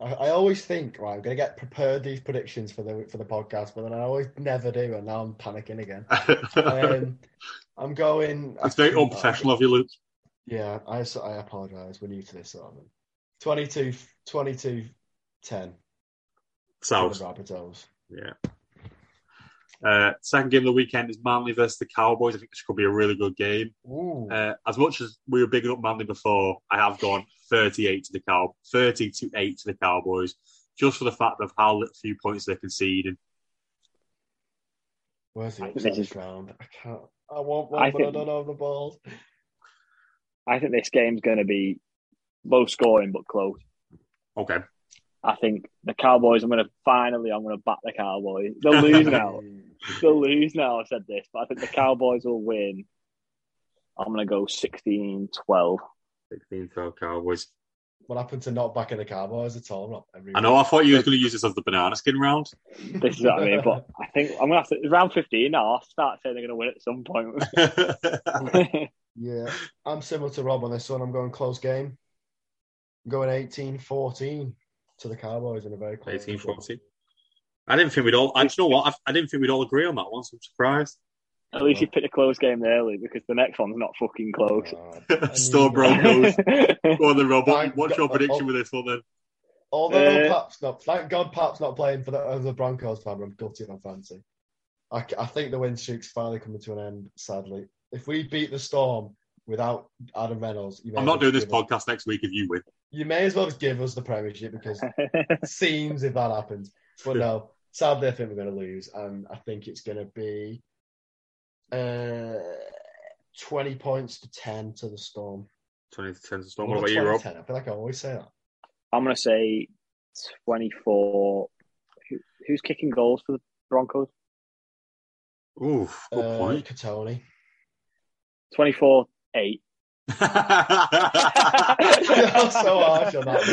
B: I, I always think, right, I'm going to get prepared these predictions for the for the podcast, but then I always never do, and now I'm panicking again. Um, I'm going.
A: it's very unprofessional of you, Luke.
B: Yeah, I, so I apologise. We're new to this, um, aren't we? 22, 22 10 for
A: South.
B: the Rabbitohs.
A: Yeah. Uh, second game of the weekend is Manly versus the Cowboys. I think this could be a really good game.
B: Ooh.
A: Uh, as much as we were bigging up Manly before, I have gone 38 to the Cow, 30 to 8 to the Cowboys, just for the fact of how little few points they're conceding.
B: Where's the
C: I think
B: upset
C: this is-
B: this round? I can't. I want one,
C: I
B: but I
C: think-
B: don't have the balls.
C: I think this game's going to be low scoring but close.
A: Okay.
C: I think the Cowboys. I'm going to finally. I'm going to back the Cowboys. They'll lose now. They'll lose now. I said this, but I think the Cowboys will win. I'm going to go 16 12.
A: 16 to Cowboys.
B: What happened to not backing the Cowboys at all? Rob? Every
A: I know, I thought you were going to use this as the banana skin round.
B: week.
C: This is what I mean. But I think I'm going to have to. Round 15 now. I'll start saying they're going to win at some point.
B: yeah, I'm similar to Rob on this one. I'm going close game. I'm going 18 14 to the Cowboys in a very close
A: 18
B: one.
A: 14. I didn't think we'd all, I, do you know what? I, I didn't think we'd all agree on that one, so I'm surprised.
C: at least you picked a close game early because the next one's not fucking close.
B: Oh, God.
A: Store Broncos. Go on then, Rob. What,
B: I've
A: what's
B: got-
A: your prediction with this one then?
B: Although
C: Uh,
B: Pap's not, thank God Pap's not playing for the, as a Broncos fan, I'm guilty and I'm fancy. I, c- I think the win streak's finally coming to an end, sadly. If we beat the Storm without Adam Reynolds, you may
A: I'm
B: as
A: not
B: well
A: doing this
B: give us-
A: podcast next week if you win.
B: You may as well give us the Premiership because it seems if that happens. But no, sadly, I think we're going to lose. And I think it's going to be uh, 20 points to 10 to the Storm.
A: 20 to 10 to storm. What
B: Another
A: about you,
B: 20
A: Rob?
B: 10. I feel like I always say that.
C: I'm going to say 24. Who, who's kicking goals for the Broncos?
A: Ooh, good
B: Uh,
A: point.
B: Katoni.
C: 24 8.
B: You're so harsh on that,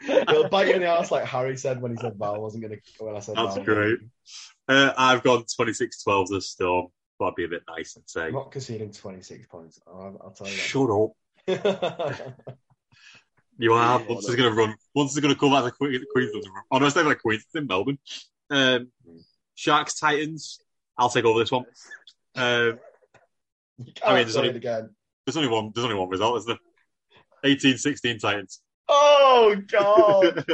B: man. He'll bite you in the ass like Harry said when he said Val wasn't going to. When I said
A: That's
B: Val.
A: great. Uh, I've gone 26 12 this storm. That'd be a bit nice and say.
B: I'm not conceding 26 points. I'll, I'll tell you
A: Shut up.
B: that.
A: You are.
B: Yeah,
A: Once is going to run. Once is going to come out of Queen- Queensland. run. Oh, no, it's never like Queens. It's in Melbourne. Um,
B: Hmm.
A: Sharks, Titans. I'll take over this one. Um,
B: you
A: I mean,
B: can't
A: there's
B: say
A: only-
B: it again.
A: there's only one. There's only one result, isn't there? 18 16 Titans.
B: Oh, God.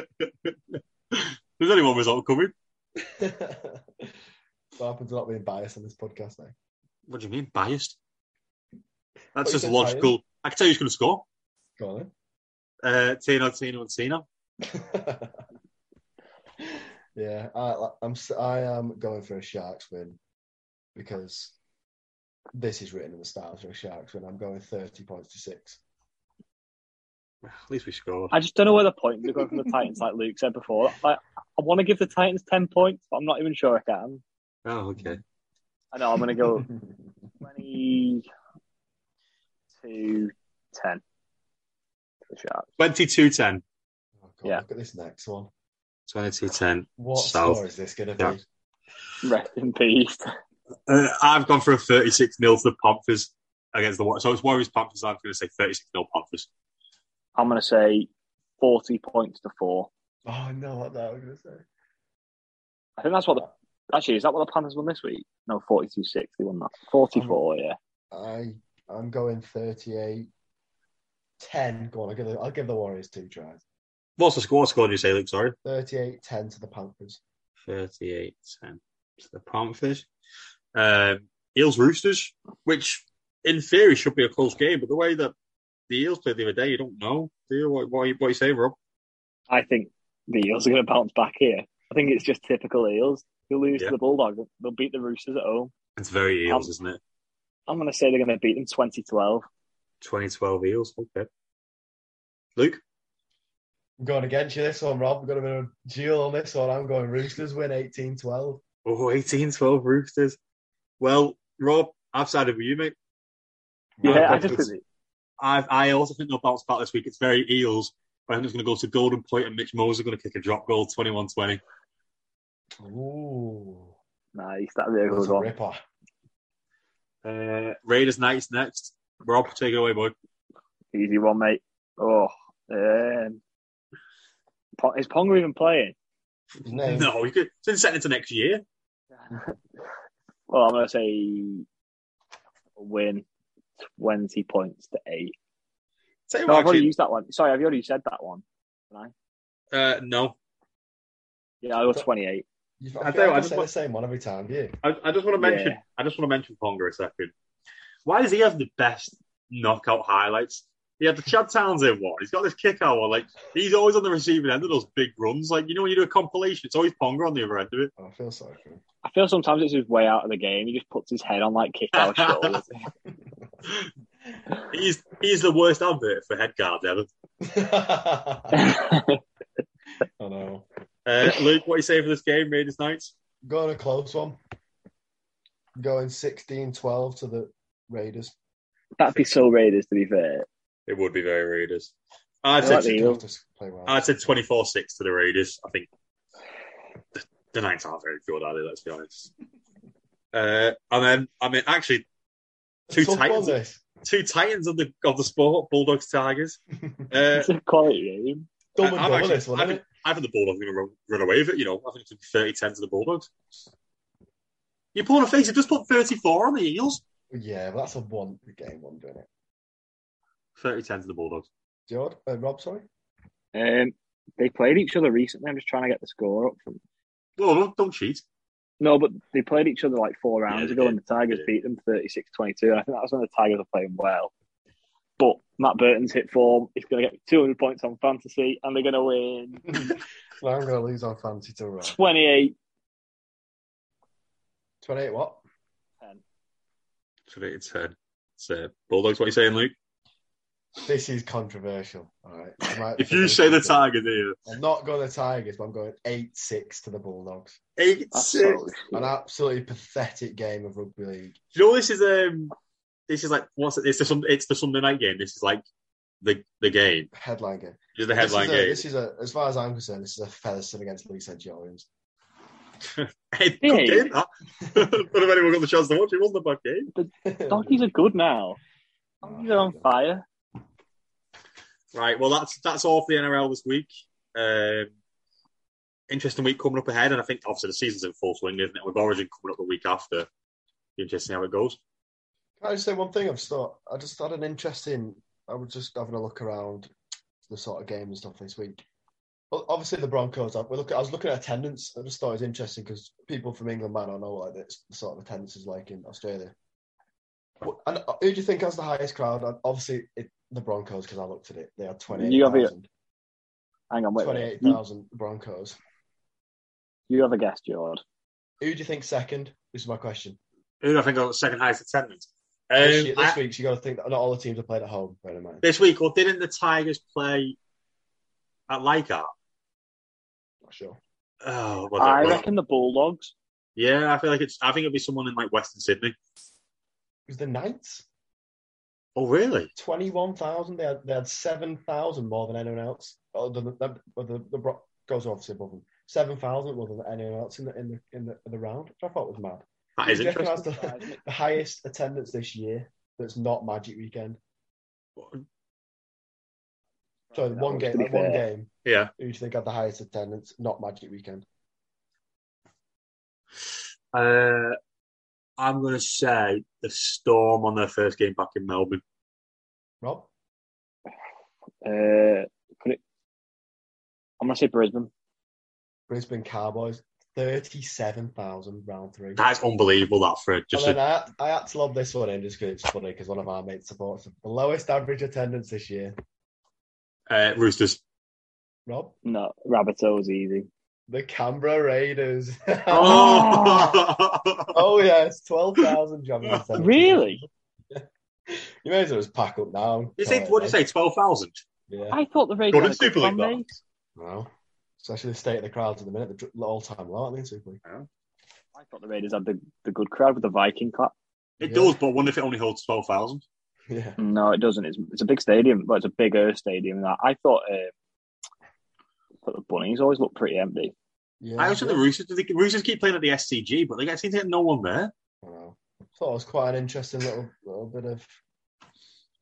A: there's only one result coming.
B: what happens to not being biased on this podcast now?
A: What do you mean biased? That's
B: you
A: just
B: said
A: logical. I can tell you who's going to score.
B: Go on
A: Uh, Tino, Tino, and Tino.
B: then. yeah, I, I'm, s- I am going for a Sharks win because this is written in the stars for a Sharks win. I'm going 30 points to six.
A: At least we scored.
C: I just don't know where the point is going from the Titans, like Luke said before. Like, I want to give the Titans 10 points, but I'm not even sure I can.
A: Oh, okay.
C: I know I'm going to go
B: Oh,
C: 22 10 for the Sharks.
A: 22 10.
B: Oh, God,
C: Yeah.
B: Look at this next one.
A: 22 10.
B: What
A: South.
B: score is this going to
A: Yeah.
B: be?
C: Rest in peace.
A: Uh, I've gone for a 36 0 to the Panthers against the Warriors. So it's Warriors Panthers. I'm going to say 36 0 Panthers.
C: I'm going to say 40 points to 4.
B: Oh, no, what that I was going to say.
C: I think that's what the. Actually, is that what the Panthers won this week? No, 42 6. They won that. 44, yeah.
B: I I'm going 38 10. Go on, I'll give the, I'll give the Warriors two tries.
A: What's the score? Score, do you say, Luke? Sorry.
B: 38 10 to the Panthers.
A: 38 10 to the Panthers. Um, Eels Roosters, which in theory should be a close game, but the way that the Eels played the other day, you don't know. Do you? What, what, are, you, what are you saying, Rob?
C: I think the Eels are going to bounce back here. I think it's just typical Eels. They'll lose
A: Yeah.
C: to the Bulldogs. They'll beat the Roosters at home.
A: It's very
C: Eels, Um,
A: isn't it?
C: I'm going to say they're going to beat them 2012.
A: 2012 Eels. Okay. Luke?
B: I'm going against you this one, Rob. We're going to be a duel on this one. I'm going Roosters win 18 12.
A: Oh, 18 12 Roosters. Well, Rob, I've sided with you, mate. I've
C: Yeah, I
A: gone
C: just
A: for- I've, I also think they'll bounce back this week. It's very Eels. but I think it's going to go to Golden Point, and Mitch Moser going to kick a drop goal 21 20.
B: Ooh.
C: nice. That'd be a
B: That's
C: good
B: a
C: one.
B: ripper.
A: Uh, Raiders Knights next. Rob, take it away, boy.
C: Easy one, mate. Oh, um, Po- is Ponga even playing?
B: No.
A: No, you could. It's been set into next year.
C: well, I'm going to say win 20 points to eight.
A: Tell you
C: No,
A: what,
C: I've already
A: actually,
C: used that one. Sorry, I've already said that one.
A: uh, no.
C: Yeah, I got 28.
B: You've,
A: I
B: I,
A: tell you
B: feel
A: what, I
B: like I
A: just
B: say
A: want-
B: the same one every time, do you?
A: I, I just want to mention.
C: Yeah.
A: I just want to mention Ponga a second. Why does he have the best knockout highlights? He had the Chad Townsend one. He's got this kick out one. Like he's always on the receiving end of those big runs. Like you know when you do a compilation, it's always Ponga on the other end of it.
B: Oh, I feel sorry for him.
C: I feel sometimes it's his way out of the game. He just puts his head on like kick out shoulders.
A: He's he's the worst advert for head guard ever.
B: I know.
A: Uh, Luke, what do you say for this game, Raiders Knights?
B: Going a close one. Going 16 12 to the Raiders.
C: That'd be so Raiders, to be fair.
A: It would be very Raiders. I
C: I like
A: said
C: the
B: You have to play well.
A: I said 24 6 to the Raiders. I think the, the Knights aren't very good, are they? Let's be honest. Uh, and then, I mean, actually, two
B: Tough one,
A: Titans.
B: this.
A: two Titans of the of the sport Bulldogs Tigers. Uh,
C: It's a quality game.
B: Dumb
A: I-
B: and
A: I'm
B: dumber,
A: actually-
B: this one,
A: I
B: isn't
A: think- I think the Bulldogs are going to run, run away with it. You know, I think it's 30 10 to the Bulldogs. You're pulling a face, you just put 34 on the Eels.
B: it? Yeah, but that's a one game one, doing it?
A: 30 10 to the Bulldogs.
B: George, uh, Rob, sorry.
C: Um, they played each other recently. I'm just trying to get the score up. From...
A: Well, don't, don't cheat.
C: No, but they played each other like four
A: Yeah,
C: rounds
A: they
C: ago,
A: did.
C: and the Tigers
A: They did.
C: beat them 36 22. And I think that was when the Tigers were playing well. But Matt Burton's hit form. He's going to get 200 points on fantasy, and they're going to win
B: No, I'm going to lose on fancy to uh, Rob.
C: 28.
B: 28 what?
A: 30 10. So, Bulldogs, what are you saying, Luke?
B: This is controversial. All right. I might-
A: If you say the Tigers here,
B: I'm not going to Tigers, but I'm going 8 6 to the Bulldogs.
A: 8
C: That's
A: 6.
C: so-
B: An absolutely pathetic game of rugby league.
A: Do you know this is um this is like what's it? It's the Sun- it's the Sunday night game. This is like the the game.
B: Headline game.
A: This is the headline
B: this is a,
A: game.
B: This is a, as far as I'm concerned, this is a feather sip against Lee St. Jones.
A: Hey, good
C: Yeah.
A: game, that. But if anyone got the chance to watch it, it wasn't a bad game.
C: Donkeys are good now. Donkeys are
B: Oh,
C: on fire.
A: Right. Well, that's that's all for the NRL this week. Um, interesting week coming up ahead, and I think obviously the season's in full swing, isn't it? With Origin coming up the week after. Be interesting how it goes.
B: Can I just say one thing? I've thought I just had an interesting. I was just having a look around the sort of game and stuff this week. Well, obviously, the Broncos. I, we look, I was looking at attendance. I just thought it was interesting because people from England might not know what like this, the sort of attendance is like in Australia. What- And uh, who do you think has the highest crowd? And obviously, it, the Broncos because I looked at it. They had
C: You have it.
B: 28,000.
C: Hang on, wait. a minute. You,
B: 28,000 Broncos.
C: you have a guess, George.
B: Who do you think second? This is my question.
A: Who do I think got the second highest attendance? Um,
B: this year- this
A: I-
B: week, so you got to think that not all the teams are played at home. Bear in mind,
A: this week, or didn't the Tigers play at Leichhardt?
B: not sure.
A: Oh, well,
C: I
A: well,
C: reckon the Bulldogs.
A: Yeah, I feel like it's. I think it'll be someone in like Western Sydney.
B: It was the Knights.
A: Oh, really?
B: Twenty-one thousand. They had they had seven thousand more than anyone else. Oh, the the, the, the, the Bro- goes obviously above them. Seven thousand more than anyone else in the in the in the, in the round, which I thought was mad.
A: That is
B: Do you reckon
A: interesting.
B: that's The, the highest attendance this year. That's not Magic Weekend. Sorry,
C: That
B: one
C: was
B: game.
C: to be
B: One
C: fair.
B: game.
A: Yeah.
B: Who do you think had the highest attendance? Not Magic Weekend.
A: Uh, I'm going to say the Storm on their first game back in Melbourne.
B: Rob.
C: Uh, could it? I'm gonna say Brisbane.
B: Brisbane Cowboys. Thirty-seven thousand round three.
A: That's unbelievable. That for just
B: and
A: a,
B: then I, I had to lob this one in just because it's funny because one of our mates supports them. The lowest average attendance this year.
A: uh, Roosters.
B: Rob,
C: No, Rabbitoh's easy.
B: the Canberra Raiders. oh.
A: Oh,
B: yes, twelve thousand job.
C: Really?
B: You may as well just pack up now.
A: you say what did you say? Twelve thousand.
B: Yeah.
C: I thought the
A: Gordon
C: Raiders.
A: Super League, though.
B: Well, especially the state of the crowds at the minute, the all-time low, aren't they? in Super League?
C: I thought the Raiders had the, the good crowd with the Viking clap.
A: It
B: Yeah.
A: does, but I wonder if it only holds twelve thousand.
B: Yeah.
C: No, it doesn't. It's, it's a big stadium, but it's a bigger stadium than that. I thought, uh, but the bunnies always look pretty empty.
B: Yeah.
A: I also think the Roosters. The Roosters keep playing at the SCG, but they get- seem to get no one there.
B: Wow. Thought it was quite an interesting little little bit of.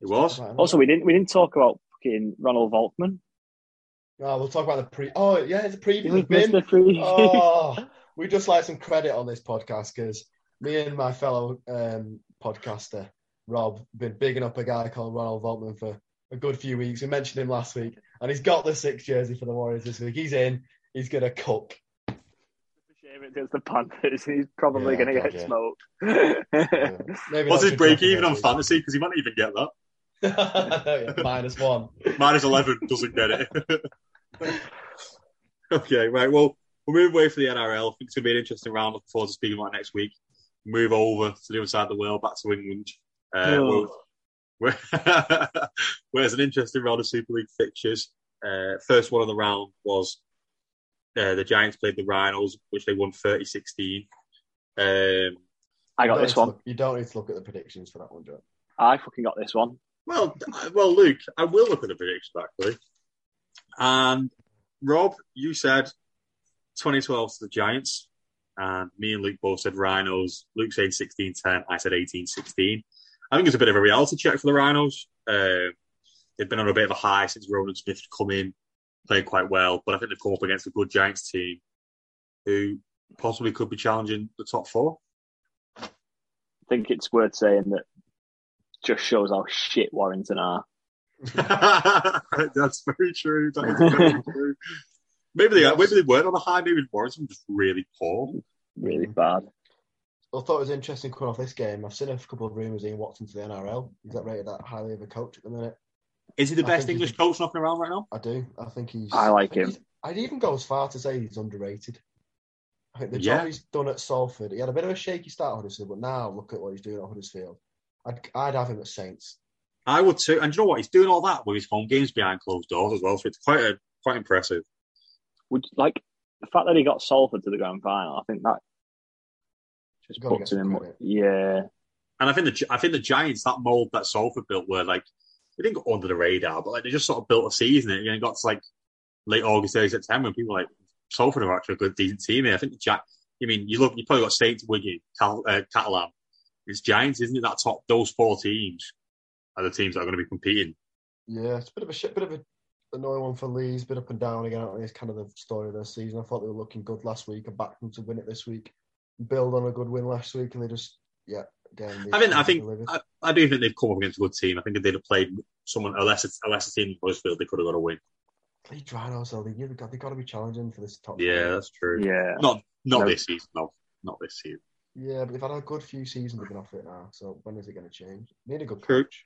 A: It was.
C: Also, we didn't we didn't talk about fucking Ronald Volkman.
B: Oh, we'll talk about the pre. Oh, yeah, the preview.
C: We
B: has
C: missed
B: been-
C: the preview.
B: oh, we just like some credit on this podcast because me and my fellow um, podcaster Rob been bigging up a guy called Ronald Voltman for a good few weeks. We mentioned him last week, and he's got the six jersey for the Warriors this week. He's in. He's gonna cook.
C: Shame it against the Panthers. He's probably
B: Yeah,
C: going to
B: God,
C: get
B: yeah.
C: smoked.
B: Yeah. Maybe
A: What's his
B: that's good
A: break even on
B: for him.
A: fantasy? Because he might not even get that.
B: Yeah, minus one.
A: Minus eleven doesn't get it. okay, right. Well, we'll move away from the NRL. I think it's gonna be an interesting round. Looking forward to speaking about it next week. Move over to the other side of the world, back to England. Uh,
C: Oh.
A: we'll- where, where's an interesting round of Super League fixtures. Uh, first one of the round was uh, the Giants played the Rhinos, which they won 30-16. Um,
C: I
B: You
C: got
B: don't need
C: this
B: to
C: one.
B: look- you don't need to look at the predictions for that one, Joe.
C: I fucking got this one.
A: Well, I- well, Luke, I will look at the predictions actually. And Rob, you said 2012 to the Giants, and me and Luke both said Rhinos. Luke said 16-10, I said 18-16. I think it's a bit of a reality check for the Rhinos. Uh, they've been on a bit of a high since Ronan Smith come in, played quite well, but I think they've come up against a good Giants team who possibly could be challenging the top four.
C: I think it's worth saying that just shows how shit Warrington are.
A: That's very true. That is very true. Maybe they maybe they weren't on a high. Maybe Warrington was just really poor.
C: Really
B: Mm.
C: bad.
B: I thought it was interesting coming off this game. I've seen a couple of rumours Ian Watson to the NRL. He's not rated that highly of a coach at the minute.
A: Is he the
B: I
A: best
B: think
A: English
B: he's-
A: coach knocking around right now?
B: I do. I think he's.
C: I like him.
B: he's- I'd even go as far to say he's underrated. I think the
A: Yeah.
B: job he's done at Salford, he had a bit of a shaky start at Huddersfield, but now look at what he's doing at Huddersfield. I'd, I'd have him at Saints.
A: I would too. And do you know what? He's doing all that with his home games behind closed doors as well. So it's quite a, quite impressive.
C: Would like the fact that he got Salford to the grand final. I think that just
B: Gotta
C: puts
B: get
C: him in.
B: credit.
C: Yeah,
A: And I think the I think the Giants that mold that Salford built were like they didn't go under the radar, but like they just sort of built a season. And it got to like late August, early September, and people were like Salford are actually a good, decent team here. I think the Jack. I mean, you look, you probably got Saints, Wigan, Cal, uh, Catalan. It's Giants, isn't it? That top those four teams are the teams that are going to be competing.
B: Yeah, it's a bit of a shit, bit of a annoying one for Leeds, bit up and down again. It's kind of the story of their season. I thought they were looking good last week. I backed them to win it this week, build on a good win last week, and they just yeah. Again,
A: I mean, I think I, I, do think they've come up against a good team. I think if they'd have played someone a lesser a lesser team in Huddersfield, they could have got a win.
B: Leeds Rhinos, though, they have got, got to be challenging for this top.
A: Yeah, team. that's true.
C: Yeah,
A: not not no. this season, no, not this season.
B: Yeah, but they've had a good few seasons they've been off it now. So when is it going to change? They need a good true. coach.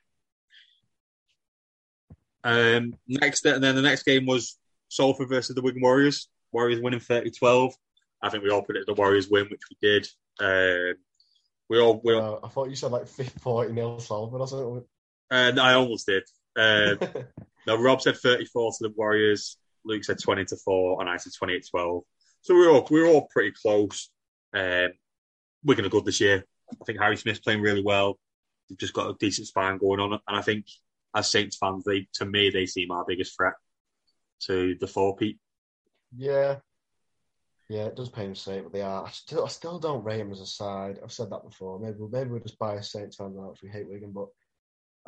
A: Um, next, and then the next game was Salford versus the Wigan Warriors. Warriors winning 30 12. I think we all predicted the Warriors win, which we did. Um, we all, we all...
B: Uh, I thought you said like 40 nil Salford or something.
A: And I almost did. Um, no, Rob said 34 to the Warriors. Luke said 20 to 4, and I said 28 12. So we were all, we were all pretty close. Um, Wigan are good this year. I think Harry Smith's playing really well. They've just got a decent spine going on. And I think as Saints fans, they to me they seem our biggest threat to the four peat.
B: Yeah, yeah, it does pain to say it, but they are. I still, I still don't rate them as a side. I've said that before. Maybe, maybe we're just biased Saints fans out we hate Wigan, but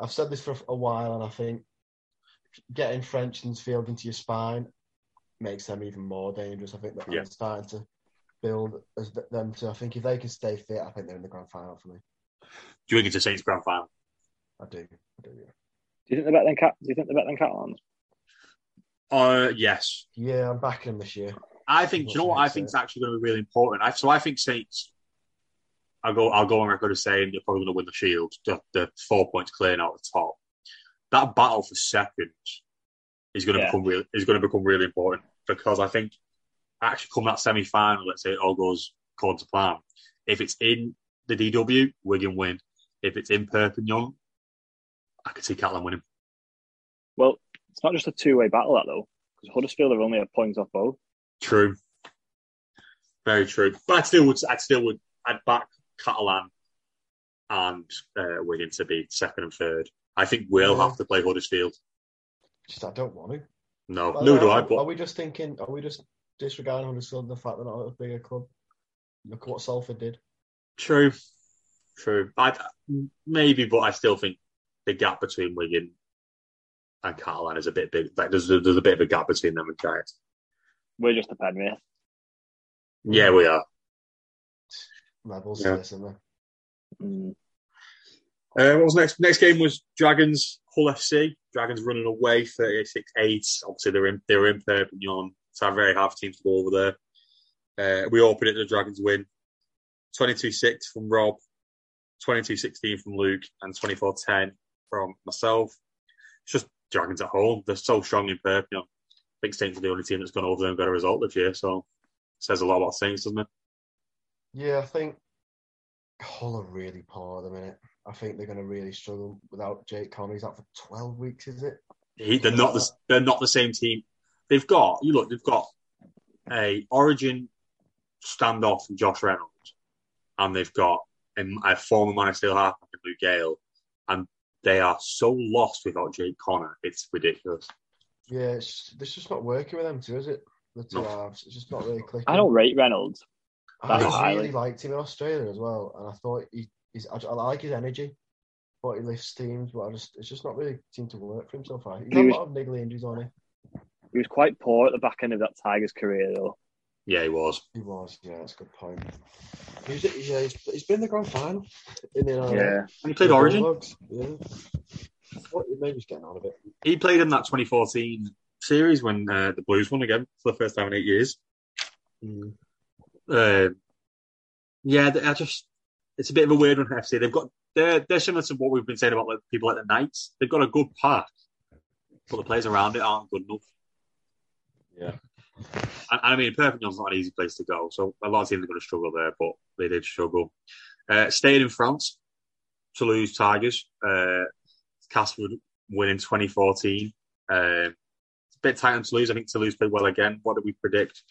B: I've said this for a while, and I think getting Frenchensfield into your spine makes them even more dangerous. I think that yeah. they're starting to build as them. So I think if they can stay fit, I think they're in the grand final for me.
A: Do you think it's a Saints grand final?
B: I do. I do. Yeah.
C: Do you think they're better than Cat? Do you think they're better than Catalans?
A: Uh, yes.
B: Yeah, I'm backing them this year.
A: I think. you know what? I think is actually going to be really important. I, so I think Saints. I'll go. I'll go on record as saying they're probably going to win the Shield. The, the four points clearing out the top. That battle for second is going to yeah. become really is going to become really important because I think actually come that semi final, let's say it all goes according to plan. If it's in the DW, Wigan win. If it's in Perpignan, I could see Catalan winning.
C: Well, it's not just a two way battle, that though, because Huddersfield are only a point off both.
A: True. Very true. But I still would, I still would, I'd back Catalan and uh, Wigan to be second and third. I think we'll yeah. have to play Huddersfield.
B: Just, I don't want to. um,
A: No, but, no, do I. But...
B: Are we just thinking, are we just disregarding Huddersfield and the fact they're not a bigger club? Look what Salford did.
A: True. True. i maybe, but I still think the gap between Wigan and Catalan is a bit big. Like there's a, there's a bit of a gap between them and Giants.
C: We're just a Penrith.
A: Yeah, we are.
B: Levels, yeah. isn't
A: mm. uh, what was next? Next game was Dragons Hull FC. Dragons running away 36-8. Obviously they're in they're in Perpignan. It's our very half team to go over there. Uh, we all predicted the Dragons win. 22-6 from Rob, 22-16 from Luke, and 24-10 from myself. It's just Dragons at home. They're so strong in Perpignan. I think Saints are the only team that's gone over them and got a result this year. So it says a lot about Saints, doesn't it?
B: Yeah, I think Hull are really poor at the minute. I think they're going to really struggle without Jake Connor. He's out for 12 weeks, is it?
A: He, they're, not the, they're not the same team. They've got, you look, they've got a Origin standoff from Josh Reynolds, and they've got a, a former Man of Steel halfback, Lou Gale, and they are so lost without Jake Connor. It's ridiculous.
B: Yeah, it's, it's just not working with them too, is it? The two no. halves. It's just not really clicking.
C: I don't rate Reynolds.
B: I really highly. liked him in Australia as well, and I thought he, he's. I, I, like his energy, but he lifts teams. But I just, it's just not really seemed to work for him so far. He's he was, a lot of niggly injuries on him.
C: He was quite poor at the back end of that Tigers career, though.
A: Yeah, he was.
B: He was. Yeah, that's a good point. He's, yeah, he's, he's been the grand final. In the, uh,
C: yeah,
A: he played Origin.
B: Bulldogs. Yeah, what maybe he's getting out of it.
A: He played in that 2014 series when uh, the Blues won again for the first time in eight years. Mm. Uh, yeah, I just it's a bit of a weird one. FC they've got they're they're similar to what we've been saying about like, people at the Knights. They've got a good pack, but the players around it aren't good enough.
B: Yeah.
A: And, I mean, Perpignan's not an easy place to go, so a lot of teams are going to struggle there, but they did struggle. Uh, staying in France, Toulouse Tigers, uh, Castleford winning Um, 2014. Uh, it's a bit tight on Toulouse. I think Toulouse played well again. What did we predict?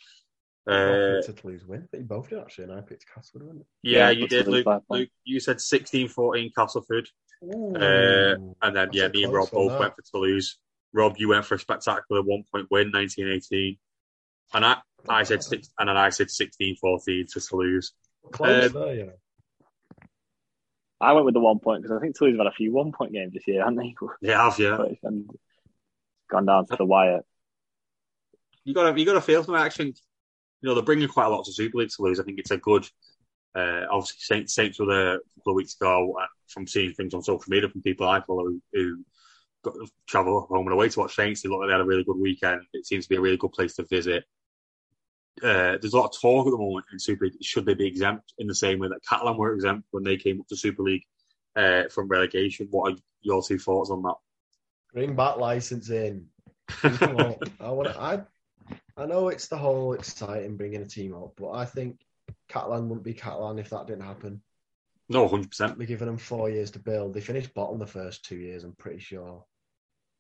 A: Uh,
B: to Toulouse win, but you both did actually, and I picked Castleford, wouldn't
A: yeah,
C: Yeah,
A: you
C: that's
A: did,
C: a
A: Luke,
C: good five point.
A: Luke. You said 16 14 Castleford.
B: it?
A: Uh, And then,
B: That's
A: yeah,
B: a
A: me and Rob
B: close one,
A: both
B: that.
A: went for Toulouse. Rob, you went for a spectacular one point win, 19 18. And I, I said six, and then I said 16 14 to Toulouse.
B: Close
A: uh,
B: there, you know.
C: I went with the one point because I think Toulouse have had a few one point games this year, haven't they?
A: They have, yeah.
C: But it's um, gone down to the wire.
A: you got to you got to feel for them. I actually, think, you know, they're bringing quite a lot to Super League to lose. I think it's a good. Uh, obviously, Saints, Saints were there a couple of weeks ago. uh, From seeing things on social media from people I follow who, who got, travel home and away to watch Saints, they look like they had a really good weekend. It seems to be a really good place to visit. Uh, there's a lot of talk at the moment in Super League. Should they be exempt in the same way that Catalan were exempt when they came up to Super League uh, from relegation? What are your two thoughts on that?
B: Bring back licensing. Come on. I want. I. I know it's the whole exciting bringing a team up, but I think Catalan wouldn't be Catalan if that didn't happen.
A: no, 100%.
B: We're giving them four years to build. They finished bottom the first two years. I'm pretty sure.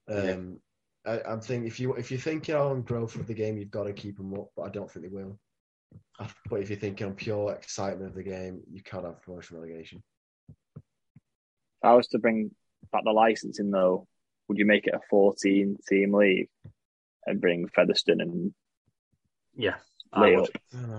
B: Um, I, I'm thinking if you if you're thinking on growth of the game, you've got to keep them up, but I don't think they will. I- But if you're thinking on pure excitement of the game, you can't have promotion relegation.
C: If I was to bring back the licensing though, would you make it a 14 team league and bring Featherstone and
A: Yeah. I
C: Lay
A: would.
C: up?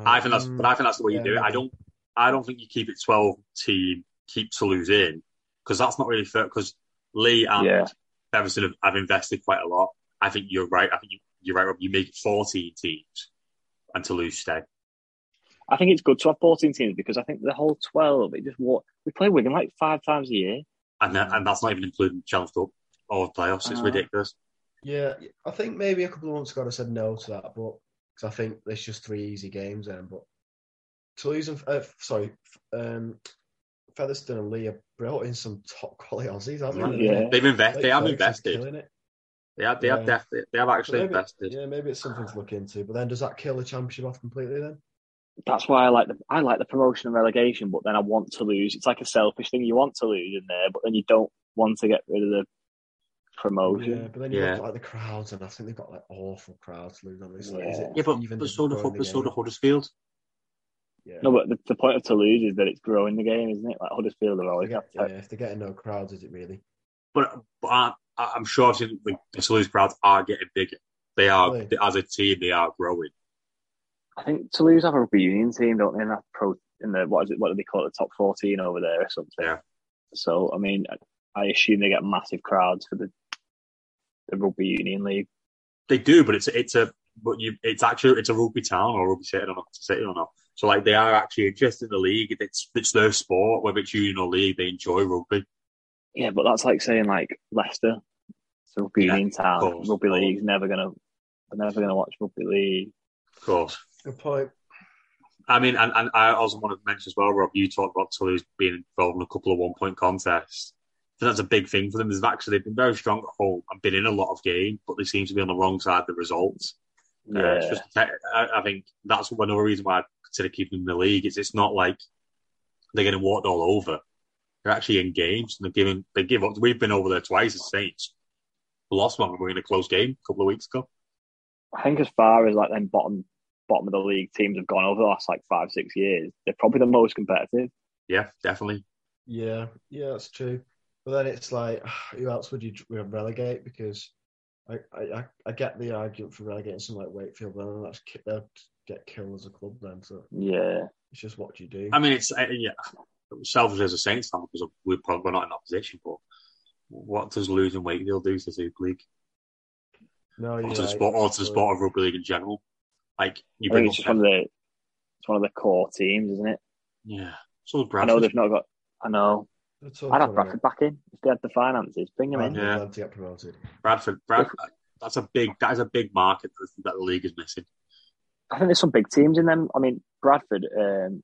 A: I think that's,
B: Mm.
A: but I think that's the way you
B: yeah,
A: do it. I
B: maybe.
A: don't, I don't think you keep it twelve team, keep Toulouse in because that's not really fair. Because Lee and
C: Yeah.
A: Everton have, have invested quite a lot. I think you're right. I think you, you're right. Rob. You make it fourteen teams, and Toulouse stay.
C: I think it's good to have 14 teams because I think the whole 12, it just what we play Wigan like five times a year.
A: And that, and that's not even including Challenge Cup or playoffs. It's
C: Uh-huh.
A: ridiculous.
B: Yeah, I think maybe a couple of months ago I said no to that, but because I think there's just three easy games then. But Toulouse and uh, sorry, um, Featherstone and Lee have brought in some top quality Aussies, haven't they?
C: Yeah.
A: They've invested. They have
B: Blake Blake's just
A: invested.
B: killing it.
A: They have. They have.
B: Yeah.
A: Def- they have actually
B: Maybe-
A: invested.
B: Yeah, maybe it's something to look into. But then does that kill the championship off completely then?
C: That's why I like the I like the promotion and relegation, but then I want to lose. It's like a selfish thing. You want to lose in there, but then you don't want to get rid of the
B: Yeah,
C: promotion.
B: but then you
A: Yeah.
B: look at like the crowds, and I think they've got like awful crowds. Lose on this. Like, is
C: Yeah.
B: it
A: Yeah, but,
B: even
A: but so the
B: growing the
A: but so the
B: game?
A: Huddersfield.
B: Yeah.
C: No, but the, the point of Toulouse is that it's growing the game, isn't it? Like Huddersfield are
B: If
C: always
B: they get-
C: yeah.
B: yeah, if they're getting no crowds, is it really?
A: But, but I, I- I'm sure obviously the, the Toulouse crowds are getting bigger. They are
B: Really?
A: as a team. They are growing.
C: I think Toulouse have a reunion team, don't they? In that pro, in the what is it? What do they call it? The top fourteen over there or something.
A: Yeah.
C: So I mean, I- I assume they get massive crowds for the the rugby union league.
A: They do, but it's a, it's a but you it's actually it's a rugby town or rugby city or not city or not. So like they are actually interested in the league. It's it's their sport, whether it's union or league, they enjoy rugby.
C: Yeah, but that's like saying like Leicester, it's a rugby
A: Yeah,
C: union town.
A: of course.
C: rugby league's never gonna, they're never gonna watch rugby league.
A: Of course.
B: Good point.
A: I mean, and, and I also want to mention as well, Rob. You talked about Toulouse being involved in a couple of one point contests. So that's a big thing for them. They've actually they've been very strong at home and been in a lot of games, but they seem to be on the wrong side of the results. Uh,
C: Yeah,
A: it's just, I, I think that's another reason why I consider keeping them in the league. Is it's not like they're getting walked all over. They're actually in games and they're giving they give up. We've been over there twice as Saints. We lost one. We were in a close game a couple of weeks ago.
C: I think as far as like then bottom bottom of the league teams have gone over the last like five six years, they're probably the most competitive.
A: Yeah, definitely.
B: Yeah, yeah, that's true. But then it's like, who else would you dr- relegate? Because I, I, I- I get the argument for relegating someone like Wakefield, but then that's ki- they'll get killed as a club. Then so
C: Yeah,
B: it's just what you do.
A: I mean, it's uh, yeah, selfish as a Saints fan because we're probably we're not in that position. But what does losing Wakefield do to the Super League
B: no,
A: or
B: you're
A: to the
B: right,
A: sport or to the
B: absolutely.
A: sport of rugby league in general? Like you
C: I think
A: bring
C: it's just
A: up,
C: one of the it's one of the core teams, isn't it?
A: yeah. So
C: I know
A: Bradford.
C: they've not got. I know.
B: They're tough,
C: I'd have
B: aren't
C: Bradford
B: they?
C: back in if they had the finances. Bring them in.
B: Bradford
A: Yeah.
B: love to get promoted.
A: Bradford, Brad, that's a big, that is a big market that- that the league is missing.
C: I think there's some big teams in them. I mean, Bradford. Um,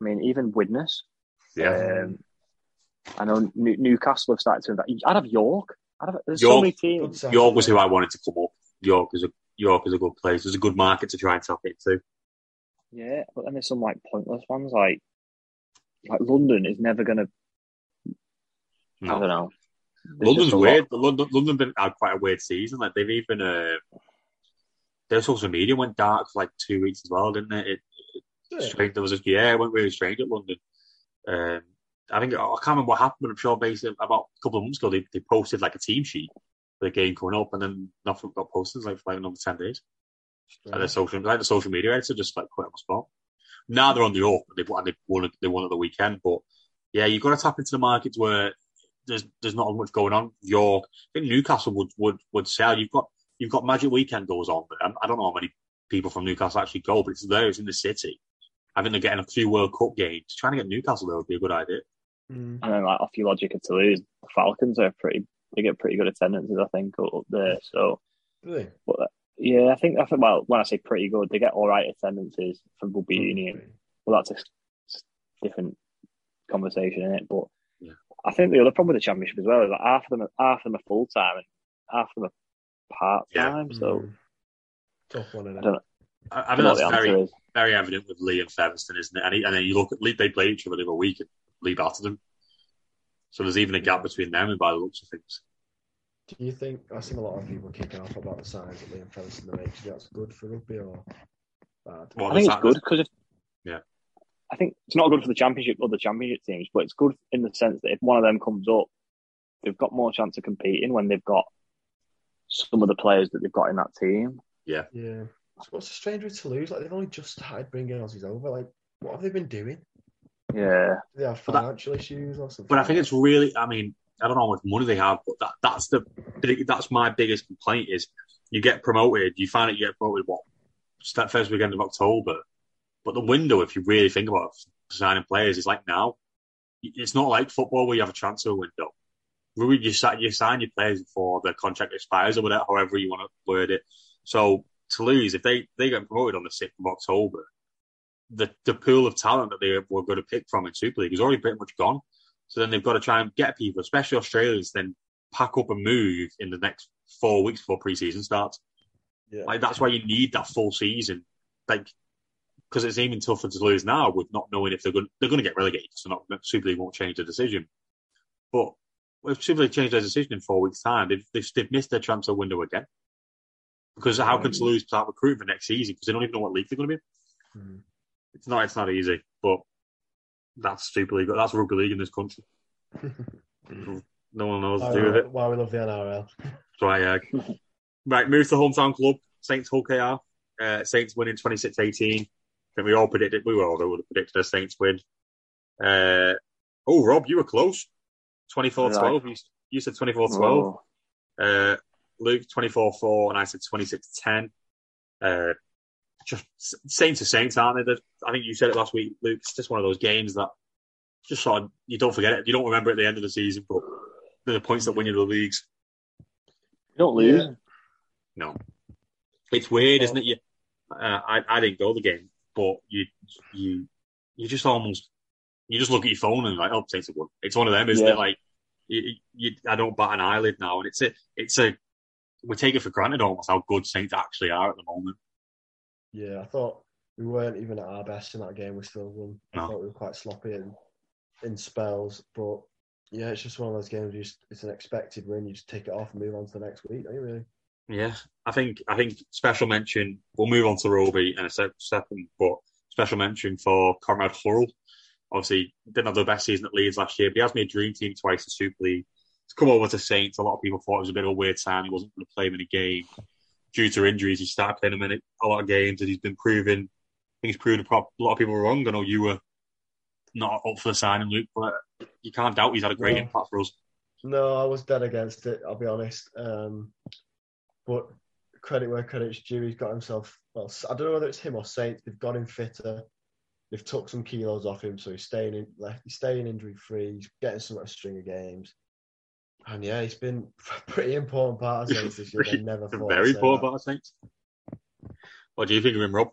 C: I mean, even Widnes. Um, I know New- Newcastle have started to invest. I'd have York. I'd have, there's so
A: York.
C: many
B: Good
C: teams.
B: side,
A: York was
B: yeah.
A: who I wanted to come up. York is a York is a good place. There's a good market to try and tap into.
C: Yeah, but then there's some like pointless ones. Like, like London is never gonna. I don't know. There's
A: London's
C: just a
A: weird.
C: lot-
A: London, London been had quite a weird season. Like they've even uh, their social media went dark for like two weeks as well, didn't it? it, it
B: Yeah.
A: strange, there was a, yeah, it went really strange at London. Um, I think I can't remember what happened, but I'm sure basically about a couple of months ago they, they posted like a team sheet for the game coming up, and then nothing got posted like for like another ten days. Like the social, like the social media editor just like quit on the spot. Now they're on the up. They've won. They won. They won at the weekend. But yeah, you've got to tap into the markets where there's there's not as much going on. York, I think Newcastle would would would sell. You've got you've got Magic Weekend goes on, but um, I don't know how many people from Newcastle actually go. But it's there. It's in the city. I think they're getting a few World Cup games. Trying to get Newcastle there would be a good idea.
B: Mm.
C: And then like off your logic of Toulouse, the Falcons are pretty. They get pretty good attendances, I think, up there. So
B: Do they?
C: yeah, I think I think well, when I say pretty good, they get all right attendances from Rugby
A: Mm.
C: Union. Well, that's a s- s- different conversation in it. But
A: Yeah.
C: I think the other problem with the championship as well is that half of them, are- half of them are full time and half of them are part time. So
B: Mm. tough one, is
C: I don't know.
A: I, I think
C: I don't know what
A: that's
C: the
A: very
C: answer is.
A: very evident with Lee and Featherstone, isn't it? And, he, and then you look at Lee, they played each other the other week and Lee battered them. So there's even a gap between them and by the looks of things.
B: Do you think I've seen a lot of people kicking off about the size that Liam Featherstone makes? Do you think that's good for rugby or bad?
A: What,
C: I think
A: there's
C: it's
A: that-
C: good because
A: Yeah.
C: I think it's not good for the championship or the championship teams, but it's good in the sense that if one of them comes up, they've got more chance of competing when they've got some of the players that they've got in that team.
B: Yeah. What's strange with Toulouse? Like they've only just started bringing Aussies over. Like what have they been doing?
C: Yeah,
B: Do they have
A: But that-
B: financial issues or something?
A: But I think it's really, I mean, I don't know how much money they have, but that, that's the big, that's my biggest complaint is you get promoted, you find that you get promoted what that first weekend of October, but the window, if you really think about it, for signing players, is like now. It's not like football where you have a transfer window. Really, you sign you sign your players before their contract expires or whatever, however you want to word it. So Toulouse, if they they get promoted on the sixth of October, the the pool of talent that they were going to pick from in Super League is already pretty much gone. So then they've got to try and get people, especially Australians, then pack up and move in the next four weeks before preseason starts.
B: Yeah.
A: Like that's why you need that full season, like because it's even tougher to lose now with not knowing if they're going they're going to get relegated. So not Super League won't change their decision, but if Super League change their decision in four weeks' time, they've they've, they've missed their transfer window again. Because how can
C: Mm.
A: Toulouse start recruiting for next season? Because they don't even know what league they're going to be. in.
B: Mm.
A: It's not it's not easy, but that's Super League. That's rugby league in this country. No one knows what to do with it.
B: Why we love the NRL.
A: Dry egg. right, move to hometown club, Saints Hull KR. Uh, Saints winning 26 18. I think we all predicted, we were all would have predicted a Saints win. Uh, oh, Rob, you were close. 24 12. You, you said 24 12.
C: Oh,
A: Uh, Luke 24 4, and I said 26 10. Uh, just S- Saints are Saints, aren't they? They're- I think you said it last week, Luke. It's just one of those games that just sort of, you don't forget it. You don't remember at the end of the season, but they're the points that win you the leagues.
C: you don't lose.
B: Yeah.
A: No, it's weird,
B: Oh.
A: isn't it? You, uh, I I didn't go to the game, but you you you just almost you just look at your phone and like, oh, Saints have won. It's one of them, isn't
C: Yeah.
A: it? Like, you, you, I don't bat an eyelid now, and it's a it's a we take it for granted almost how good Saints actually are at the moment.
B: Yeah, I thought we weren't even at our best in that game. We still won.
A: No.
B: I thought we were quite sloppy in, in spells, but yeah, it's just one of those games. You just, it's an expected win. You just take it off and move on to the next week. Don't you really?
A: Yeah, I think I think special mention. We'll move on to Roby in a se- second, but special mention for Conrad Hurrell. Obviously, didn't have the best season at Leeds last year, but he has made dream team twice in Super League. To come over to Saints, a lot of people thought it was a bit of a weird time. He wasn't going to play many games due to injuries. He started playing a minute, a lot of games, and he's been proving. I think he's proven a, prop, a lot of people wrong. I know you were not up for the signing, Luke, but you can't doubt he's had a great
B: No.
A: impact for us.
B: No, I was dead against it. I'll be honest. Um, but credit where credit's due. He's got himself. Well, I don't know whether it's him or Saints. They've got him fitter. They've took some kilos off him, so he's staying in. Like, he's staying injury free. He's getting some of a string of games. And yeah, he's been a pretty important part of Saints this year. I never
A: It's a
B: thought. I'd
A: very
B: say
A: poor
B: that.
A: part of Saints. What do you think of him, Rob?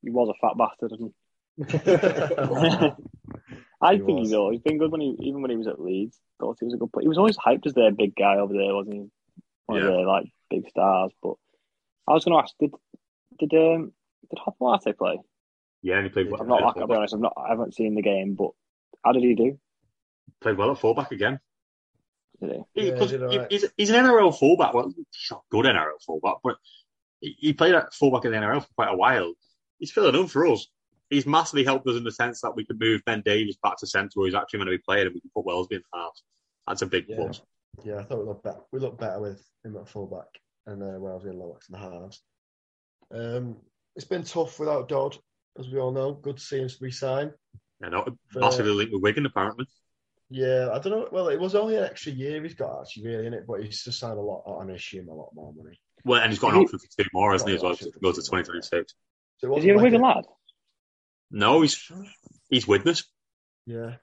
C: He was a fat bastard. Isn't he? I
B: He
C: think
B: was.
C: he's always He's been good when he, even when he was at Leeds. Thought he was a good player. He was always hyped as their big guy over there, wasn't he? One
A: Yeah.
C: of their like big stars. But I was going to ask, did did um did Hopolate play?
A: Yeah, and he played
B: Yeah,
A: well. uh,
C: I'm not. I'll be
A: fullback.
C: honest. I'm not. I haven't seen the game, but how did he do?
A: Played well at fullback again.
C: did he?
B: Yeah,
A: Because
B: did all
A: he-
B: right.
A: he's, he's an NRL fullback. Well, he's not a good NRL fullback, but he, he played at fullback in the NRL for quite a while. He's filling in for us. He's massively helped us in the sense that we could move Ben Davies back to centre where he's actually going to be playing and we can put Wellesby in half. That's a big
B: Yeah.
A: plus.
B: Yeah, I thought we looked better. We looked better with him at fullback and uh, Wales in low backs and halves. Um, it's been tough without Dodd, as we all know. Good to see him resign.
A: You know,
B: But-
A: massively linked with Wigan, apparently.
B: Yeah, I don't know. Well, it was only an extra year he's got actually, really, in it, but he's just signed a lot. I mean, assume a lot more money.
A: Well, and he's got an
C: He-
A: option for two more, hasn't he, as well, to go to 2026.
B: So it
C: Is he a
B: wasn't
C: Wigan
B: like
C: lad?
A: No, he's he's witness.
B: Yeah.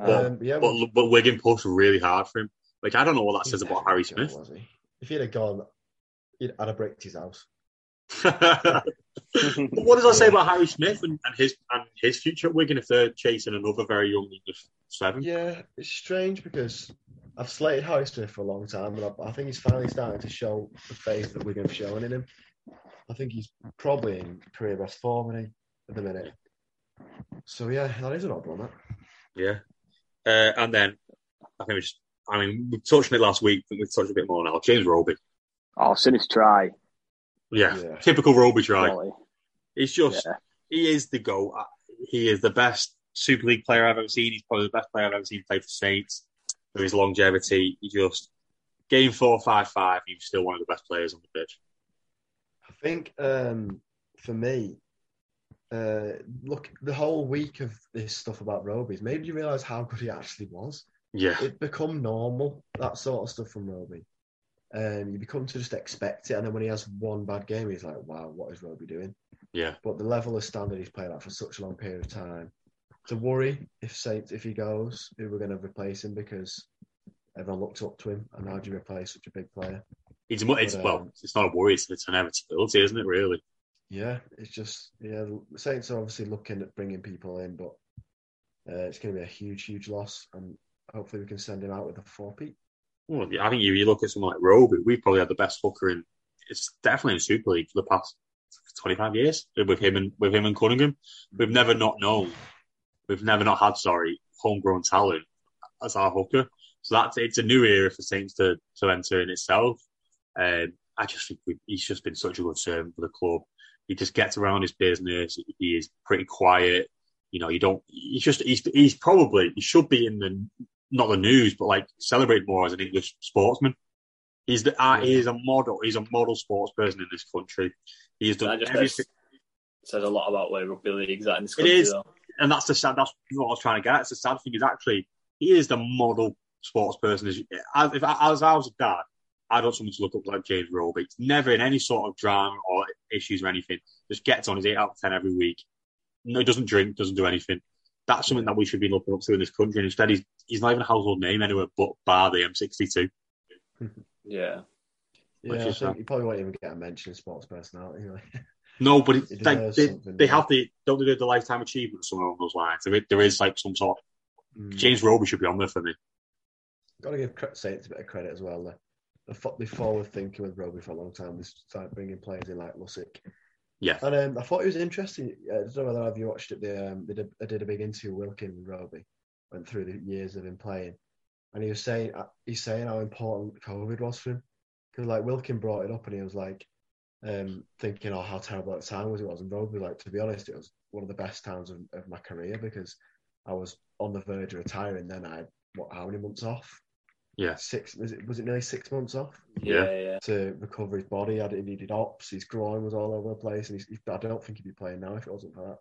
C: Uh,
B: um, yeah.
A: But, but Wigan pushed really hard for him. Like, I don't know what that says about Harry Smith.
B: Was he? If he'd have gone, he'd, I'd have bricked his house.
A: but
C: Oh.
A: what does that say about Harry Smith and, and his and his future at Wigan if they're chasing another very young English seven?
B: Yeah, it's strange because I've slated Harry Smith for a long time, but I, I think he's finally starting to show the faith that Wigan have shown in him. I think he's probably in career best form isn't he, at the minute. So yeah, that is an odd one. That.
A: Yeah. Uh, and then I think we just I mean we touched on it last week, but we've touched a bit more now. James Roby.
C: oh, Sinnis try.
A: Yeah.
B: Yeah.
A: Typical Roby try.
C: Golly.
A: He's just
C: Yeah.
A: he is the goat. He is the best Super League player I've ever seen. He's probably the best player I've ever seen play for Saints. For his longevity, he just game four five five, he was still one of the best players on the pitch.
B: I think um, for me, uh, look, the whole week of this stuff about Roby's made you realise how good he actually was.
A: Yeah.
B: it become normal that sort of stuff from Roby. Um, you become to just expect it, and then when he has one bad game, he's like, "Wow, what is Roby doing?"
A: Yeah.
B: But the level of standard he's played at for such a long period of time, to worry if Saints if he goes, who we're going to replace him because everyone looked up to him, and how do you replace such a big player?
A: It's, mu- it's
B: But,
A: well,
B: um,
A: it's not a worry. It's, it's an inevitability, isn't it? Really.
B: Yeah, it's just yeah, the Saints are obviously looking at bringing people in, but uh, it's going to be a huge, huge loss, and hopefully we can send him out with a four peat.
A: Well, I think you, you look at someone like Roby. We've probably had the best hooker in. It's definitely in Super League for the past twenty five years with him and with him and Cunningham. We've never not known. We've never not had sorry homegrown talent as our hooker. So that's it's a new era for Saints to to enter in itself. Um, I just think we, he's just been such a good servant for the club. He just gets around his business. He, he is pretty quiet. You know, you don't. He's just he's he's probably he should be in the not the news, but like celebrate more as an English sportsman. He's the uh, he is a model. He's a model sports person in this country. He has
D: That
A: done
D: just
A: everything,
D: says, says a lot about where rugby league's at in this
A: It
D: country.
A: is.
D: though.
A: and that's the sad. That's what I was trying to get. at. It's the sad thing is actually he is the model sports person. As, as if I, as I was a dad, I'd want someone to look up like James Roby. It's never in any sort of drama or issues or anything. Just gets on his eight out of ten every week. No, he doesn't drink, doesn't do anything. That's something that we should be looking up to in this country. And instead, he's he's not even a household name anywhere but bar the M62.
D: Yeah.
A: Which
B: Yeah, I
A: is
B: think
A: sad.
B: you probably won't even get a mention in sports personality. Really.
A: No, but it's
B: It
A: like
B: deserves
A: they,
B: something,
A: they
B: yeah.
A: have the don't they do the lifetime achievement or something along those lines. There is, there is like some sort. Of, James Roby should be on there for me.
B: Got to Mm. give cre- Saints a bit of credit as well. They're, they're, fo- they're forward thinking with Roby for a long time. They started bringing players in like Lusick.
A: Yeah.
B: And um, I thought it was interesting. uh, I don't know whether have you watched it. They, um, they, did, they did a big interview with Wilkin and Roby, went through the years of him playing. And he was saying uh, he's saying how important COVID was for him. Because like Wilkin brought it up and he was like um, thinking, oh, how terrible that time was it was. And Roby was like, to be honest, it was one of the best times of, of my career because I was on the verge of retiring. Then I had, what, how many months off?
A: Yeah.
B: Six, was it, was it nearly six months off?
A: Yeah.
D: Yeah, yeah.
B: to recover his body. I didn't needed ops. His groin was all over the place, and he's, he, I don't think he'd be playing now if it wasn't for that.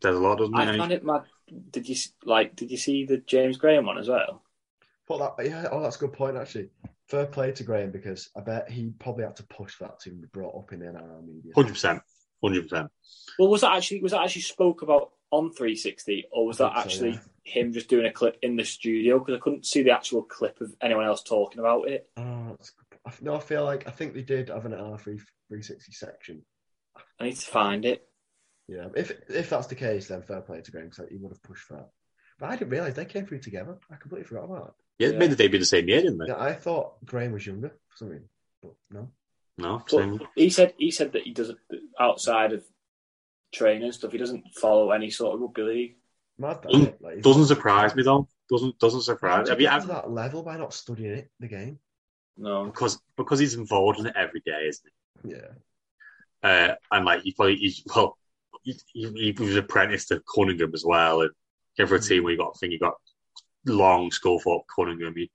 A: There's a lot, doesn't
D: I
A: it?
D: found it mad. Did you s- like? Did you see the James Graham one as well?
B: But that, yeah, oh, that's a good point actually. Fair play to Graham because I bet he probably had to push that to be brought up in the NRL media.
A: Hundred percent, hundred percent.
D: Well, was that actually was that actually spoke about on 360, or was
B: I
D: that
B: think so,
D: actually
B: yeah.
D: him just doing a clip in the studio? Because I couldn't see the actual clip of anyone else talking about it.
B: Oh, that's a good- I f- no, I feel like I think they did have an NRL three three sixty section.
D: I need to find it.
B: Yeah, if if that's the case, then fair play to Graham because he would have pushed for that. But I didn't realise they came through together. I completely forgot about
A: Yeah,
D: Yeah.
A: made the debut the same year, didn't they?
B: that. Yeah, I thought Graham was younger for some reason, but no.
A: No,
D: But
A: same.
D: he said he said that he doesn't outside of training and stuff. He doesn't follow any sort of rugby league.
B: Mad that,
A: Doesn't-
D: Mm.
B: isn't it? Like, he's-
A: Doesn't surprise me though. doesn't doesn't surprise.
B: Have
A: Have
B: you
A: you
B: got to
A: have,
B: that level by not studying it the game?
D: No.
A: because because he's involved in it every day, isn't
B: Yeah.
A: he? Uh, and like you probably he's, well, he, he, he was apprenticed to Cunningham as well, and came
D: Mm.
A: for a team where you got I think you got long Scofield Cunningham. You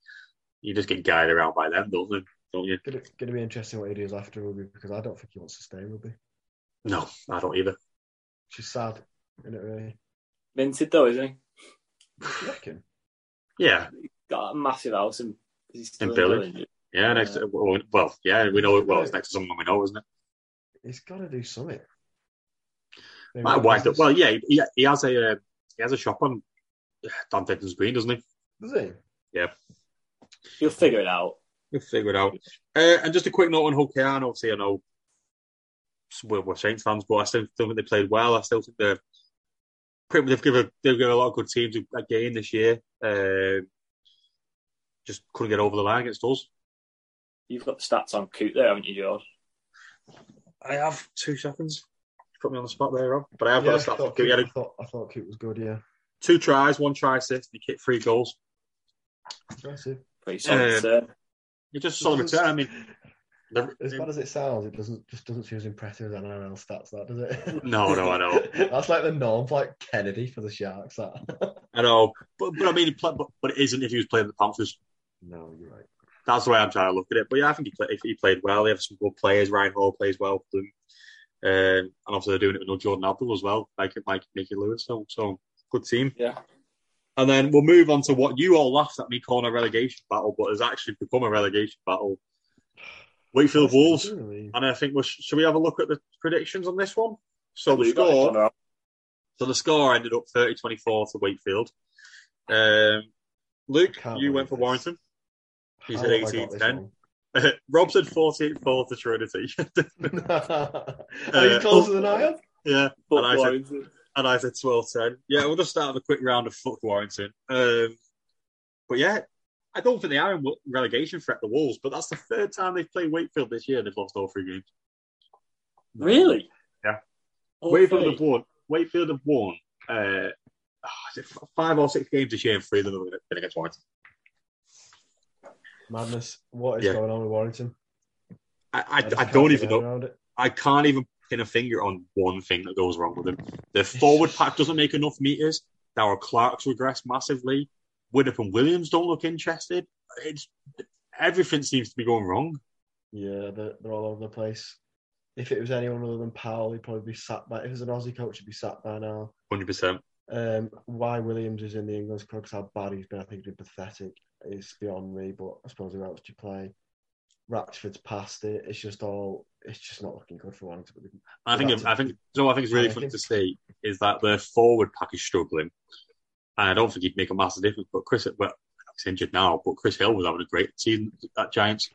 A: you just get guided around by them, don't you? Don't you?
B: Gonna, gonna be interesting what he does after rugby because I don't think he wants to stay in rugby.
A: No, I don't either.
B: Which is sad, isn't it really?
D: Minted though, isn't he?
B: Do you reckon?
A: Yeah,
D: Got a massive house in, is he still
A: In Billy?
D: Billy?
A: yeah. Next,
D: Yeah.
A: well, well, yeah, we know. Well, it's next to someone we know, isn't it?
B: He's gotta do something. Maybe
A: My
B: run a
A: wife,
B: business.
A: well, yeah, he, he has a uh, he has a shop on Dan Denton's Green, doesn't he?
B: Does he?
D: He'll figure it out.
A: We'll figure it out. Uh, and just a quick note on Hokkaido. Obviously, I know we're, we're Saints fans, but I still don't think they played well. I still think they're pretty. They've given they've given a lot of good teams a game this year. Uh, just couldn't get over the line against us.
D: You've got the stats on Coot there, haven't you, George?
A: I have two seconds. Put me on the spot there, Rob. But I have
B: Yeah,
A: got a stat.
B: thought
A: He
B: Coop-
A: had
B: I thought I thought Coop was good, yeah.
A: two tries, one try assist. and He kicked three goals.
B: Impressive.
D: Pretty solid.
A: Uh,
D: sir.
A: He just solid return. I mean, the-
B: As bad as it sounds, it doesn't just doesn't seem as impressive as NRL stats, that does it?
A: No, no, I know.
B: That's like the norm, for, like Kennedy for the Sharks. That.
A: I know, but, but I mean, he pla- but, but it isn't if he was playing the Panthers.
B: no, you're right.
A: that's the way I'm trying to look at it. But yeah, I think he played. He played well. They have some good players. Ryan Hall plays well for them, um, and obviously they're doing it with no Jordan Abdul as well, like like Nicky Lewis. So, so good team.
D: Yeah.
A: And then we'll move on to what you all laughed at me calling a relegation battle, but has actually become a relegation battle. Wakefield Wolves,
B: Really?
A: and I think we should we have a look at the predictions on this one? So the
D: We've got each
A: score.
D: other out.
A: So the score ended up 30-24 to Wakefield. Um, Luke,
B: I can't
A: you went
B: believe
A: for
B: this.
A: Warrington. You
B: How
A: said
B: have I got
A: 18,
B: this
A: 10.
B: wrong?
A: Rob said 48-4 to Trinity. Uh,
B: Are you
A: oh.
B: closer than I am?
A: yeah,
D: But
A: and I said
D: Warrington-
A: and I said 12-10. Yeah, we'll just start with a quick round of fuck Warrington. Um, but yeah, I don't think they are in w- relegation threat. The Wolves, but that's the third time they've played Wakefield this year. and They've lost all three games.
D: Really?
A: Yeah.
D: Oh,
A: Wakefield
D: hey.
A: have won. Wakefield have won. Uh, ah, is it f- five or six games this year, and three of them have been against Warrington.
B: Madness. What is
A: Yeah.
B: going on with Warrington?
A: I,
B: just
A: I, I
B: can't
A: don't
B: get
A: even
B: my head
A: know.
B: around it.
A: I can't even pin a finger on one thing that goes wrong with them. Their forward pack doesn't make enough meters. Now Clark's regressed massively. Winnip and Williams don't look interested. It's everything seems to be going wrong.
B: Yeah, they're, they're all over the place. If it was anyone other than Powell, he'd probably be sat by. If it was an Aussie coach, he'd be sat by now.
A: Hundred percent.
B: Um, why Williams is in the England squad? Because how bad he's been, I think he's been pathetic. It's beyond me, but I suppose who else do you play? Ratchford's past it. It's just all. It's just not looking good for Warrington. But they-
A: I think. I think. You know, what I think it's really funny to see is that their forward pack is struggling, and I don't think he'd make a massive difference. But Chris, well, he's injured now. But Chris Hill was having a great season at Giants.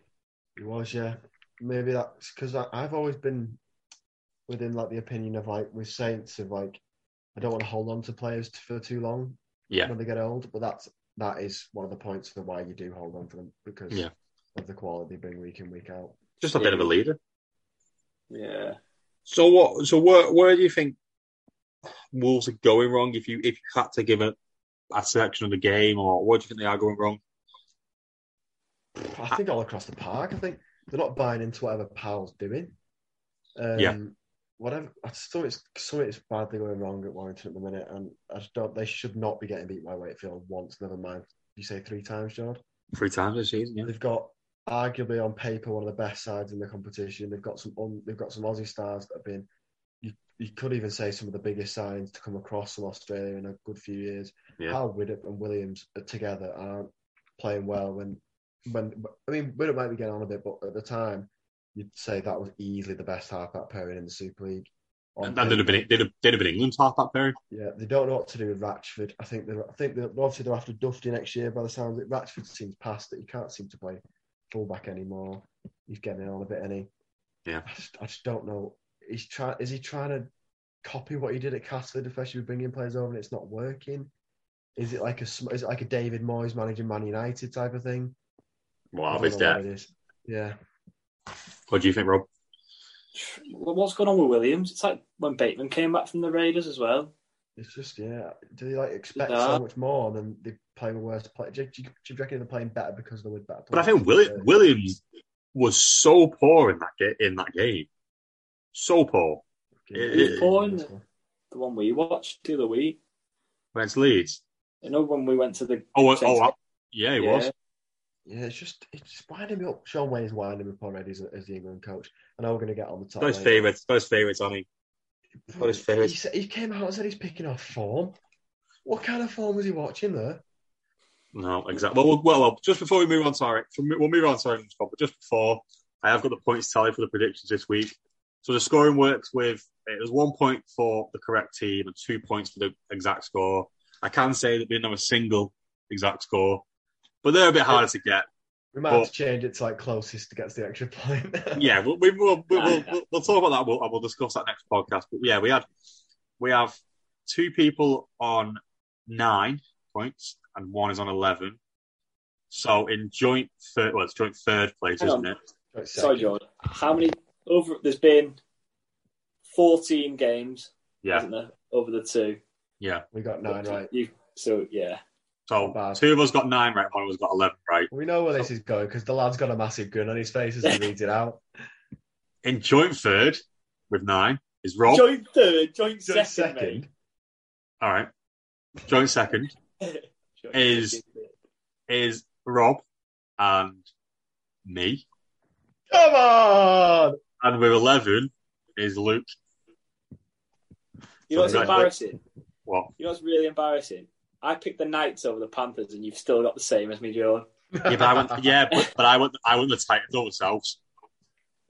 B: He was, yeah. Maybe that's because I've always been within like the opinion of like with Saints of like I don't want to hold on to players t- for too long
A: Yeah.
B: when they get old, but that's that is one of the points for why you do hold on to them because
A: Yeah.
B: of the quality they bring week in week out.
A: Just a bit of a leader.
D: Yeah.
A: So what? So where where do you think Wolves are going wrong? If you if you had to give a a selection of the game, or where do you think they are going wrong?
B: I think all across the park. I think they're not buying into whatever Powell's doing. Um,
A: Yeah.
B: Whatever. I just thought it's something's badly going wrong at Warrington at the minute, and I just don't. They should not be getting beat by Wakefield once. Never mind. You say three times, George.
A: Three times this season, yeah.
B: They've got arguably on paper one of the best sides in the competition. They've got some un, they've got some Aussie stars that have been you, you could even say some of the biggest signs to come across from Australia in a good few years.
A: Yeah.
B: How Widdop and Williams are together aren't playing well when when I mean Widdop might be getting on a bit, but at the time you'd say that was easily the best halfback pairing in the Super League. On
A: And they'd have
B: paper.
A: been they'd have, they'd have been England's half back pairing.
B: Yeah, they don't know what to do with Ratchford. I think they're I think they're obviously they're after Dufty next year by the sounds of it. Ratchford seems past it. He can't seem to play fullback anymore. He's getting on a bit any.
A: Yeah.
B: I just, I just don't know. He's trying is he trying to copy what he did at Castleford, especially with bringing players over and it's not working? Is it like a sm- is it like a David Moyes managing Man United type of thing? I
A: Wow,
B: don't
A: it's
B: know what
A: dead.
B: it is. Yeah.
A: What do you think, Rob?
D: Well, What's going on with Williams? It's like when Bateman came back from the Raiders as well.
B: It's just yeah. Do they like expect so much more than they play with worse play? Do you, do you- do you reckon they're playing better because they're with better
A: But I
B: players?
A: think Willi- Williams was so poor in that ga- in that game, so poor it- it-
C: The one we watched the other week.
A: against Leeds.
C: I know when we went to the
A: Oh, uh,
C: Saints-
A: oh, uh, yeah, he was.
B: Yeah, it's just it's winding me up. Sean Wayne's winding me up already as, as the England coach. I know we're going to get on the top.
A: Got his
B: later.
A: favourites, got his favourites on him. got his favourite.
B: He, said, he came out and said he's picking off form. What kind of form was he watching there?
A: No, exactly. Well, well, well, just before we move on, sorry, from, we'll move on, sorry, Scott, but just before, I have got the points tally for the predictions this week. So the scoring works with it was one point for the correct team and two points for the exact score. I can say that we didn't have a single exact score, but they're a bit harder to get.
B: We might
A: Well-
B: have to change it to like closest to gets the extra point.
A: Yeah, we, we, we'll, we, we'll, we'll, we'll talk about that. We'll, we'll discuss that next podcast. But yeah, we had we have two people on nine points and one is on eleven. So in joint third, well, it's joint third place,
C: Hang
A: isn't
C: on.
A: it?
B: Right,
C: Sorry,
B: second.
C: Jordan. How many over? There's been fourteen games,
A: Yeah,
C: isn't there, over the two?
A: yeah.
B: We got nine right.
C: You, so yeah,
A: So
B: Not bad.
A: two of us got nine right, one of us got eleven right.
B: We know where this is going because the lad's got a massive grin on his face as he reads it out.
A: In joint third with nine is Rob.
C: joint third, joint,
B: Second,
C: second,
B: second.
A: All right. Joint second
C: mate. Joint
A: Is-
C: second.
A: is Rob and me,
B: Come on!
A: and with eleven is Luke.
C: You know what's
A: Right.
C: embarrassing?
A: What?
C: You know what's really embarrassing? I picked the Knights over the Panthers, and you've still got the same as me, Jordan.
A: Yeah, but I went. Yeah, but, but I went. I went the Titans over ourselves.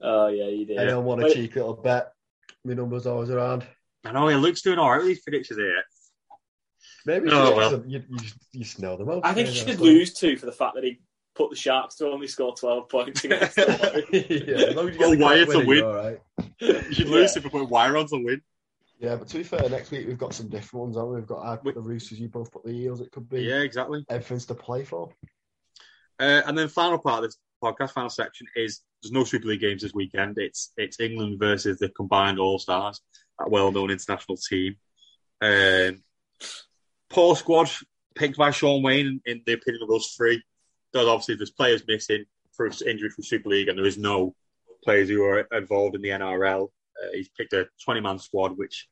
C: Oh yeah, you did.
B: Anyone want a
C: But-
B: cheeky little bet? My number's always around.
A: I know. Yeah, Luke's doing all right with these predictions here.
B: Maybe
A: No,
B: you,
A: well.
B: should- you, you, you snell them out.
C: I think he
B: Yeah,
C: should
B: that's
C: lose too for the fact that he put the Sharks to only score twelve points against the
B: fine.
C: Warriors.
B: yeah, as long as you
A: Well,
B: get the
A: Oh, why
B: correct
A: it's a
B: winner,
A: win.
B: you're all right.
A: You should lose if we put wire on to win.
B: Yeah, but to be fair, next week we've got some different ones, haven't we? We've got I
A: We-
B: put the Roosters, you both put the Eels. It could be
A: Yeah, exactly.
B: everything's to play for.
A: Uh, and then final part of this podcast, final section is there's no Super League games this weekend. It's it's England versus the combined All Stars, that well-known international team. Um, poor squad picked by Sean Wayne in, in the opinion of us three. Because obviously there's players missing for injury from Super League, and there is no players who are involved in the NRL. Uh, he's picked a 20-man squad, which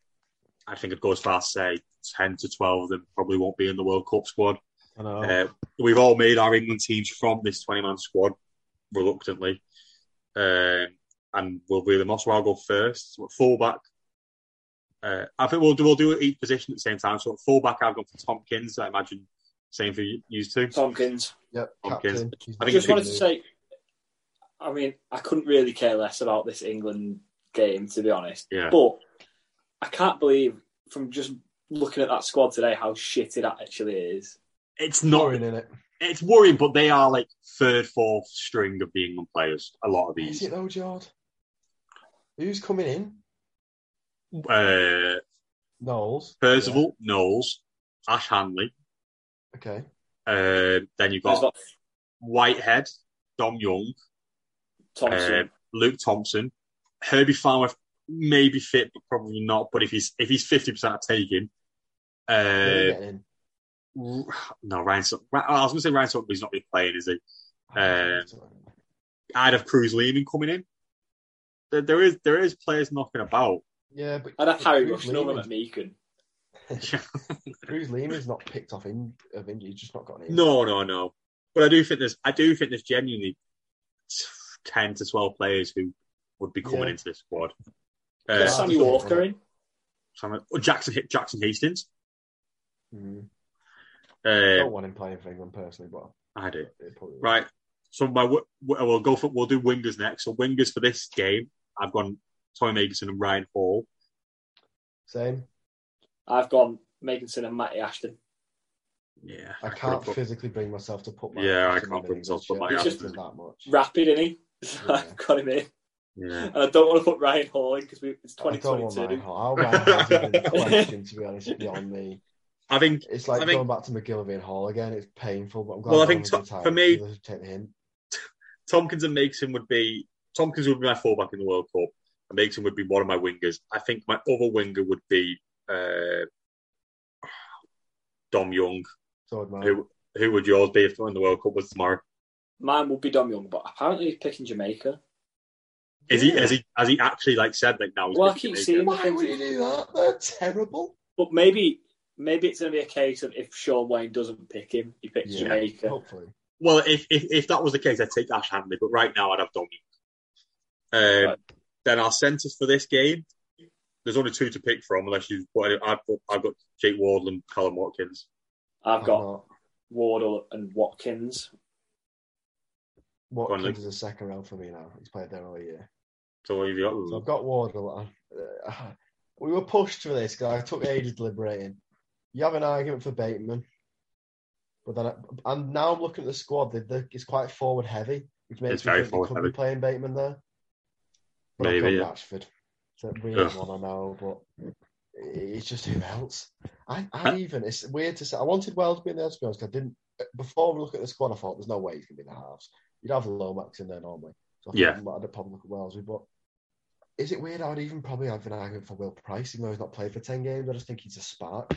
A: I think it goes far to say 10 to 12 of them probably won't be in the World Cup squad.
B: I know.
A: Uh, we've all made our England teams from this 20 man squad reluctantly. Um, and we'll be the most. So I'll go first. So at fullback, uh, I think we'll do, we'll do it each position at the same time. So at fullback, I've gone for Tompkins. I imagine same for you you two.
C: Tompkins.
B: yep,
A: okay.
B: captain. he's
A: I
C: I
A: think
C: just
A: it's
C: wanted to say, I mean, I couldn't really care less about this England game, to be honest.
A: Yeah.
C: But I can't believe from just looking at that squad today how shit it actually is.
A: It's
B: not
A: not.
B: in it.
A: It's worrying, but they are like third, fourth string of the England players. A lot of
B: Is
A: these.
B: it though, Jord? Who's coming in?
A: Uh,
B: Knowles.
A: Percival, Knowles, Ash Hanley.
B: Yeah, Okay.
A: Uh, then you've
C: There's
A: got
C: got
A: Whitehead, Dom Young, Uh,
C: Thompson.
A: Luke Thompson, Herbie Farmer may be fit, but probably not. But if he's if he's fifty percent, I take him.
B: Who are we
A: Uh,
B: getting in?
A: no, Ryan. Sut- Ra- I was going to say Ryan Sutton, but he's not really playing, is he? um, I'd have Cruz Lehman coming in. There, there is there is players knocking about.
B: yeah, but
C: I'd have Harry
B: Cruz
C: Rush over
B: Lehman's,
C: McMeekin.
B: Cruz Lehman's not picked off in, of injury. He's just not got in.
A: No, no, no. But I do think there's I do think there's genuinely ten to twelve players who would be coming
B: Yeah.
A: into this squad.
C: Got
A: Uh,
B: Yes.
C: Sammy Walker in.
A: Sam- oh, Jackson Jackson Hastings.
B: Mm.
A: Uh,
B: Don't want him playing for England personally, but
A: I do.
B: it probably will.
A: Right. So my w- w- we'll go for we'll do wingers next. So wingers for this game, I've gone Tommy Mason and Ryan Hall.
B: Same.
C: I've gone Makinson and Matty Ashton.
A: Yeah,
B: I
A: could've
B: can't
A: put-
B: physically bring myself to put my.
A: Yeah, I
B: in
A: can't bring myself to put
B: English
A: my
B: shirt.
C: arms
B: It's
C: in.
B: that much.
C: Rapid, innit? So
B: Yeah.
C: I've got him in.
A: yeah.
C: And I don't want to put Ryan Hall in because it's
B: I don't want
C: 2022.
B: Ryan Hall. Ryan Hall's even a question, to be honest, beyond me.
A: I think
B: It's like
A: I think-
B: going back to McGillivray and Hall again. It's painful, but I'm glad.
A: Well, I
B: no
A: think
B: one's
A: to-
B: retired.
A: for me-
B: Let's take the hint.
A: Tompkins and Mason would be Tompkins would be my fullback in the World Cup, and Mason would be one of my wingers. I think my other winger would be uh, Dom Young.
B: So would
D: Oh.
B: mine.
A: Who who would yours be if when the World Cup was tomorrow?
D: Mine would be Dom Young, but apparently he's picking Jamaica.
A: Is he has he has he actually like said that now? he's
D: Well, I
A: picking
D: keep
A: Jamaica?
D: seeing
B: Why would you do that? They're terrible.
D: But maybe maybe it's going to be a case of if Sean Wayne doesn't pick him, he picks
B: Yeah.
D: Jamaica.
B: Hopefully.
A: Well, if, if if that was the case, I'd take Ash Handley, but right now I'd have Dom Young. Um,
C: Right.
A: Then our centres for this game, there's only two to pick from, unless you've got. I've got, I've got Jake Wardle and Callum Watkins.
D: I've
B: I'm
D: got
B: not.
D: Wardle and Watkins.
A: Go on, Luke.
B: Watkins is a second round for me now. He's played there all year.
A: So what have you got?
B: So I've got Wardle. I- uh, we were pushed for this because I took ages deliberating. You have an argument for Bateman, but then I, and now I'm looking at the squad. They, they, it's quite forward heavy, which makes
A: It's
B: me
A: very
B: think
A: forward
B: they could
A: heavy.
B: be playing Bateman there. But
A: Maybe,
B: I've
A: yeah.
B: got Rashford. It's a weird
A: Ugh.
B: one, I know, but it's just who else? I,
A: Uh,
B: I even it's weird to say. I wanted Wells being there to be honest. 'cause I didn't before we look at the squad. I thought there's no way he's gonna be in the halves. You'd have Lomax in there normally. So I
A: Yeah.
B: thought I'd probably look at Wellesley, but is it weird? I would even probably have an argument for Will Price, even though he's not played for ten games. I just think he's a spark.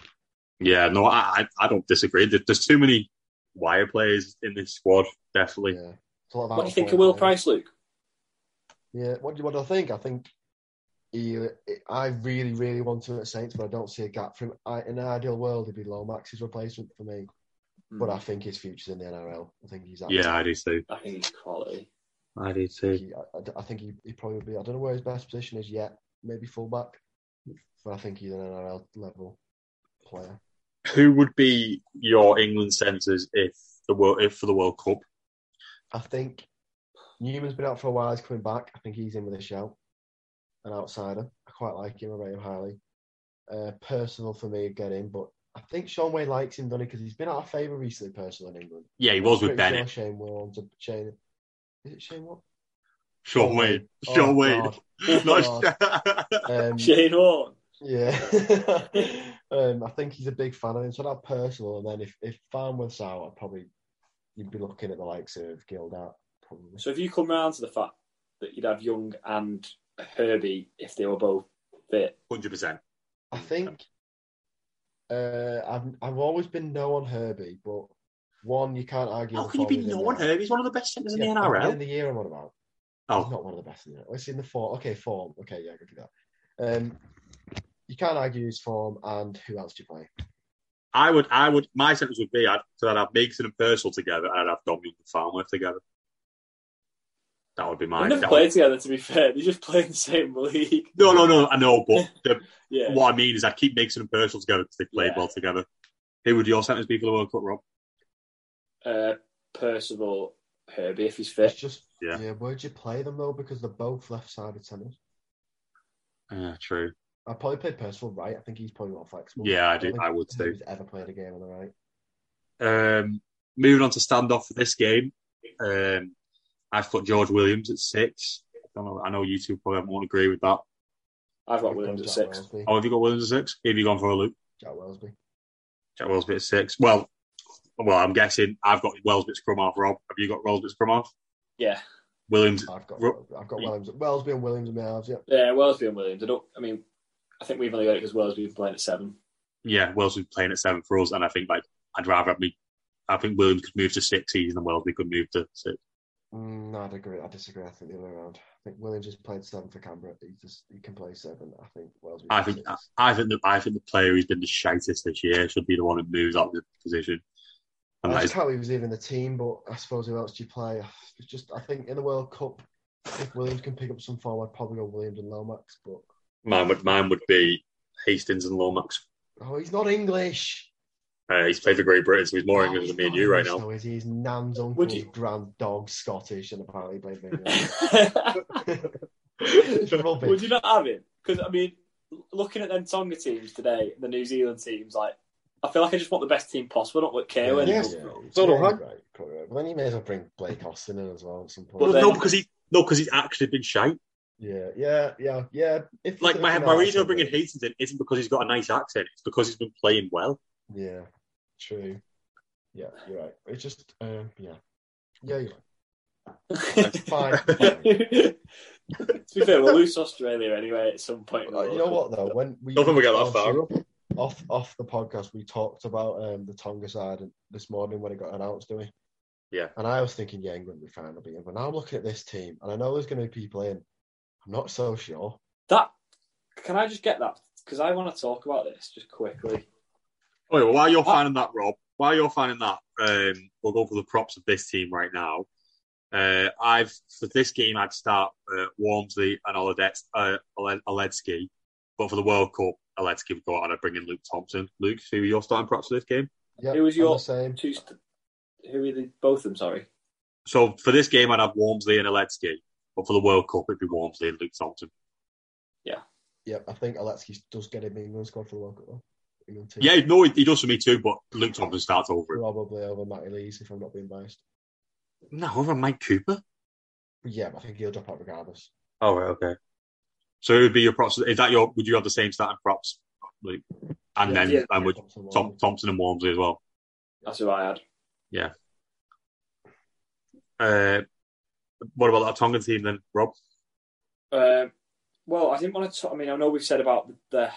A: Yeah, no, I I I don't disagree. There- There's too many wire players in this squad, definitely.
B: Yeah. It's a lot
D: What do
B: out
D: you think of
B: form
D: Will
B: players.
D: Price, Luke?
B: Yeah. What do what do I think? I think he. I really, really want him at Saints, but I don't see a gap for him. I, in an ideal world, it'd be Lomax's replacement for me.
D: Hmm.
B: But I think his future's in the NRL. I think he's.
A: Yeah, I do too.
D: I think he's quality.
A: I do
B: I,
A: too.
B: I- I think he, he probably would be. I don't know where his best position is yet. Maybe fullback, but I think he's an NRL level player.
A: Who would be your England centres if the world if for the World Cup?
B: I think Newman's been out for a while. He's coming back. I think he's in with a shout. An outsider. I quite like him. I rate him highly. Uh, personal for me, get in. But I think Sean Way likes him, Donny, because he's been out of favour recently. Personal in England.
A: Yeah, he was with
B: Pretty
A: Bennett.
B: Sure Shane Warne's a Shane. Is it Shane Warne?
A: Sean Wayne.
B: Oh,
A: Sean Wayne.
B: God.
A: Not-
B: Um,
D: Shane Horn.
B: Yeah, um, I think he's a big fan of him. So that personal, and then if if Farnworth's out, I'd probably you'd be looking at the likes of Gildart. Probably.
D: So if you come round to the fact that you'd have Young and Herbie if they were both fit,
A: 100%.
B: I think uh, I've I've always been no on Herbie, but one you can't argue.
A: How
B: with
A: can you
B: the
A: be
B: form he's in
A: no on
B: now.
A: Herb? He's one of the best centres
B: Yeah,
A: in
B: at
A: the
B: beginning of
A: NRL.
B: the year I'm on about. He's
A: Oh,
B: not one of the best in the It's in the form. Okay, form. Okay, yeah, I could do that. Um, you can't argue his form, and who else do you play?
A: I would, I would, my sentence would be I'd, so I'd have Meekson and Purcell together and I'd have Dom Young and Farnworth together. That would be
D: they've
A: mine.
D: never
A: That
D: played together. To be fair, they just play in the same league.
A: would- no, no, no, I know, but the,
D: Yeah,
A: what I mean is I'd keep Meekson and Purcell together because they played
D: Yeah.
A: well together. Who would your sentence be for the World Cup, Rob?
D: uh, Percival Herbie if he's
B: It's
D: fit.
B: just
A: Yeah.
B: yeah. Where'd you play them though? Because they're both left-sided centers.
A: Uh, true.
B: I probably played Percival right. I think he's probably more flexible.
A: Yeah, I
B: don't
A: do.
B: think
A: I would
B: he's
A: too.
B: ever played a game on the right.
A: Um, moving on to standoff for this game, um, I've put George Williams at six. I, don't know, I know you two probably won't agree with that.
D: I've got
B: We've
D: Williams at
B: Jack
D: six.
B: Wellesby.
A: Oh, have you got Williams at six? Who Have you gone for a loop?
B: Jack Wellesby.
A: Jack Wellsby at six. Well, well, I'm guessing I've got Wellsby at scrum half. Rob, have you got Wellsby at scrum half?
D: Yeah,
A: Williams.
B: I've got.
A: Ro-
B: I've got Wellesby. Wellesby and Williams in my halves. Yeah.
D: yeah, Wellesby and Williams. I don't. I mean, I think we've only got it because Wellesby's been playing at seven.
A: Yeah, Wellsby's playing at seven for us, and I think like I'd rather have me. I think Williams could move to six season, and Wellsby could move to six.
B: Mm, no, I'd agree. I disagree. I think the other way around. I think Williams has played seven for Canberra. He just he can play seven. I think Wellesby.
A: I
B: can
A: think
B: six.
A: I think the I think the player who's been the shittest this year should be the one who moves out of the position. And
B: I
A: that is,
B: just can't believe he's even in the team, but I suppose who else do you play? It's just I think in the World Cup, if Williams can pick up some form, I'd probably go Williams and Lomax. But
A: mine would mine would be Hastings and Lomax.
B: oh, he's not English.
A: Uh, he's played for Great Britain, so he's more
B: Oh,
A: English than
B: he's
A: me and
B: not
A: you right
B: English
A: now.
B: though, is he? His nan's
D: Would
B: uncle's
D: you-
B: grand dog Scottish and apparently played for England.
D: Would
B: it's rubbish.
D: you not have him? Because I mean, looking at them Tonga teams today, the New Zealand teams, like I feel like I just want the best team possible. I don't want care when
A: Yes.
B: So
A: do I.
B: Right, quite right. Well, then you may as well bring Blake Austin in as well at some point.
A: Well,
D: But
A: no,
D: then-
A: because he no, because he's actually been shite.
B: yeah, yeah, yeah, yeah. If
A: Like my,
B: if-
A: my reason for bringing
B: yeah.
A: Hastings in isn't because he's got a nice accent; it's because he's been playing well.
B: Yeah, true. Yeah, you're right. It's just, um, yeah, yeah, you're right. Fine. fine.
D: to be fair, we'll lose to Australia anyway at some point. in the
B: Like, you
D: World
B: know
D: Cup.
B: what though? When we
A: Don't think we get that far.
B: off off the podcast we talked about um, the Tonga side this morning when it got announced, didn't we?
A: Yeah.
B: And I was thinking, yeah, England would be fine, beat But now I'm looking at this team, and I know there's going to be people in. I'm not so sure.
C: That can I just get that because I want to talk about this just quickly.
A: Wait, Oh, well, while you're finding that, Rob, while you're finding that, um, we'll go for the props of this team right now. Uh, I've for this game I'd start uh, Wormsley and Oledets, uh, Oled- Oledsky, but for the World Cup, Oledsky would go out and I'd bring in Luke Thompson. Luke, who you're starting props for this game?
B: Yeah,
C: Who was
B: I'm the
C: your-
B: same?
C: Two, st- who are they? Both of them. Sorry.
A: So for this game I'd have Wormsley and Oledsky, but for the World Cup it'd be Wormsley and Luke Thompson.
B: Yep, I think Alexis does get in the England squad for the World Cup. though. England team.
A: Yeah, no, he, he does for me too, but Luke Thompson starts over him.
B: probably over Matty Lees if I'm not being biased.
A: No, over Mike Cooper.
B: But yeah, but I think he'll drop out regardless.
A: Oh, right, okay. So it would be your props. Is that your? Would you have the same starting props, Luke? And
B: Yeah.
A: then
C: Yeah.
A: and would
B: Thompson
A: Tom,
B: won.
A: Thompson and Wormsley as well.
C: That's who I had.
A: Uh, what about that Tongan team then, Rob?
C: Um, well, I didn't want to. Talk, I mean, I know we've said about the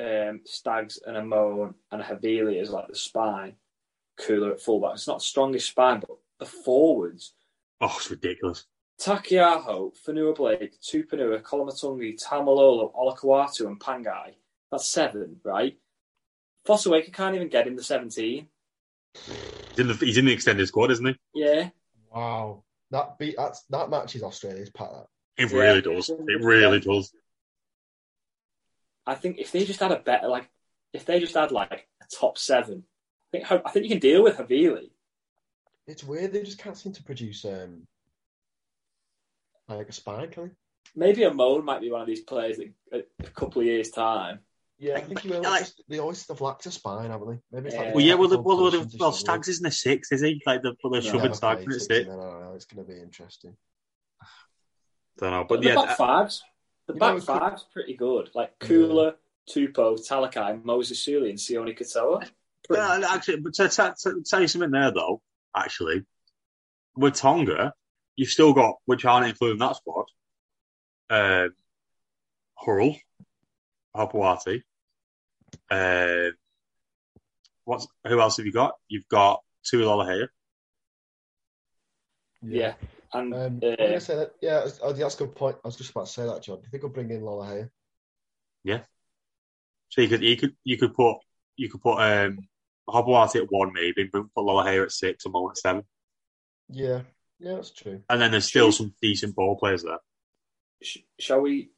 C: um, Stags and Amon and Havili as like the spine, cooler at fullback. It's not the strongest spine, but the forwards.
A: Oh, it's ridiculous.
C: Takiaho, Fanua Blake, Tupanua, Kolamatungi, Tamalolo, Olakwatu, and Pangai. That's seven, right? Fosuaker can't even get in the 17.
A: He's in the, he's in the extended squad, isn't he?
C: Yeah.
B: Wow. That beat that's that matches Australia's pack that.
A: It
C: Yeah.
A: really does. It really does.
C: I think if they just had a better, like, if they just had like a top seven, I think I think you can deal with Havili.
B: It's weird they just can't seem to produce um like a spine, can
C: Maybe Amon might be one of these players that a- a couple of years' time.
B: they? Yeah, I
A: Like,
B: think
A: but-
B: you will.
A: like-
B: just- they always have lacked a spine, haven't they? Maybe it's like
C: Yeah.
A: Well, yeah, well, the,
B: tactical
A: well, the,
B: positions
A: well,
B: they
A: Stags isn't a six, is he? Like the well, they're
C: No.
A: shoving
B: struggle with. Yeah,
A: Stags
B: okay,
A: in at
B: six,
A: six.
B: no, no, no, it's going to be interesting.
A: Don't know,
C: But
A: but
C: the
A: yeah,
C: back
A: that-
C: fives, the
B: You know,
C: back
B: it could-
C: five's pretty good. Like Kula, Tupo, Talakai, Moses Suli, and Sione Katoa.
A: yeah, actually, but to, to, to tell you something there though, actually, with Tonga, you've still got which aren't included in that squad. Uh, Hurl, Hapawati. Uh, what's who else have you got? You've got Tuilala here.
C: Yeah. And
B: Um, I'm
C: uh,
B: gonna say that. Yeah, that's- oh, that's a good point. I was just about to say that, John. Do you think I'll bring in Lola here?
A: So you could you could you could put you could put um Hobart at one maybe, but put Lola here at six and Mull at seven.
B: Yeah, yeah, that's true.
A: And then there's still some decent ball players there.
C: sh- shall we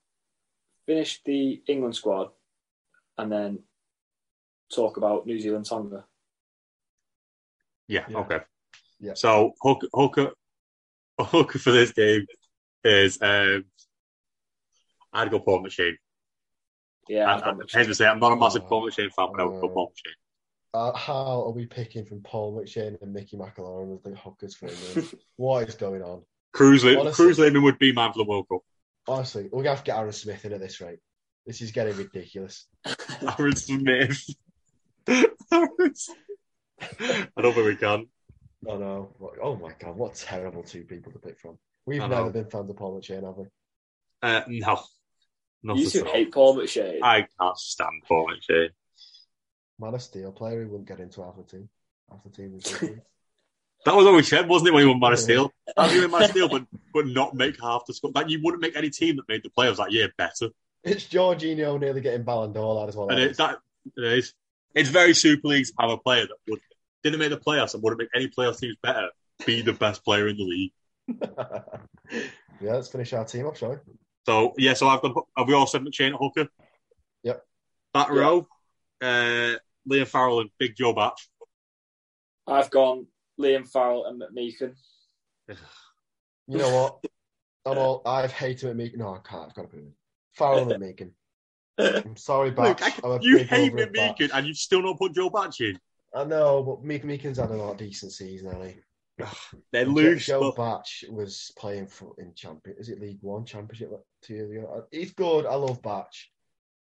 C: finish the England squad and then talk about New Zealand Tonga?
A: Yeah,
B: Yeah.
A: okay.
B: Yeah.
A: So Hooker Hooker Hooker for this game is um I'd go Paul McShane.
C: Yeah, I've
A: I, I,
C: got much-
A: I, say, I'm not a massive
B: Oh.
A: Paul McShane fan, but I would go Paul McShane.
B: Uh, how are we picking from Paul McShane and Mickey McAloran as the hookers for England? what is going on?
A: Cruz Le-
B: Honestly.
A: Cruz Lehman would be man for the World Cup.
B: Honestly, we're gonna have to get Aaron Smith in at this rate. This is getting ridiculous.
A: Aaron Smith. Aaron Smith. I don't think we can.
B: Oh no! What- Oh my god! What terrible two people to pick from. We've
A: I know.
B: never been fans of Paul McShane, have we?
A: Uh, no. Not
C: you
A: at
C: two
A: all.
C: hate Paul McShane.
A: I can't stand Paul McShane.
B: Man of Steel player who wouldn't get into half the team. Half the team. is-
A: That was what we said, wasn't it, when you won Man of
B: Yeah.
A: Steel? How do you win Man of Steel, but, but not make half the squad? Like, you wouldn't make any team that made the playoffs that year better.
B: it's Jorginho nearly getting Ballon d'Or. That is what.
A: And
B: that
A: it,
B: is.
A: that, it is. It's very Super League to have a player that would, didn't make the playoffs and wouldn't make any playoff teams better be the best player in the league.
B: yeah, let's finish our team up, shall we?
A: So, yeah, so I've got, have we all said McShane at hooker?
B: Yep.
A: Back
C: Yeah.
A: row, uh, Liam Farrell and Big Joe Batch.
C: I've gone Liam Farrell and McMeekin.
B: You know what? I'm all, I've hated McMeekin. No, I can't. I've got to put him in. Farrell McMeekin. I'm sorry,
A: Look,
B: Batch.
A: I,
B: I'm a
A: you
B: big
A: hate
B: lover of Batch.
A: McMeekin and you've still not put Joe Batch in.
B: I know, but Meek Meekin's had a lot of decent season, hasn't he?
A: They're
B: Jo-
A: loose.
B: Joe
A: but-
B: Batch was playing for in champion. Is it League One Championship like, two years ago? Uh, He's good. I love Batch.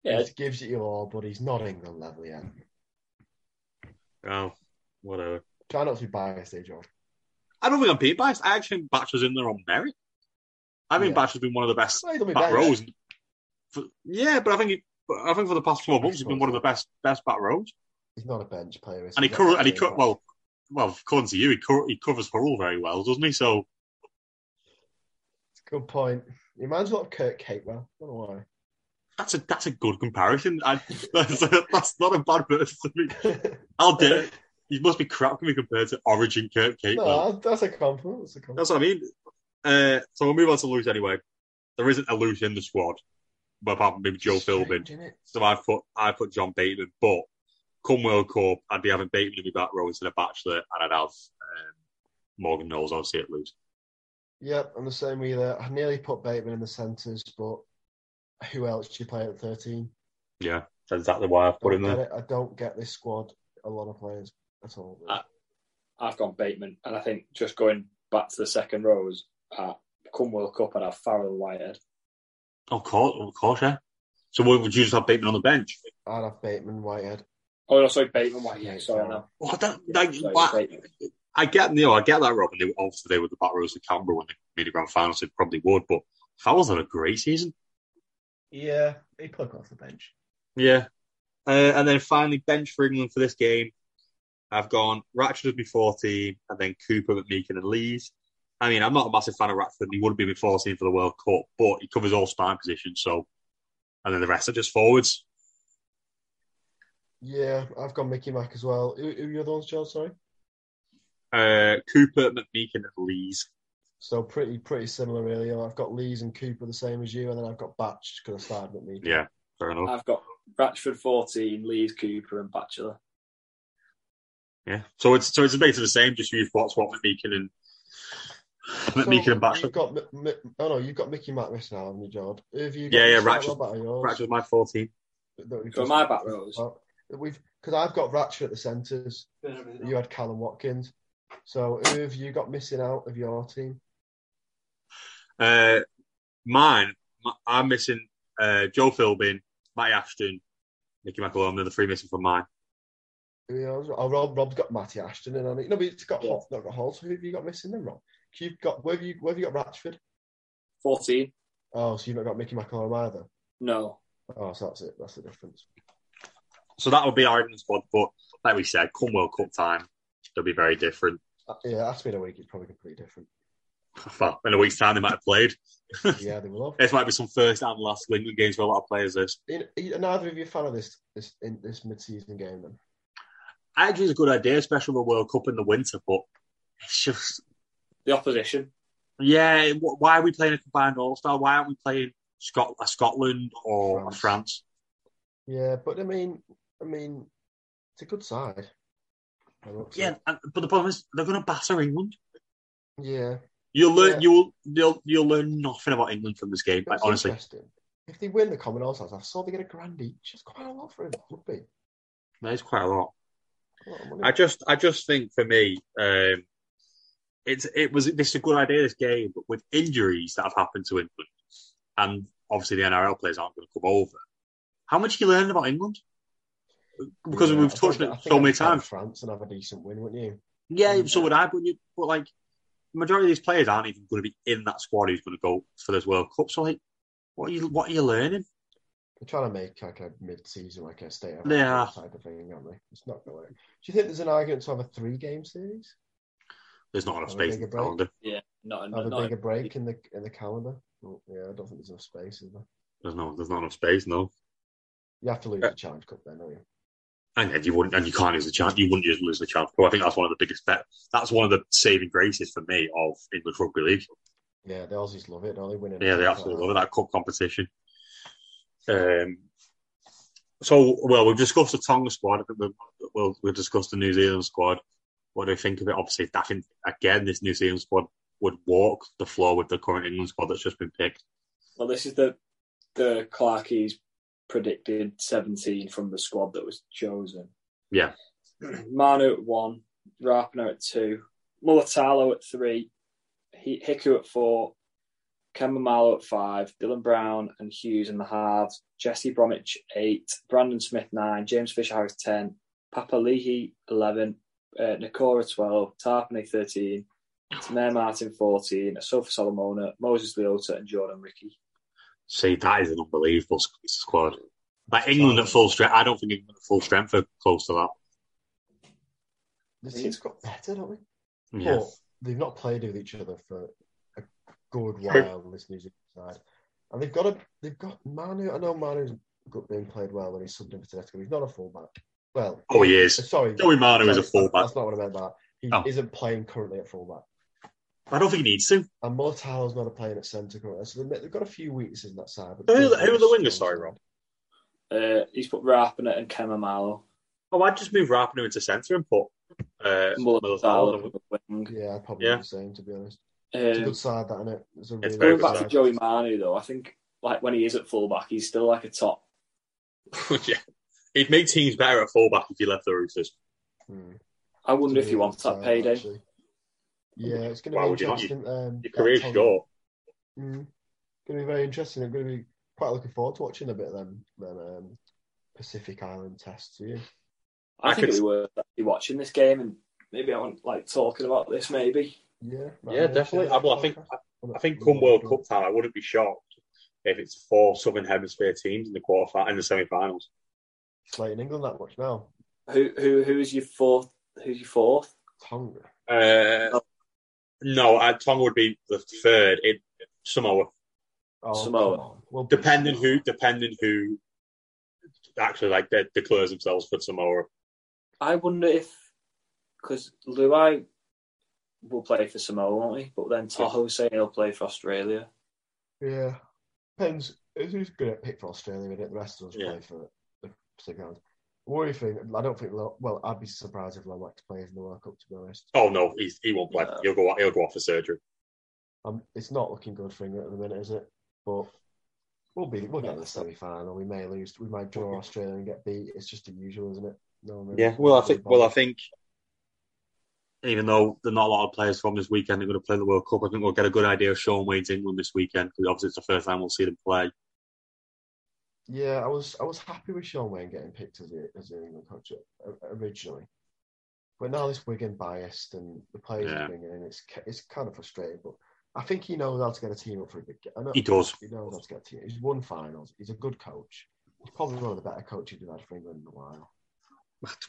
C: Yeah,
B: He gives it you all, but he's not England level yet.
A: Oh, whatever.
B: Try not to be biased, eh, George?
A: I don't think I'm being biased. I actually think Batch was in there on merit. I think
B: Yeah.
A: Batch has been one of the best
B: Well, he's done me
A: back
B: better.
A: rows. For- yeah, but I think he, but But I think for the past twelve months, he's been one of the best best back rows.
B: He's not a bench player, is
A: And he
B: He's
A: cover
B: not
A: and he
B: a
A: co-
B: bench.
A: well, well, according to you, he, co- he covers Hurrell very well, doesn't he? So
B: Good point. He reminds me a lot of Kurt Capewell. Don't know why.
A: that's a that's a good comparison. I, that's, that's not a bad person to me. I'll do it. He must be crap when we compare to Origin Kirk
B: no,
A: Capewell.
B: that's a compliment. That's a compliment.
A: That's what I mean. Uh, so we'll move on to loose anyway. There isn't a loose in the squad, but apart from maybe Joe Philbin.
B: Strange, innit?
A: So I put I put John Bateman, but come World Cup, I'd be having Bateman in my back row instead of Bachelor, and I'd have um, Morgan Knowles obviously at loose.
B: Yep, I'm the same way there. I nearly put Bateman in the centres, but who else do you play at 13?
A: Yeah, that's exactly why I've put him
B: Don't
A: there.
B: get it. I don't get this squad, a lot of players at all.
D: Ah. I've gone Bateman, and I think just going back to the second rows at come World Cup, I'd have Farrell and Whitehead.
A: Of course, of course, yeah. So would would you just have Bateman on the bench?
B: I'd have Bateman, Whitehead.
D: Oh, no, sorry, Bateman, Whitehead. Sorry, no.
A: Oh, that,
D: Yeah,
A: like,
D: sorry,
A: why-
D: Bateman.
A: I get Neil, I get that, Robin. They, were- obviously, they were the back rows of Canberra when they made the grand finals. They probably would, but Fowles had a great season.
B: Yeah, he plugged off the bench.
A: Yeah. Uh, and then finally, bench for England for this game. I've gone Ratchford would be 14, and then Cooper, McMeekin, and Lees. I mean, I'm not a massive fan of Ratchford. He wouldn't be my 14 for the World Cup, but he covers all spine positions. So, and then the rest are just forwards.
B: Yeah, I've got Mickey Mack as well. Who, who are the other ones, Joe? Sorry.
A: Uh, Cooper, McMeekin, and Lees.
B: So pretty, pretty similar, really. I've got Lees and Cooper the same as you, and then I've got Batch because I started with me.
A: Yeah, fair enough.
D: I've got Ratchford 14, Leeds Cooper, and Bachelor.
A: Yeah. So it's so it's basically the same. Just use what's what McMeekin and McMeekin and Batchelor.
B: You've got, Mi- Mi- oh no, you've got Mickey Mack missing out, haven't you, George? Who Have you
A: Yeah, yeah,
B: missing out?
A: Ratchet-
B: What about yours?
A: Ratchet was my 14.
B: that we've
D: For
B: just-
D: my back rows?
B: Oh, We've because I've got Ratchet at the centres. You had Callum Watkins. So who have you got missing out of your team?
A: Uh, mine, m- I'm missing uh, Joe Philbin, Matty Ashton, Nicky McAloman, the three missing from mine.
B: Who else? Oh, Rob, Rob's got Matty Ashton in on it. No, but it's got Hoff, not Holt. Who have you got missing then, Rob? 'Cause You've got where have you where have you got Ratchford?
D: 14?
B: Oh, so you've not got Mickey McCollum either.
D: No.
B: Oh, so that's it. That's the difference.
A: So that would be our England squad. But like we said, come World Cup time, they'll be very different.
B: Uh, Yeah, that's been a week. It's probably completely different.
A: Well, in a week's time, they might have played.
B: Yeah, they will have.
A: This might be some first and last England games for a lot of players. This
B: In, in- neither of you a fan of this this in this mid-season game then?
A: actually is a good idea, especially with a World Cup in the winter. But it's just
D: The opposition?
A: Yeah, wh- why are we playing a combined All Star? Why aren't we playing Scot- a Scotland or France? A
B: France.
A: France?
B: Yeah, but I mean, I mean, it's a good side. I would say.
A: Yeah, and, but the problem is they're going to batter England.
B: yeah.
A: You'll learn
B: Yeah.
A: you'll you'll you'll learn nothing about England from this game. Like,
B: That's
A: honestly,
B: interesting. If they win the Commonwealth House, I saw they get a grand each. It's quite a lot for him. Would be.
A: that is quite a lot.
B: A lot of money.
A: I just I just think for me, um, it's it was this is a good idea this game, but with injuries that have happened to England, and obviously the NRL players aren't going to come over. How much are you learning about England? Because
B: Yeah, I
A: we've
B: think-
A: touched
B: I
A: it
B: think
A: so
B: I'd
A: many
B: try
A: times.
B: France and have a decent win, wouldn't you?
A: Yeah,
B: Mm.
A: so would I. But, you, but like, the majority of these players aren't even going to be in that squad who's going to go for this World Cup. So like, what are you what are you learning?
B: They're trying to make like a mid-season, like a state of
A: They
B: Africa
A: are.
B: type of thing, aren't they? It's not going to work. Do you think there's an argument to have a three-game series?
A: There's not enough
B: Have a
A: space in the
B: bigger break.
A: calendar.
D: Not,
B: Have
D: not,
B: a
D: not
B: bigger break in the in the calendar? Well, yeah, I don't think there's enough space. Is there?
A: There's no there's not enough space. No,
B: You have to lose
A: Yeah.
B: the Challenge Cup then, don't you?
A: and then you wouldn't and you can't lose the chance. You wouldn't just lose the chance. But I think that's one of the biggest bet. That's one of the saving graces for me of English rugby league.
B: Yeah, the Aussies love it. Don't they winning?
A: Yeah, they absolutely love it, that cup competition. Um, so, well, we've discussed the Tonga squad. I think we've, we'll, we've discussed the New Zealand squad. What do you think of it? Obviously, I think, again, this New Zealand squad would walk the floor with the current England squad that's just been picked.
D: Well, this is the the Clarkies predicted 17 from the squad that was chosen.
A: Yeah.
D: Manu at one, Rapino at two, Mulatalo at three, Hi- Hiku at four, Kemba Marlow at five, Dylan Brown and Hughes in the halves, Jesse Bromwich eight, Brandon Smith nine, James Fisher Harris ten, Papalihi eleven, uh, Nakora twelve, Tarpany thirteen, Tamir Martin fourteen, Sofa Solomona, Moses Leota and Jordan Ricky.
A: See, that is an unbelievable s- squad. Like England at full strength, I don't think England at full strength are close to
B: The team's got better, don't we?
A: that. Yeah.
B: But they've not played with each other for a good while on this New Zealand side, and they've got a they've got Manu. I know Manu's got being played well when he's subbed in for Tedesco. He's not a fullback. Well,
A: Oh, he is.
B: sorry,
A: Joey Manu is a
B: sorry,
A: fullback.
B: That's not what I meant. by That he
A: Oh.
B: isn't playing currently at fullback,
A: I don't think he needs to.
B: and Mortal's not playing at centre currently. So they've they've got a few weaknesses in that side. but-
A: Who- who are the wingers, sorry, Rob?
D: Uh, he's put Rapana and Kemamalo.
A: Oh, I'd just move Rapinoe into centre and put uh, Militao on the-
D: wing.
B: Yeah, I'd probably
A: Yeah.
B: do the same to be honest. It's a
D: Um,
B: good side, that innit? It's a
A: It's
B: really
A: very
D: going
B: good
D: back to
B: side.
D: Joey Manu though, I think like when he is at fullback, he's still like a top.
A: yeah. He'd make teams better at fullback if he left the Roosters.
B: Hmm.
D: I wonder
B: It's a
D: if he
B: really
D: wants
B: good
D: that
B: side,
D: payday.
B: actually. Yeah, it's going to
A: Why
B: be
A: would you not?
B: interesting. um,
A: Your career's
B: Tottenham-
A: short.
B: Mm. Going to be very interesting. I'm going to be quite looking forward to watching a bit of them, them um, Pacific Island tests. Yeah.
D: I,
A: I
D: think
A: could-
D: it'd be worth actually watching this game and maybe I want like talking about this maybe.
B: Yeah,
A: Yeah, definitely. I, well, I think I think come World Cup time, I wouldn't be shocked if it's four Southern Hemisphere teams in the quarter in the semi-finals.
B: Slating England that much now.
D: Who who who's your fourth who's your fourth?
B: Tonga.
A: Uh, no, I, Tonga would be the third. It Samoa,
B: Oh,
D: Samoa.
B: come on. Well,
A: depending who, depending who actually like de- declares themselves for Samoa.
D: I wonder if because Luai will play for Samoa, won't he? But then Toho's saying he'll play for Australia.
B: Yeah. Depends who's going to pick for Australia and the rest of us
A: Yeah.
B: play for the Pacific Islands. Worry thing, I don't think, Lo- well, I'd be surprised if Lomax plays in the World Cup, to be honest.
A: Oh no, he's, he won't play.
D: No.
A: He'll go. He'll go off for surgery.
B: Um, it's not looking good for England at the minute, is it? But we'll be we'll get to the semi final. We may lose. We might draw Australia and get beat. It's just the usual, isn't it? No. one really-
A: think. Even though there are not a lot of players from this weekend who are going to play the World Cup, I think we'll get a good idea of Sean Wade's England this weekend because obviously it's the first time we'll see them play.
B: Yeah, I was I was happy with Sean Wayne getting picked as the as the England coach o- originally, but now this Wigan biased and the players
A: Yeah.
B: he's bringing in, it's ca- it's kind of frustrating. But I think he knows how to get a team up for a big game. I know-
A: He does.
B: He knows how to get a team. He's won finals. He's a good coach. He's probably one of the better coaches we've had for England in a while.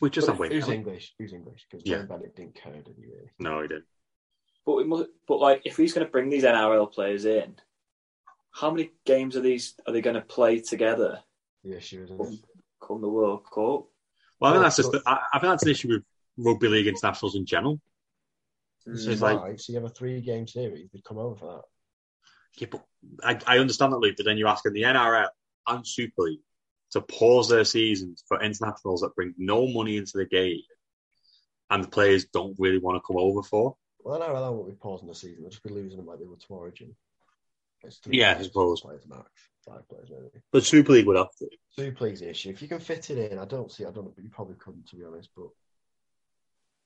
A: We just
B: But
A: have Wade.
B: who's
A: haven't
B: English? Who's English? Because
A: Yeah.
B: Wayne Bennett didn't care, did he really?
A: we? No, he didn't.
D: But we must, but like if he's going to bring these NRL players in, how many games are these are they going to play together
B: The issue uh, is
D: come the World Cup?
A: Well, I think
B: Well,
A: that's just. The, I, I think that's an issue with rugby league internationals in general.
B: this
A: It's
B: is
A: like-
B: right. So you have a three game series. They'd come over for that.
A: Yeah, but I, I understand that, Luke. But then you're asking the NRL and Super League to pause their seasons for internationals that bring no money into the game, and the players don't really want to come over for.
B: Well, I know that won't be pausing the season. They'll just be losing them like they were to Origin. It's
A: Yeah, I
B: players,
A: suppose.
B: four Players max, five players maybe.
A: But Super League would have to.
B: Two plays the issue. If you can fit it in, I don't see. I don't. You probably couldn't, to be honest. But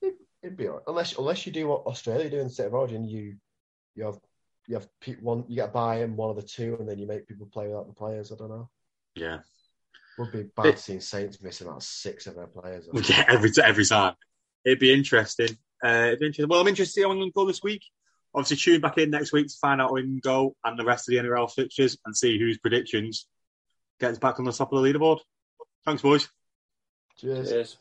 B: it, it'd be alright unless unless you do what Australia do instead of Origin. You you have you have pe- one. You get a buy in one of the two, and then you make people play without the players. I don't know.
A: Yeah,
B: Would be bad seeing Saints missing out six of their players.
A: we get every every time. It'd be interesting. Uh, it'd be interesting. Well, I'm interested to see how England go this week. Obviously, tune back in next week to find out how England go and the rest of the NRL fixtures and see whose predictions gets back on the top of the leaderboard. Thanks, boys.
B: Cheers.
D: Cheers.